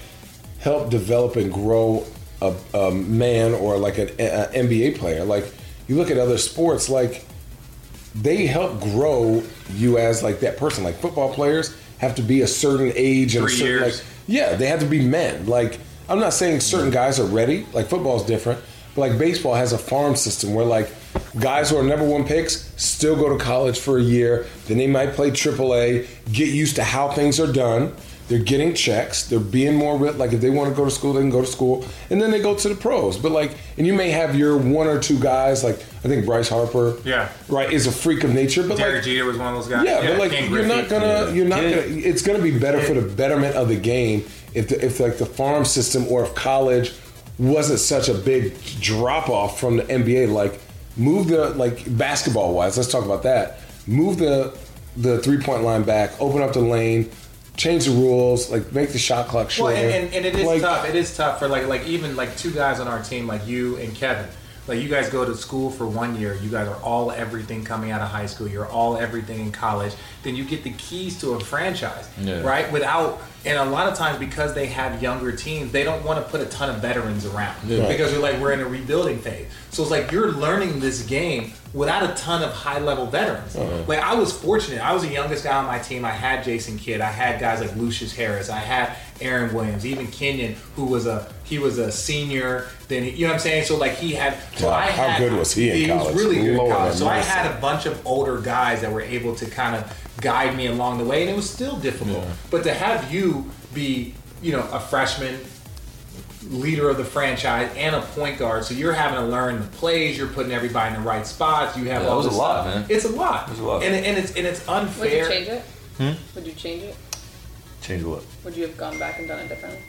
[SPEAKER 3] help develop and grow a, a man or like an a, a NBA player. Like you look at other sports, like they help grow you as like that person. Like football players have to be a certain age and
[SPEAKER 1] Three
[SPEAKER 3] a certain
[SPEAKER 1] years.
[SPEAKER 3] like yeah, they have to be men. Like I'm not saying certain guys are ready. Like football's different, but like baseball has a farm system where like guys who are number one picks still go to college for a year. Then they might play AAA, get used to how things are done. They're getting checks. They're being more re- like if they want to go to school, they can go to school, and then they go to the pros. But like, and you may have your one or two guys. Like I think Bryce Harper,
[SPEAKER 1] Yeah.
[SPEAKER 3] right, is a freak of nature. But
[SPEAKER 1] Derek
[SPEAKER 3] like,
[SPEAKER 1] Jeter was one of those guys.
[SPEAKER 3] yeah, but like
[SPEAKER 1] Ken
[SPEAKER 3] you're not
[SPEAKER 1] Griffey.
[SPEAKER 3] gonna, you're not
[SPEAKER 4] Yeah.
[SPEAKER 3] gonna. It's gonna be better for the betterment of the game if the, if like the farm system or if college wasn't such a big drop off from the NBA, like move the like basketball wise, let's talk about that. Move the the three point line back, open up the lane, change the rules, like make the shot clock
[SPEAKER 1] Well,
[SPEAKER 3] shorter.
[SPEAKER 1] and, and, and it is
[SPEAKER 3] Like,
[SPEAKER 1] tough. It is tough for like like even like two guys on our team, like you and Kevin. Like you guys go to school for one year. You guys are all everything coming out of high school. You're all everything in college. Then you get the keys to a franchise,
[SPEAKER 4] Yeah.
[SPEAKER 1] right? Without and a lot of times because they have younger teams, they don't want to put a ton of veterans around
[SPEAKER 3] Right.
[SPEAKER 1] because they're like we're in a rebuilding phase. So it's like you're learning this game without a ton of high level veterans.
[SPEAKER 3] Uh-huh.
[SPEAKER 1] Like I was fortunate. I was the youngest guy on my team. I had Jason Kidd. I had guys like Lucius Harris. I had Aaron Williams. Even Kenyon, who was a he was a senior. Then you know what I'm saying. So like he had. So
[SPEAKER 3] God,
[SPEAKER 1] I
[SPEAKER 3] how
[SPEAKER 1] had,
[SPEAKER 3] good was he in college?
[SPEAKER 1] was really good
[SPEAKER 3] Lord
[SPEAKER 1] in college. So I
[SPEAKER 3] have mercy.
[SPEAKER 1] had a bunch of older guys that were able to kind of guide me along the way, and it was still difficult. But to have you be you know a freshman leader of the franchise and a point guard. So you're having to learn the plays. You're putting everybody in the right spots. You have
[SPEAKER 4] Yeah, that
[SPEAKER 1] all
[SPEAKER 4] was
[SPEAKER 1] this
[SPEAKER 4] a lot,
[SPEAKER 1] stuff.
[SPEAKER 4] man.
[SPEAKER 1] It's a lot. It
[SPEAKER 4] was a lot.
[SPEAKER 1] And, and it's and it's
[SPEAKER 2] Would you
[SPEAKER 1] unfair.
[SPEAKER 2] change it? Would you change it?
[SPEAKER 4] Change what?
[SPEAKER 2] Would you have gone back and done it differently?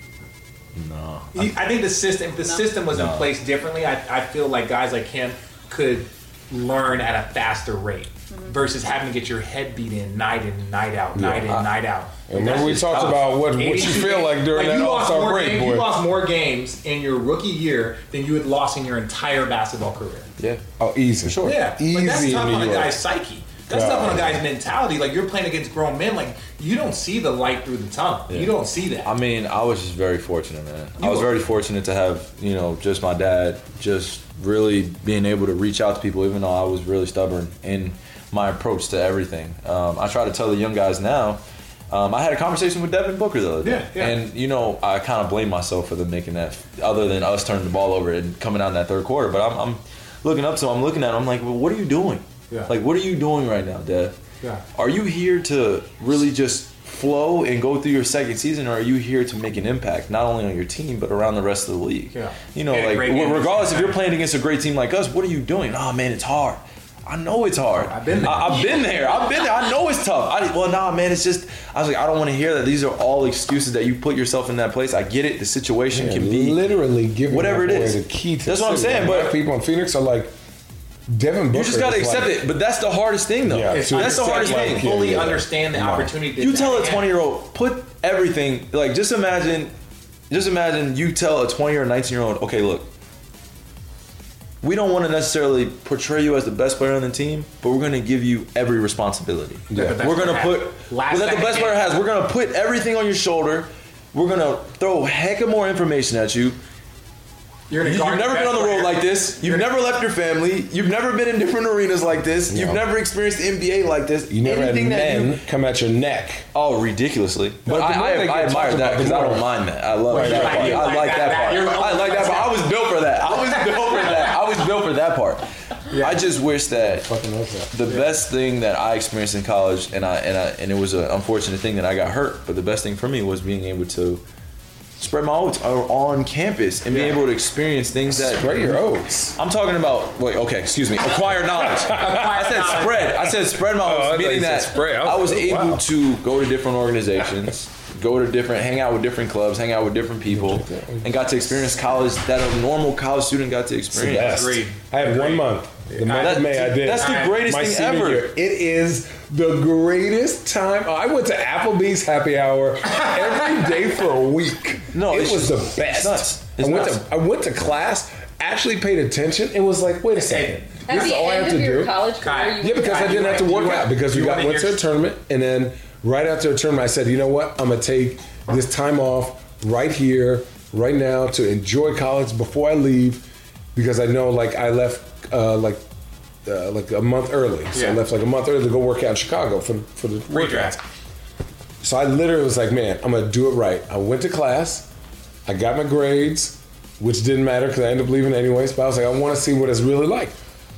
[SPEAKER 4] No.
[SPEAKER 1] You- I think the system if the
[SPEAKER 2] No.
[SPEAKER 1] system was in
[SPEAKER 4] No.
[SPEAKER 1] place differently. I, I feel like guys like him could learn at a faster rate versus having to get your head beat in night in and night out, night in
[SPEAKER 4] I-
[SPEAKER 1] night out.
[SPEAKER 3] And
[SPEAKER 1] That's
[SPEAKER 3] remember we
[SPEAKER 1] just
[SPEAKER 3] talked
[SPEAKER 1] tough.
[SPEAKER 3] about what- what you
[SPEAKER 1] 82
[SPEAKER 3] feel like during that
[SPEAKER 1] you lost
[SPEAKER 3] All-Star
[SPEAKER 1] more
[SPEAKER 3] break,
[SPEAKER 1] games-
[SPEAKER 3] boy.
[SPEAKER 1] You lost more games in your rookie year than you had lost in your entire basketball career.
[SPEAKER 4] Yeah.
[SPEAKER 3] oh, easy,
[SPEAKER 4] Sure.
[SPEAKER 1] Yeah, like that's
[SPEAKER 3] Easy
[SPEAKER 1] tough
[SPEAKER 3] in New
[SPEAKER 1] on a
[SPEAKER 3] York.
[SPEAKER 1] guy's psyche. That's
[SPEAKER 3] Yeah.
[SPEAKER 1] tough on a guy's mentality. Like you're playing against grown men. Like you don't see the light through the tunnel. You don't see that.
[SPEAKER 4] I mean, I was just very fortunate, man. I
[SPEAKER 1] You
[SPEAKER 4] was
[SPEAKER 1] were.
[SPEAKER 4] very fortunate to have, you know, just my dad just really being able to reach out to people, even though I was really stubborn in my approach to everything. Um, I try to tell the young guys now. Um, I had a conversation with Devin Booker the other day,
[SPEAKER 1] Yeah, yeah.
[SPEAKER 4] and you know, I kind of blame myself for them making that. Other than us turning the ball over and coming out in that third quarter, but I'm, I'm looking up to him. I'm looking at him. I'm like, well, what are you doing?
[SPEAKER 1] Yeah.
[SPEAKER 4] Like, what are you doing right now, Dev?
[SPEAKER 1] Yeah.
[SPEAKER 4] Are you here to really just flow and go through your second season, or are you here to make an impact not only on your team but around the rest of the league?
[SPEAKER 1] Yeah.
[SPEAKER 4] You know,
[SPEAKER 1] Yeah,
[SPEAKER 4] like
[SPEAKER 1] great
[SPEAKER 4] w-
[SPEAKER 1] game.
[SPEAKER 4] regardless if you're playing against a great team like us, what are you doing? Oh man, it's hard. I know it's hard.
[SPEAKER 1] I've been there.
[SPEAKER 4] I, have been there. I've been there. I know it's tough. I, well, nah, man. It's just I was like, I don't want to hear that. These are all excuses that you put yourself in that place. I get it. The situation can be
[SPEAKER 3] literally giving
[SPEAKER 4] whatever
[SPEAKER 3] up
[SPEAKER 4] it
[SPEAKER 3] away
[SPEAKER 4] is.
[SPEAKER 3] The key to
[SPEAKER 4] That's what I'm
[SPEAKER 3] city.
[SPEAKER 4] saying,
[SPEAKER 3] Black
[SPEAKER 4] but-
[SPEAKER 3] people in Phoenix are like Devin Booker.
[SPEAKER 4] You just gotta
[SPEAKER 3] is
[SPEAKER 4] accept
[SPEAKER 3] like-
[SPEAKER 4] it, but that's the hardest thing, though.
[SPEAKER 3] Yeah,
[SPEAKER 1] It's
[SPEAKER 4] that's the
[SPEAKER 1] understand-
[SPEAKER 4] hardest
[SPEAKER 1] you
[SPEAKER 4] thing.
[SPEAKER 1] Fully
[SPEAKER 3] Yeah, yeah.
[SPEAKER 1] understand the
[SPEAKER 3] No.
[SPEAKER 1] opportunity. that
[SPEAKER 4] You
[SPEAKER 1] they
[SPEAKER 4] tell a
[SPEAKER 1] have.
[SPEAKER 4] 20 year old, put everything, like, just imagine, just imagine you tell a 20 or 19 year old, okay, look, we don't want to necessarily portray you as the best player on the team, but we're going to give you every responsibility.
[SPEAKER 3] Yeah.
[SPEAKER 1] That the best
[SPEAKER 4] We're going to
[SPEAKER 1] player
[SPEAKER 4] put,
[SPEAKER 1] has.
[SPEAKER 4] well,
[SPEAKER 1] Last
[SPEAKER 4] that the
[SPEAKER 1] second.
[SPEAKER 4] best player has, we're going to put everything on your shoulder. We're going to throw a heck of more information at you.
[SPEAKER 1] You're
[SPEAKER 4] You-
[SPEAKER 1] gonna guard
[SPEAKER 4] You've never
[SPEAKER 1] the
[SPEAKER 4] been on
[SPEAKER 1] best
[SPEAKER 4] the road
[SPEAKER 1] player.
[SPEAKER 4] like this. You've never left your family. You've never been in different arenas like this. You've
[SPEAKER 3] No.
[SPEAKER 4] never experienced the NBA like this.
[SPEAKER 3] You never
[SPEAKER 4] Anything
[SPEAKER 3] had
[SPEAKER 4] that you-
[SPEAKER 3] men come at your neck.
[SPEAKER 4] Oh, ridiculously. But
[SPEAKER 3] the more
[SPEAKER 4] I,
[SPEAKER 3] they
[SPEAKER 4] I, I admire
[SPEAKER 3] get talked
[SPEAKER 4] that
[SPEAKER 3] about,
[SPEAKER 4] because
[SPEAKER 3] the
[SPEAKER 4] I
[SPEAKER 3] more-
[SPEAKER 4] don't mind that. I love
[SPEAKER 3] Right,
[SPEAKER 4] that
[SPEAKER 3] right,
[SPEAKER 4] part.
[SPEAKER 1] you
[SPEAKER 4] I
[SPEAKER 1] like
[SPEAKER 4] like
[SPEAKER 1] that,
[SPEAKER 4] that part.
[SPEAKER 1] you're-
[SPEAKER 4] I like that part. I was built for that. I was built for that. I was built for that part. I just wish that
[SPEAKER 3] Fucking love that.
[SPEAKER 4] the best thing that I experienced in college, and I and I and it was an unfortunate thing that I got hurt, but the best thing for me was being able to spread my oats o- on campus and being
[SPEAKER 1] Yeah.
[SPEAKER 4] able to experience things that
[SPEAKER 3] Spread your oats.
[SPEAKER 4] I'm talking about wait, okay, excuse me. Acquire knowledge. I said
[SPEAKER 1] knowledge. Oh,
[SPEAKER 4] spread. I said spread my oats,
[SPEAKER 3] thought you
[SPEAKER 4] meaning
[SPEAKER 3] said
[SPEAKER 4] that
[SPEAKER 3] spread. I
[SPEAKER 4] I
[SPEAKER 3] was
[SPEAKER 4] was,
[SPEAKER 3] like,
[SPEAKER 4] able
[SPEAKER 3] wow.
[SPEAKER 4] to go to different organizations, go to different, hang out with different clubs, hang out with different people, and got to experience college that a normal college student got to
[SPEAKER 3] It's the
[SPEAKER 4] experience.
[SPEAKER 3] best.
[SPEAKER 1] Agreed.
[SPEAKER 3] I had one
[SPEAKER 1] Agreed.
[SPEAKER 3] month. The month
[SPEAKER 4] That-
[SPEAKER 3] of May I did.
[SPEAKER 4] That's the greatest
[SPEAKER 3] My
[SPEAKER 4] thing
[SPEAKER 3] senior
[SPEAKER 4] ever.
[SPEAKER 3] year. It is the greatest time. I went to Applebee's happy hour every day for a week.
[SPEAKER 4] No,
[SPEAKER 3] it
[SPEAKER 4] it's
[SPEAKER 3] was
[SPEAKER 4] just- it's
[SPEAKER 3] the best.
[SPEAKER 4] nuts. It's
[SPEAKER 3] I went
[SPEAKER 4] nuts.
[SPEAKER 3] to I went to class, actually paid attention, and was like, wait a second.
[SPEAKER 2] At
[SPEAKER 3] this is
[SPEAKER 2] the
[SPEAKER 3] all I
[SPEAKER 2] end
[SPEAKER 3] have
[SPEAKER 2] of
[SPEAKER 3] to
[SPEAKER 2] your
[SPEAKER 3] do.
[SPEAKER 2] college
[SPEAKER 1] Kyle.
[SPEAKER 2] career, you
[SPEAKER 3] Yeah, because I
[SPEAKER 1] Yeah,
[SPEAKER 3] didn't
[SPEAKER 1] you
[SPEAKER 3] have to
[SPEAKER 1] wanna-
[SPEAKER 3] work
[SPEAKER 1] you
[SPEAKER 3] out
[SPEAKER 1] wanna-
[SPEAKER 3] because we
[SPEAKER 1] you
[SPEAKER 3] got
[SPEAKER 1] wanna
[SPEAKER 3] went to
[SPEAKER 1] hear-
[SPEAKER 3] a tournament and then right after a tournament I said, you know what, I'm gonna take this time off right here, right now to enjoy college before I leave because I know like I left uh, like uh, like a month early, so I
[SPEAKER 1] Yeah.
[SPEAKER 3] left like a month early to go work out in Chicago for for the
[SPEAKER 1] Redraft.
[SPEAKER 3] so I literally was like, man, I'm gonna do it right. I went to class, I got my grades, which didn't matter because I ended up leaving anyways. But I was like, I want to see what it's really like.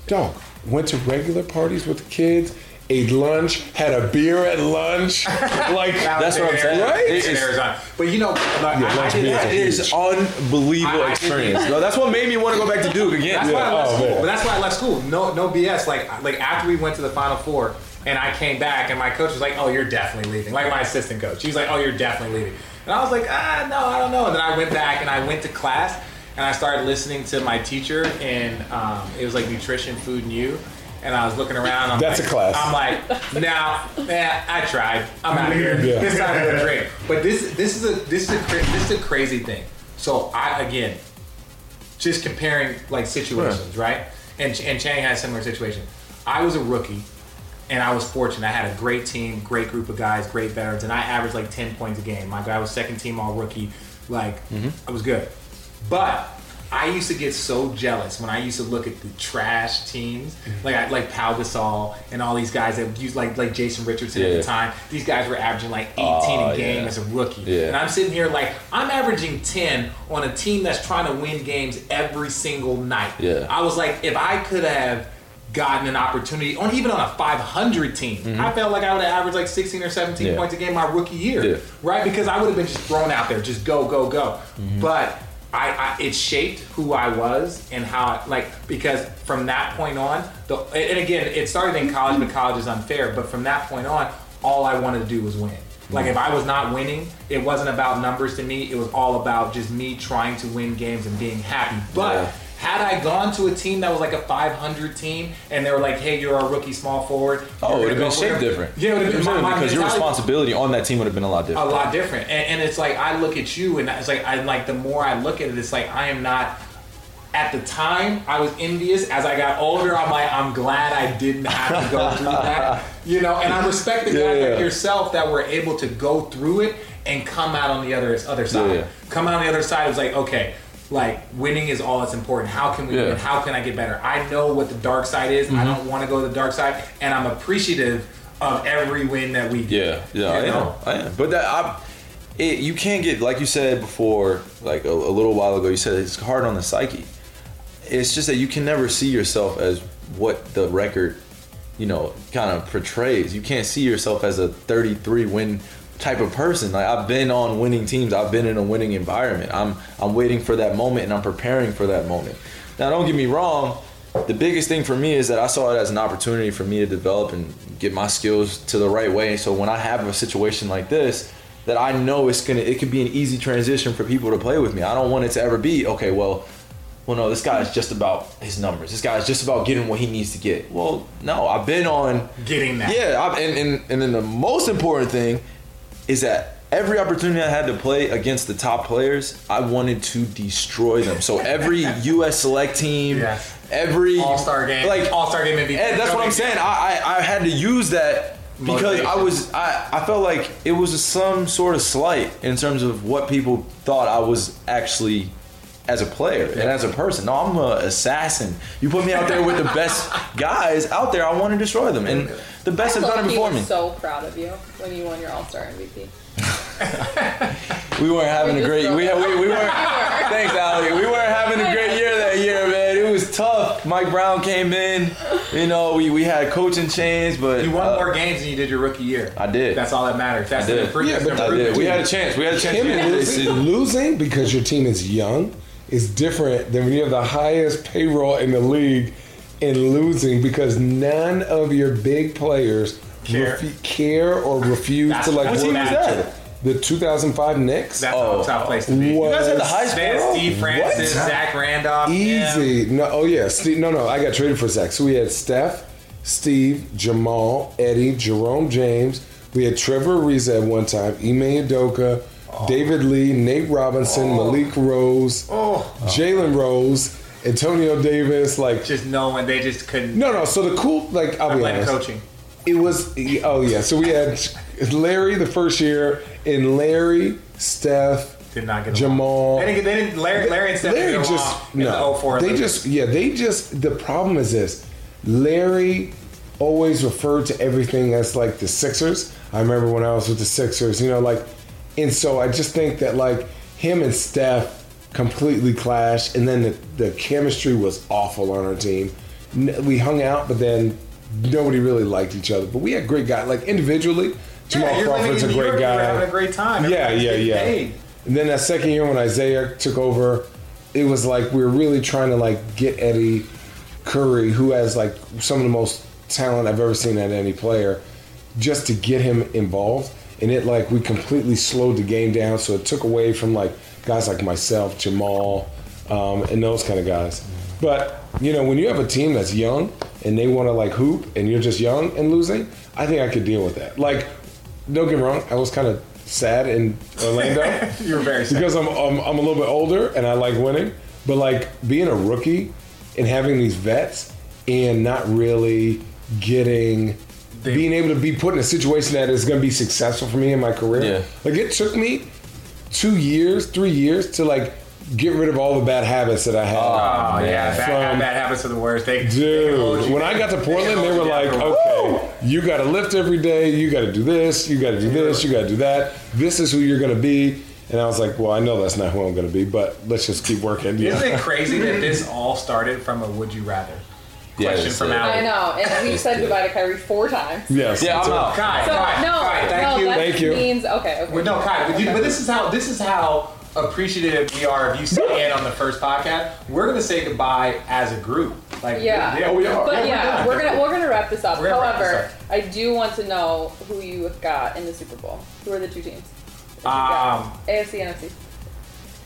[SPEAKER 3] Dog went to regular parties with the kids, ate lunch, had a beer at lunch. like
[SPEAKER 4] That's what I'm saying.
[SPEAKER 1] Right?
[SPEAKER 4] It
[SPEAKER 1] in
[SPEAKER 4] is-
[SPEAKER 1] Arizona. But you know, like, I- I
[SPEAKER 3] lunch
[SPEAKER 1] did-
[SPEAKER 3] beer
[SPEAKER 1] I
[SPEAKER 4] That
[SPEAKER 1] did-
[SPEAKER 4] is unbelievable
[SPEAKER 1] I- I-
[SPEAKER 4] experience. No, that's what made me want to go back to Duke again.
[SPEAKER 1] That's why I
[SPEAKER 3] Yeah.
[SPEAKER 1] left
[SPEAKER 3] Oh,
[SPEAKER 1] school.
[SPEAKER 3] man.
[SPEAKER 1] But that's why I left school. No, no BS. Like, like after we went to the Final Four, and I came back, and my coach was like, "Oh, you're definitely leaving." Like my assistant coach, she's like, "Oh, you're definitely leaving." And I was like, ah, no, I don't know. And then I went back and I went to class and I started listening to my teacher, and um, it was like nutrition, food, and you. And I was looking around. I'm
[SPEAKER 3] That's
[SPEAKER 1] like-
[SPEAKER 3] a class.
[SPEAKER 1] I'm like, now, man, I tried. I'm out of here.
[SPEAKER 3] Yeah.
[SPEAKER 1] This not a drink. But this, this is a, this is a, cra- this is a crazy thing. So I again, just comparing like situations, right? And and Chang had a similar situation. I was a rookie, and I was fortunate. I had a great team, great group of guys, great veterans, and I averaged like ten points a game. My guy was second team all rookie. Like
[SPEAKER 4] Mm-hmm.
[SPEAKER 1] I was good, but. I used to get so jealous when I used to look at the trash teams,
[SPEAKER 4] Mm-hmm.
[SPEAKER 1] like I, like Pau Gasol and all these guys that used like like Jason Richardson at
[SPEAKER 4] Yeah.
[SPEAKER 1] the time. These guys were averaging like 18
[SPEAKER 4] Oh,
[SPEAKER 1] a game
[SPEAKER 4] yeah.
[SPEAKER 1] as a rookie,
[SPEAKER 4] Yeah.
[SPEAKER 1] and I'm sitting here like I'm averaging 10 on a team that's trying to win games every single night.
[SPEAKER 4] Yeah.
[SPEAKER 1] I was like, if I could have gotten an opportunity on even on a 500 team, I felt like I would have averaged like 16 or 17
[SPEAKER 4] Mm-hmm. Yeah.
[SPEAKER 1] points a game my rookie year,
[SPEAKER 4] Yeah.
[SPEAKER 1] right? Because I would have been just thrown out there, just go, go, go.
[SPEAKER 4] Mm-hmm.
[SPEAKER 1] But I, I, it shaped who I was and how, I, like, because from that point on, the, and again, it started in college, but college is unfair. But from that point on, all I wanted to do was win.
[SPEAKER 4] Mm-hmm.
[SPEAKER 1] Like if I was not winning, it wasn't about numbers to me. It was all about just me trying to win games and being happy. But
[SPEAKER 4] Yeah.
[SPEAKER 1] had I gone to a team that was like a 500 team and they were like, "Hey, you're our rookie small forward,"
[SPEAKER 4] Oh, it
[SPEAKER 1] you're
[SPEAKER 4] would have
[SPEAKER 1] gonna go
[SPEAKER 4] been shaped
[SPEAKER 1] wherever-
[SPEAKER 4] different.
[SPEAKER 1] Yeah, it would have been my- my
[SPEAKER 4] because your
[SPEAKER 1] mentality-
[SPEAKER 4] responsibility on that team would have been a lot
[SPEAKER 1] a
[SPEAKER 4] different.
[SPEAKER 1] lot different. And, and it's like I look at you, and it's like I like the more I look at it, it's like I am not. At the time, I was envious. As I got older, I'm like, I'm glad I didn't have to go through that, you know. And I respect the guys
[SPEAKER 4] Yeah, yeah.
[SPEAKER 1] like yourself that were able to go through it and come out on the other other side.
[SPEAKER 4] yeah.
[SPEAKER 1] Come out on the other side. It was like, okay, like winning is all that's important. How can we
[SPEAKER 4] Yeah. Mm-hmm.
[SPEAKER 1] win? How can I get better? I know what the dark side is. I don't want to go to the dark side, and I'm appreciative of every win that we
[SPEAKER 4] Yeah,
[SPEAKER 1] get.
[SPEAKER 4] yeah, I
[SPEAKER 1] you
[SPEAKER 4] am. I am. But that I, it, you can't get like you said before, like a, a little while ago. You said it's hard on the psyche. It's just that you can never see yourself as what the record, you know, kind of portrays. You can't see yourself as a 33 win type of person. Like I've been on winning teams. I've been in a winning environment. I'm I'm waiting for that moment and I'm preparing for that moment. Now don't get me wrong. The biggest thing for me is that I saw it as an opportunity for me to develop and get my skills to the right way. So when I have a situation like this, that I know it's gonna, it could be an easy transition for people to play with me. I don't want it to ever be okay. Well, well, no, this guy is just about his numbers. This guy is just about getting what he needs to get. Well, no, I've been on
[SPEAKER 1] Getting that.
[SPEAKER 4] yeah, I, and, and and then the most important thing is that every opportunity I had to play against the top players, I wanted to destroy them. So every U.S. select team,
[SPEAKER 1] Yes.
[SPEAKER 4] every
[SPEAKER 1] All Star game,
[SPEAKER 4] like
[SPEAKER 1] like All Star game MVP.
[SPEAKER 4] and that's what I'm saying. I, I I had to use that because I was I, I felt like it was some sort of slight in terms of what people thought I was actually as a player and as a person. No, I'm an assassin. You put me out there with the best guys out there. I want to destroy them, and the best have done it
[SPEAKER 2] Loki
[SPEAKER 4] before
[SPEAKER 2] was
[SPEAKER 4] me.
[SPEAKER 2] so proud of you when you won your All Star MVP.
[SPEAKER 4] We weren't having
[SPEAKER 2] We
[SPEAKER 4] a
[SPEAKER 2] just
[SPEAKER 4] great.
[SPEAKER 2] broke
[SPEAKER 4] We,
[SPEAKER 2] up.
[SPEAKER 4] we, we weren't. thanks, Ali. We weren't having a great year that year, man. It was tough. Mike Brown came in. You know, we, we had coaching change, but
[SPEAKER 1] You won
[SPEAKER 4] uh,
[SPEAKER 1] more games than you did your rookie year.
[SPEAKER 4] I did.
[SPEAKER 1] That's all that matters. That's
[SPEAKER 4] did.
[SPEAKER 1] the improvement.
[SPEAKER 3] Yeah, but I
[SPEAKER 4] I did. Oh, We had a chance. We had a chance.
[SPEAKER 3] Him
[SPEAKER 4] to get this
[SPEAKER 3] losing,
[SPEAKER 4] season.
[SPEAKER 3] losing because your team is young is different than when you have the highest payroll in the league and losing because none of your big players
[SPEAKER 1] Care.
[SPEAKER 3] refu- care or refuse
[SPEAKER 1] That's
[SPEAKER 3] to like
[SPEAKER 1] what
[SPEAKER 3] work.
[SPEAKER 1] team is that?
[SPEAKER 3] The 2005 Knicks.
[SPEAKER 1] That's
[SPEAKER 4] Oh.
[SPEAKER 1] a top place to be.
[SPEAKER 3] What?
[SPEAKER 4] You guys had the highest
[SPEAKER 1] Vince,
[SPEAKER 4] payroll.
[SPEAKER 1] Steve Francis,
[SPEAKER 3] What?
[SPEAKER 1] Zach Randolph. him.
[SPEAKER 3] Easy. No. Oh yeah. Steve, no. No. I got traded for Zach. So we had Steph, Steve, Jamal, Eddie, Jerome James. We had Trevor Ariza at one time. Ime Udoka, David Lee, Nate Robinson, Malik Rose,
[SPEAKER 1] Oh.
[SPEAKER 3] Jalen Rose, Antonio Davis. Like
[SPEAKER 1] Just knowing they just couldn't.
[SPEAKER 3] no, no. So the cool. Like I'll
[SPEAKER 1] I
[SPEAKER 3] be
[SPEAKER 1] blame
[SPEAKER 3] honest.
[SPEAKER 1] coaching.
[SPEAKER 3] It was oh yeah. So we had Larry the first year, and Larry, Steph,
[SPEAKER 1] Did not get along.
[SPEAKER 3] Jamal.
[SPEAKER 1] They didn't. get- They didn't. Larry, Larry and Steph
[SPEAKER 3] Larry
[SPEAKER 1] didn't get along
[SPEAKER 3] just
[SPEAKER 1] in
[SPEAKER 3] no.
[SPEAKER 1] the 04
[SPEAKER 3] they
[SPEAKER 1] Olympics.
[SPEAKER 3] just yeah. They just the problem is this. Larry always referred to everything as like the Sixers. I remember when I was with the Sixers, you know, like, and so I just think that like him and Steph completely clashed, and then the, the chemistry was awful on our team. N- We hung out, but then nobody really liked each other. But we had great guys, like individually. Jamal
[SPEAKER 1] you're living
[SPEAKER 3] Crawford's a
[SPEAKER 1] in New
[SPEAKER 3] great
[SPEAKER 1] York, you
[SPEAKER 3] guy.
[SPEAKER 1] were having a great time.
[SPEAKER 3] Yeah,
[SPEAKER 1] Everybody's
[SPEAKER 3] yeah,
[SPEAKER 1] getting
[SPEAKER 3] yeah.
[SPEAKER 1] paid.
[SPEAKER 3] And then that second year when Isaiah took over, it was like we were really trying to like get Eddie Curry, who has like some of the most talent I've ever seen at any player, just to get him involved. and it like we completely slowed the game down. So it took away from like guys like myself, Jamal, um, and those kind of guys. But you know, when you have a team that's young and they want to like hoop, and you're just young and losing, I think I could deal with that. Like, don't get me wrong, I was kind of sad in Orlando.
[SPEAKER 1] You're very sad.
[SPEAKER 3] because I'm, I'm I'm a little bit older and I like winning, but like being a rookie and having these vets and not really getting being able to be put in a situation that is going to be successful for me in my career.
[SPEAKER 4] Yeah.
[SPEAKER 3] Like it took me two years, three years to like get rid of all the bad habits that I had.
[SPEAKER 1] Oh yeah, bad,
[SPEAKER 3] From-
[SPEAKER 1] bad habits are the worst. They, they can hold
[SPEAKER 3] Dude,
[SPEAKER 1] you
[SPEAKER 3] when I
[SPEAKER 1] down.
[SPEAKER 3] got to
[SPEAKER 1] can
[SPEAKER 3] Portland, they
[SPEAKER 1] hold
[SPEAKER 3] were
[SPEAKER 1] you down
[SPEAKER 3] like,
[SPEAKER 1] for a while.
[SPEAKER 3] okay, you got to lift every day, you got to do this, you got to do this, you got to do that. This is who you're going to be. And I was like, well, I know that's not who I'm going to be, but let's just keep working.
[SPEAKER 1] Isn't
[SPEAKER 3] Yeah.
[SPEAKER 1] it crazy that this all started from a would you rather
[SPEAKER 4] Yeah,
[SPEAKER 1] question
[SPEAKER 4] it's
[SPEAKER 1] from
[SPEAKER 4] a-
[SPEAKER 1] Allie?
[SPEAKER 2] I know, and we've said goodbye to Kyrie four times.
[SPEAKER 3] Yes.
[SPEAKER 4] Yeah, I'm
[SPEAKER 3] so-
[SPEAKER 4] out.
[SPEAKER 1] Kai,
[SPEAKER 2] So
[SPEAKER 1] Kai,
[SPEAKER 2] no,
[SPEAKER 1] Kai, thank
[SPEAKER 2] no,
[SPEAKER 1] you.
[SPEAKER 2] that
[SPEAKER 3] Thank you.
[SPEAKER 2] means okay, okay.
[SPEAKER 1] Well, no, Kai, but, you, but this is how this is how appreciative we are of you staying on the first podcast. We're gonna say goodbye as a group. Like,
[SPEAKER 2] Yeah.
[SPEAKER 1] yeah, we
[SPEAKER 4] Oh,
[SPEAKER 1] are.
[SPEAKER 2] But yeah,
[SPEAKER 1] done.
[SPEAKER 2] we're gonna we're gonna wrap this up.
[SPEAKER 1] Oh We're gonna wrap this
[SPEAKER 2] However, I do want to know who you got in the Super Bowl. Who are the two teams? that you got?
[SPEAKER 1] Um,
[SPEAKER 2] AFC, NFC.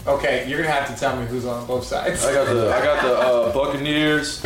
[SPEAKER 1] okay, you're gonna have to tell me who's on both sides.
[SPEAKER 4] I got the I got the uh, Buccaneers.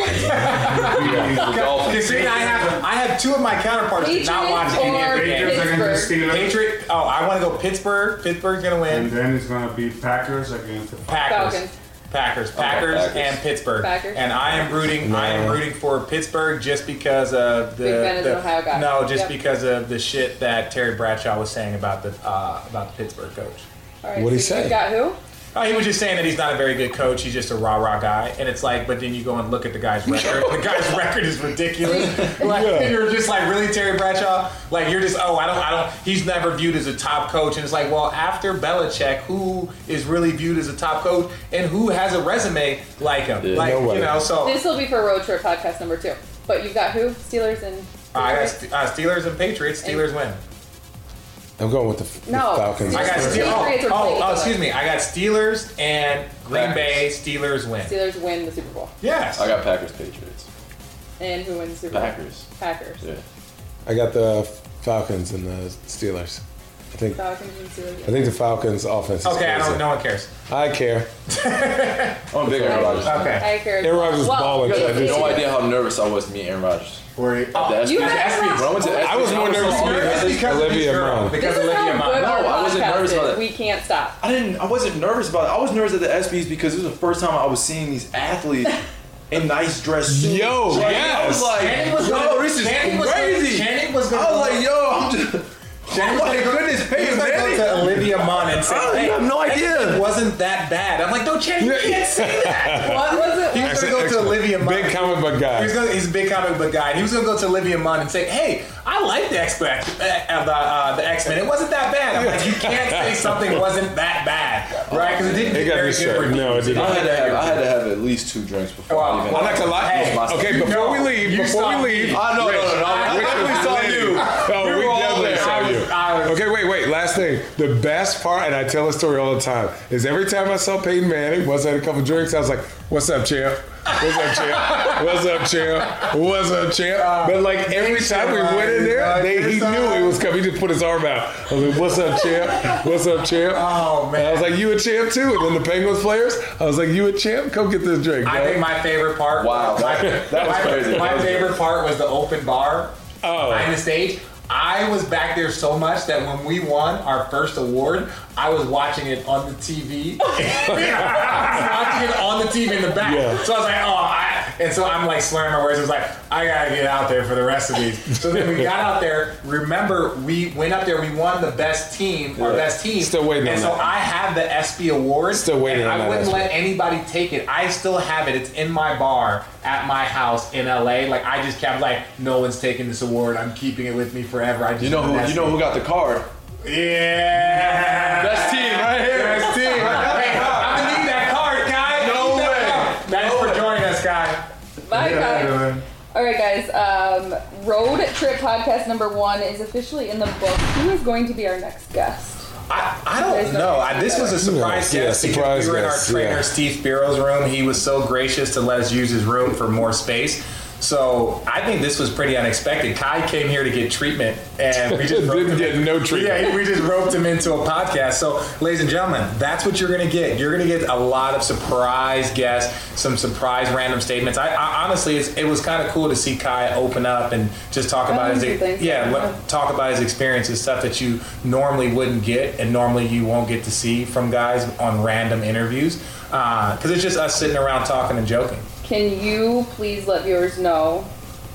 [SPEAKER 4] the Dolphins.
[SPEAKER 1] Because see, I have I have two of my counterparts that not watch any of
[SPEAKER 2] Patriots
[SPEAKER 1] the games.
[SPEAKER 2] or
[SPEAKER 5] Patriots against the
[SPEAKER 2] Pittsburgh.
[SPEAKER 5] Steelers.
[SPEAKER 1] Patriot. Oh, I want to go Pittsburgh. Pittsburgh's gonna
[SPEAKER 5] And
[SPEAKER 1] win.
[SPEAKER 5] then it's gonna be Packers against the
[SPEAKER 1] Packers.
[SPEAKER 2] Falcons.
[SPEAKER 1] Packers, Packers,
[SPEAKER 4] Packers.
[SPEAKER 1] and Pittsburgh,
[SPEAKER 2] Packers.
[SPEAKER 1] and I am rooting. I am rooting for Pittsburgh just because of the.
[SPEAKER 2] Big Ben is
[SPEAKER 1] the-
[SPEAKER 2] an Ohio guy.
[SPEAKER 1] No, just
[SPEAKER 2] Yep.
[SPEAKER 1] because of the shit that Terry Bradshaw was saying about the uh, about the Pittsburgh coach.
[SPEAKER 2] All right.
[SPEAKER 3] What'd he
[SPEAKER 2] so
[SPEAKER 3] say?
[SPEAKER 2] You got who?
[SPEAKER 1] Oh, he was just saying that he's not a very good coach. He's just a rah rah guy, and it's like, but then you go and look at the guy's record. the guy's record is ridiculous. Like
[SPEAKER 3] Yeah.
[SPEAKER 1] you're just like, really, Terry Bradshaw? Like you're just, oh, I don't, I don't. He's never viewed as a top coach, and it's like, well, after Belichick, who is really viewed as a top coach, and who has a resume like him? like
[SPEAKER 3] no way.
[SPEAKER 1] you know, so
[SPEAKER 2] This will be for road trip podcast number two. But you've got who? Steelers and.
[SPEAKER 1] I got Ste- uh, Steelers and Patriots. Steelers win.
[SPEAKER 3] I'm going with the, f- the
[SPEAKER 2] No.
[SPEAKER 3] Falcons.
[SPEAKER 1] I got
[SPEAKER 2] Steelers
[SPEAKER 1] Steelers. Oh,
[SPEAKER 2] Patriots are playing
[SPEAKER 1] oh,
[SPEAKER 2] each other.
[SPEAKER 1] oh, excuse me. I got Steelers and Green Bay. Steelers win.
[SPEAKER 2] Steelers win the Super Bowl.
[SPEAKER 1] Yes.
[SPEAKER 4] I got Packers Patriots.
[SPEAKER 2] And who wins the Super Bowl?
[SPEAKER 4] Packers.
[SPEAKER 2] Packers.
[SPEAKER 4] Yeah.
[SPEAKER 3] I got the Falcons and the Steelers. I think I
[SPEAKER 2] Falcons and Steelers.
[SPEAKER 3] think the Falcons offense is
[SPEAKER 1] Okay, I
[SPEAKER 3] crazy.
[SPEAKER 1] don't. No one cares.
[SPEAKER 3] I care.
[SPEAKER 4] I'm a big Aaron Rodgers. fan.
[SPEAKER 1] Okay.
[SPEAKER 2] I care. as
[SPEAKER 3] Aaron
[SPEAKER 2] well.
[SPEAKER 3] Rodgers is
[SPEAKER 2] Well,
[SPEAKER 3] balling, so I
[SPEAKER 4] You
[SPEAKER 3] just-
[SPEAKER 4] have no idea how nervous I was to meet Aaron Rodgers.
[SPEAKER 5] Wait,
[SPEAKER 4] The SB
[SPEAKER 2] You had Aaron Rodgers.
[SPEAKER 4] When I went to SB,
[SPEAKER 3] I was more nervous
[SPEAKER 4] so
[SPEAKER 3] to meet
[SPEAKER 4] nervous.
[SPEAKER 3] him. Olivia Munn.
[SPEAKER 2] This
[SPEAKER 1] Because
[SPEAKER 2] is
[SPEAKER 1] Olivia
[SPEAKER 2] how good
[SPEAKER 1] Munn.
[SPEAKER 2] our
[SPEAKER 4] No, I wasn't
[SPEAKER 2] podcast
[SPEAKER 4] nervous
[SPEAKER 2] is.
[SPEAKER 4] about it.
[SPEAKER 2] We can't stop.
[SPEAKER 4] I didn't. I wasn't nervous about it. I was nervous at the ESPYS because it was the first time I was seeing these athletes in nice dress suits.
[SPEAKER 3] Yo,
[SPEAKER 4] Like, I
[SPEAKER 3] yes.
[SPEAKER 4] was like,
[SPEAKER 1] Channing was
[SPEAKER 4] yo,
[SPEAKER 1] gonna-
[SPEAKER 4] this is
[SPEAKER 1] Channing was gonna-
[SPEAKER 4] crazy.
[SPEAKER 1] Channing was oh gonna
[SPEAKER 4] I was
[SPEAKER 1] go-
[SPEAKER 4] like, yo, I'm just.
[SPEAKER 1] Jenny,
[SPEAKER 4] my goodness, Peyton Manning.
[SPEAKER 1] to Olivia Munn and say,
[SPEAKER 4] I don't-
[SPEAKER 1] hey,
[SPEAKER 4] you have no
[SPEAKER 1] it
[SPEAKER 4] idea.
[SPEAKER 1] wasn't that bad. I'm like, no, Channing, you can't say that.
[SPEAKER 2] What was
[SPEAKER 1] He
[SPEAKER 2] it?
[SPEAKER 1] was going to go to Olivia Munn.
[SPEAKER 3] Big comic book
[SPEAKER 1] He
[SPEAKER 3] guy.
[SPEAKER 1] was gonna, he's a big comic book guy. And he was going to go to Olivia Munn and say, hey, I like the X Men. Uh, the, uh, the X Men. It wasn't that bad. I'm like, you can't say something wasn't that bad, right? Because it didn't
[SPEAKER 3] It
[SPEAKER 1] get
[SPEAKER 3] got
[SPEAKER 1] very
[SPEAKER 3] me
[SPEAKER 1] good
[SPEAKER 3] shook.
[SPEAKER 1] reviews.
[SPEAKER 3] No, it didn't.
[SPEAKER 4] I had to have. I had to have at least two drinks before.
[SPEAKER 1] Wow.
[SPEAKER 4] I even-
[SPEAKER 1] I'm
[SPEAKER 3] not gonna lie.
[SPEAKER 4] It was my-
[SPEAKER 3] Okay, before we leave,
[SPEAKER 1] You
[SPEAKER 3] before
[SPEAKER 1] saw
[SPEAKER 3] we leave,
[SPEAKER 1] me.
[SPEAKER 4] I know, no, no, no. I
[SPEAKER 1] Rich
[SPEAKER 4] definitely saw you.
[SPEAKER 3] Oh,
[SPEAKER 4] We
[SPEAKER 3] we,
[SPEAKER 4] were all
[SPEAKER 3] definitely
[SPEAKER 4] there.
[SPEAKER 3] saw
[SPEAKER 1] I
[SPEAKER 3] you.
[SPEAKER 1] was- I was-
[SPEAKER 3] okay, wait, wait. Last thing. The best part, and I tell this story all the time, is every time I saw Peyton Manning, once I had a couple drinks, I was like, "What's up, champ? What's up, champ? What's up, champ? What's up, champ?" But like every time we went in there, they, he knew it was coming. He just put his arm out. I was like, "What's up, champ? What's up, champ?"
[SPEAKER 1] Oh, man.
[SPEAKER 3] And I was like, "You a champ too?" And then the Penguins players, I was like, "You a champ? Come get this drink."
[SPEAKER 1] I
[SPEAKER 3] bro."
[SPEAKER 1] think my favorite part.
[SPEAKER 4] Wow,
[SPEAKER 1] my,
[SPEAKER 4] that- that was
[SPEAKER 1] my-
[SPEAKER 4] crazy.
[SPEAKER 1] My
[SPEAKER 4] That was
[SPEAKER 1] favorite part was the open bar
[SPEAKER 3] Oh.
[SPEAKER 1] behind the stage. I was back there so much that when we won our first award, I was watching it on the TV. I was watching it on the TV in the back.
[SPEAKER 3] Yeah.
[SPEAKER 1] So I was like, oh, I, and so I'm like slurring my words. I was like, I gotta get out there for the rest of these. So then we got out there. Remember, we went up there. We won the best team, our
[SPEAKER 4] Yeah.
[SPEAKER 1] best team.
[SPEAKER 3] Still waiting
[SPEAKER 1] And
[SPEAKER 3] on
[SPEAKER 1] so
[SPEAKER 3] that.
[SPEAKER 1] I have the SB award.
[SPEAKER 3] Still waiting
[SPEAKER 1] and
[SPEAKER 3] on
[SPEAKER 1] I
[SPEAKER 3] that
[SPEAKER 1] wouldn't
[SPEAKER 3] SB.
[SPEAKER 1] let anybody take it. I still have it. It's in my bar at my house in LA. Like I just kept like, no one's taking this award. I'm keeping it with me forever. I just
[SPEAKER 4] You know who? You know who got the card?
[SPEAKER 1] Yeah.
[SPEAKER 4] Best team right here.
[SPEAKER 1] Best team. Hey, I'm gonna need that card, guy.
[SPEAKER 4] No
[SPEAKER 1] Need that
[SPEAKER 4] way.
[SPEAKER 1] card. Thanks for joining us, guy.
[SPEAKER 2] Bye, guys.
[SPEAKER 5] yeah,
[SPEAKER 2] All right, guys. Um, road trip podcast number one is officially in the book. Who is going to be our next guest?
[SPEAKER 1] I, I
[SPEAKER 2] There's
[SPEAKER 1] don't
[SPEAKER 2] no
[SPEAKER 1] know. I, this was a surprise
[SPEAKER 3] Yeah,
[SPEAKER 1] guest.
[SPEAKER 3] yeah,
[SPEAKER 1] because
[SPEAKER 3] surprise
[SPEAKER 1] we were
[SPEAKER 3] guest,
[SPEAKER 1] in our
[SPEAKER 3] yeah.
[SPEAKER 1] trainer Steve Spiro's room. He was so gracious to let us use his room for more space. So I think this was pretty unexpected. Kai came here to get treatment, and we just roped
[SPEAKER 3] Didn't
[SPEAKER 1] him
[SPEAKER 3] get
[SPEAKER 1] in-
[SPEAKER 3] no treatment.
[SPEAKER 1] Yeah, we just roped him into a podcast. So, ladies and gentlemen, that's what you're going to get. You're going to get a lot of surprise guests, some surprise random statements. I, I honestly, it's, it was kind of cool to see Kai open up and just talk about his
[SPEAKER 2] do things
[SPEAKER 1] yeah,
[SPEAKER 2] like
[SPEAKER 1] what-
[SPEAKER 2] that.
[SPEAKER 1] talk about his experiences, stuff that you normally wouldn't get and normally you won't get to see from guys on random interviews. Because it's just us sitting around talking and joking.
[SPEAKER 2] Can you please let viewers know,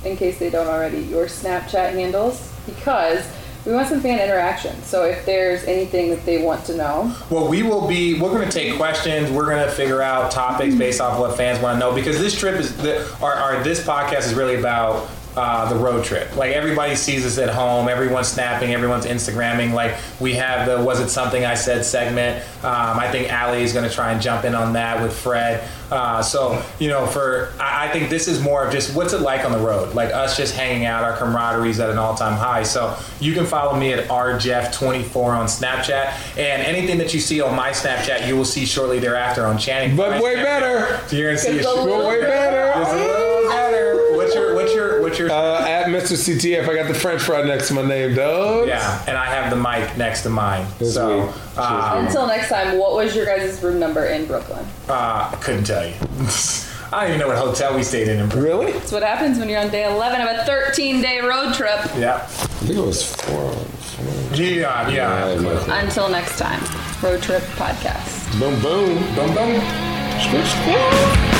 [SPEAKER 2] in case they don't already, your Snapchat handles? Because we want some fan interaction. So if there's anything that they want to know,
[SPEAKER 1] Well, we will be. We're going to take questions. We're going to figure out topics based off what fans want to know because this trip is the, our, our this podcast is really about. Uh, the road trip. Like everybody sees us at home, everyone's snapping, everyone's Instagramming. Like we have the Was It Something I Said segment. Um, I think Allie is going to try and jump in on that with Fred. Uh, so, you know, for I, I think this is more of just what's it like on the road? Like us just hanging out, our camaraderie is at an all time high. So you can follow me at rjeff24 on Snapchat. And anything that you see on my Snapchat, you will see shortly thereafter on Channing.
[SPEAKER 3] But
[SPEAKER 1] Frye's
[SPEAKER 3] way
[SPEAKER 1] Snapchat.
[SPEAKER 3] better.
[SPEAKER 1] So you're going to see a
[SPEAKER 2] It's a
[SPEAKER 1] short-
[SPEAKER 3] But way
[SPEAKER 1] It's a
[SPEAKER 3] better.
[SPEAKER 1] little better. What's your, what's your, what's your.
[SPEAKER 3] Uh, at Mr. CTF, I got the French fry next to my name, dog.
[SPEAKER 1] yeah, and I have the mic next to mine.
[SPEAKER 3] This week.
[SPEAKER 1] So uh,
[SPEAKER 2] until next time, what was your guys' room number in Brooklyn?
[SPEAKER 1] uh, couldn't tell you. I don't even know what hotel we stayed in. in Brooklyn.
[SPEAKER 3] Really?
[SPEAKER 2] That's what happens when you're on day 11 of a 13 day road trip.
[SPEAKER 1] Yeah.
[SPEAKER 3] I think it was four. four-
[SPEAKER 1] Yeah, yeah.
[SPEAKER 2] Until next time, Road Trip Podcast.
[SPEAKER 3] Boom, boom.
[SPEAKER 1] Boom, boom.
[SPEAKER 3] Squish, squish.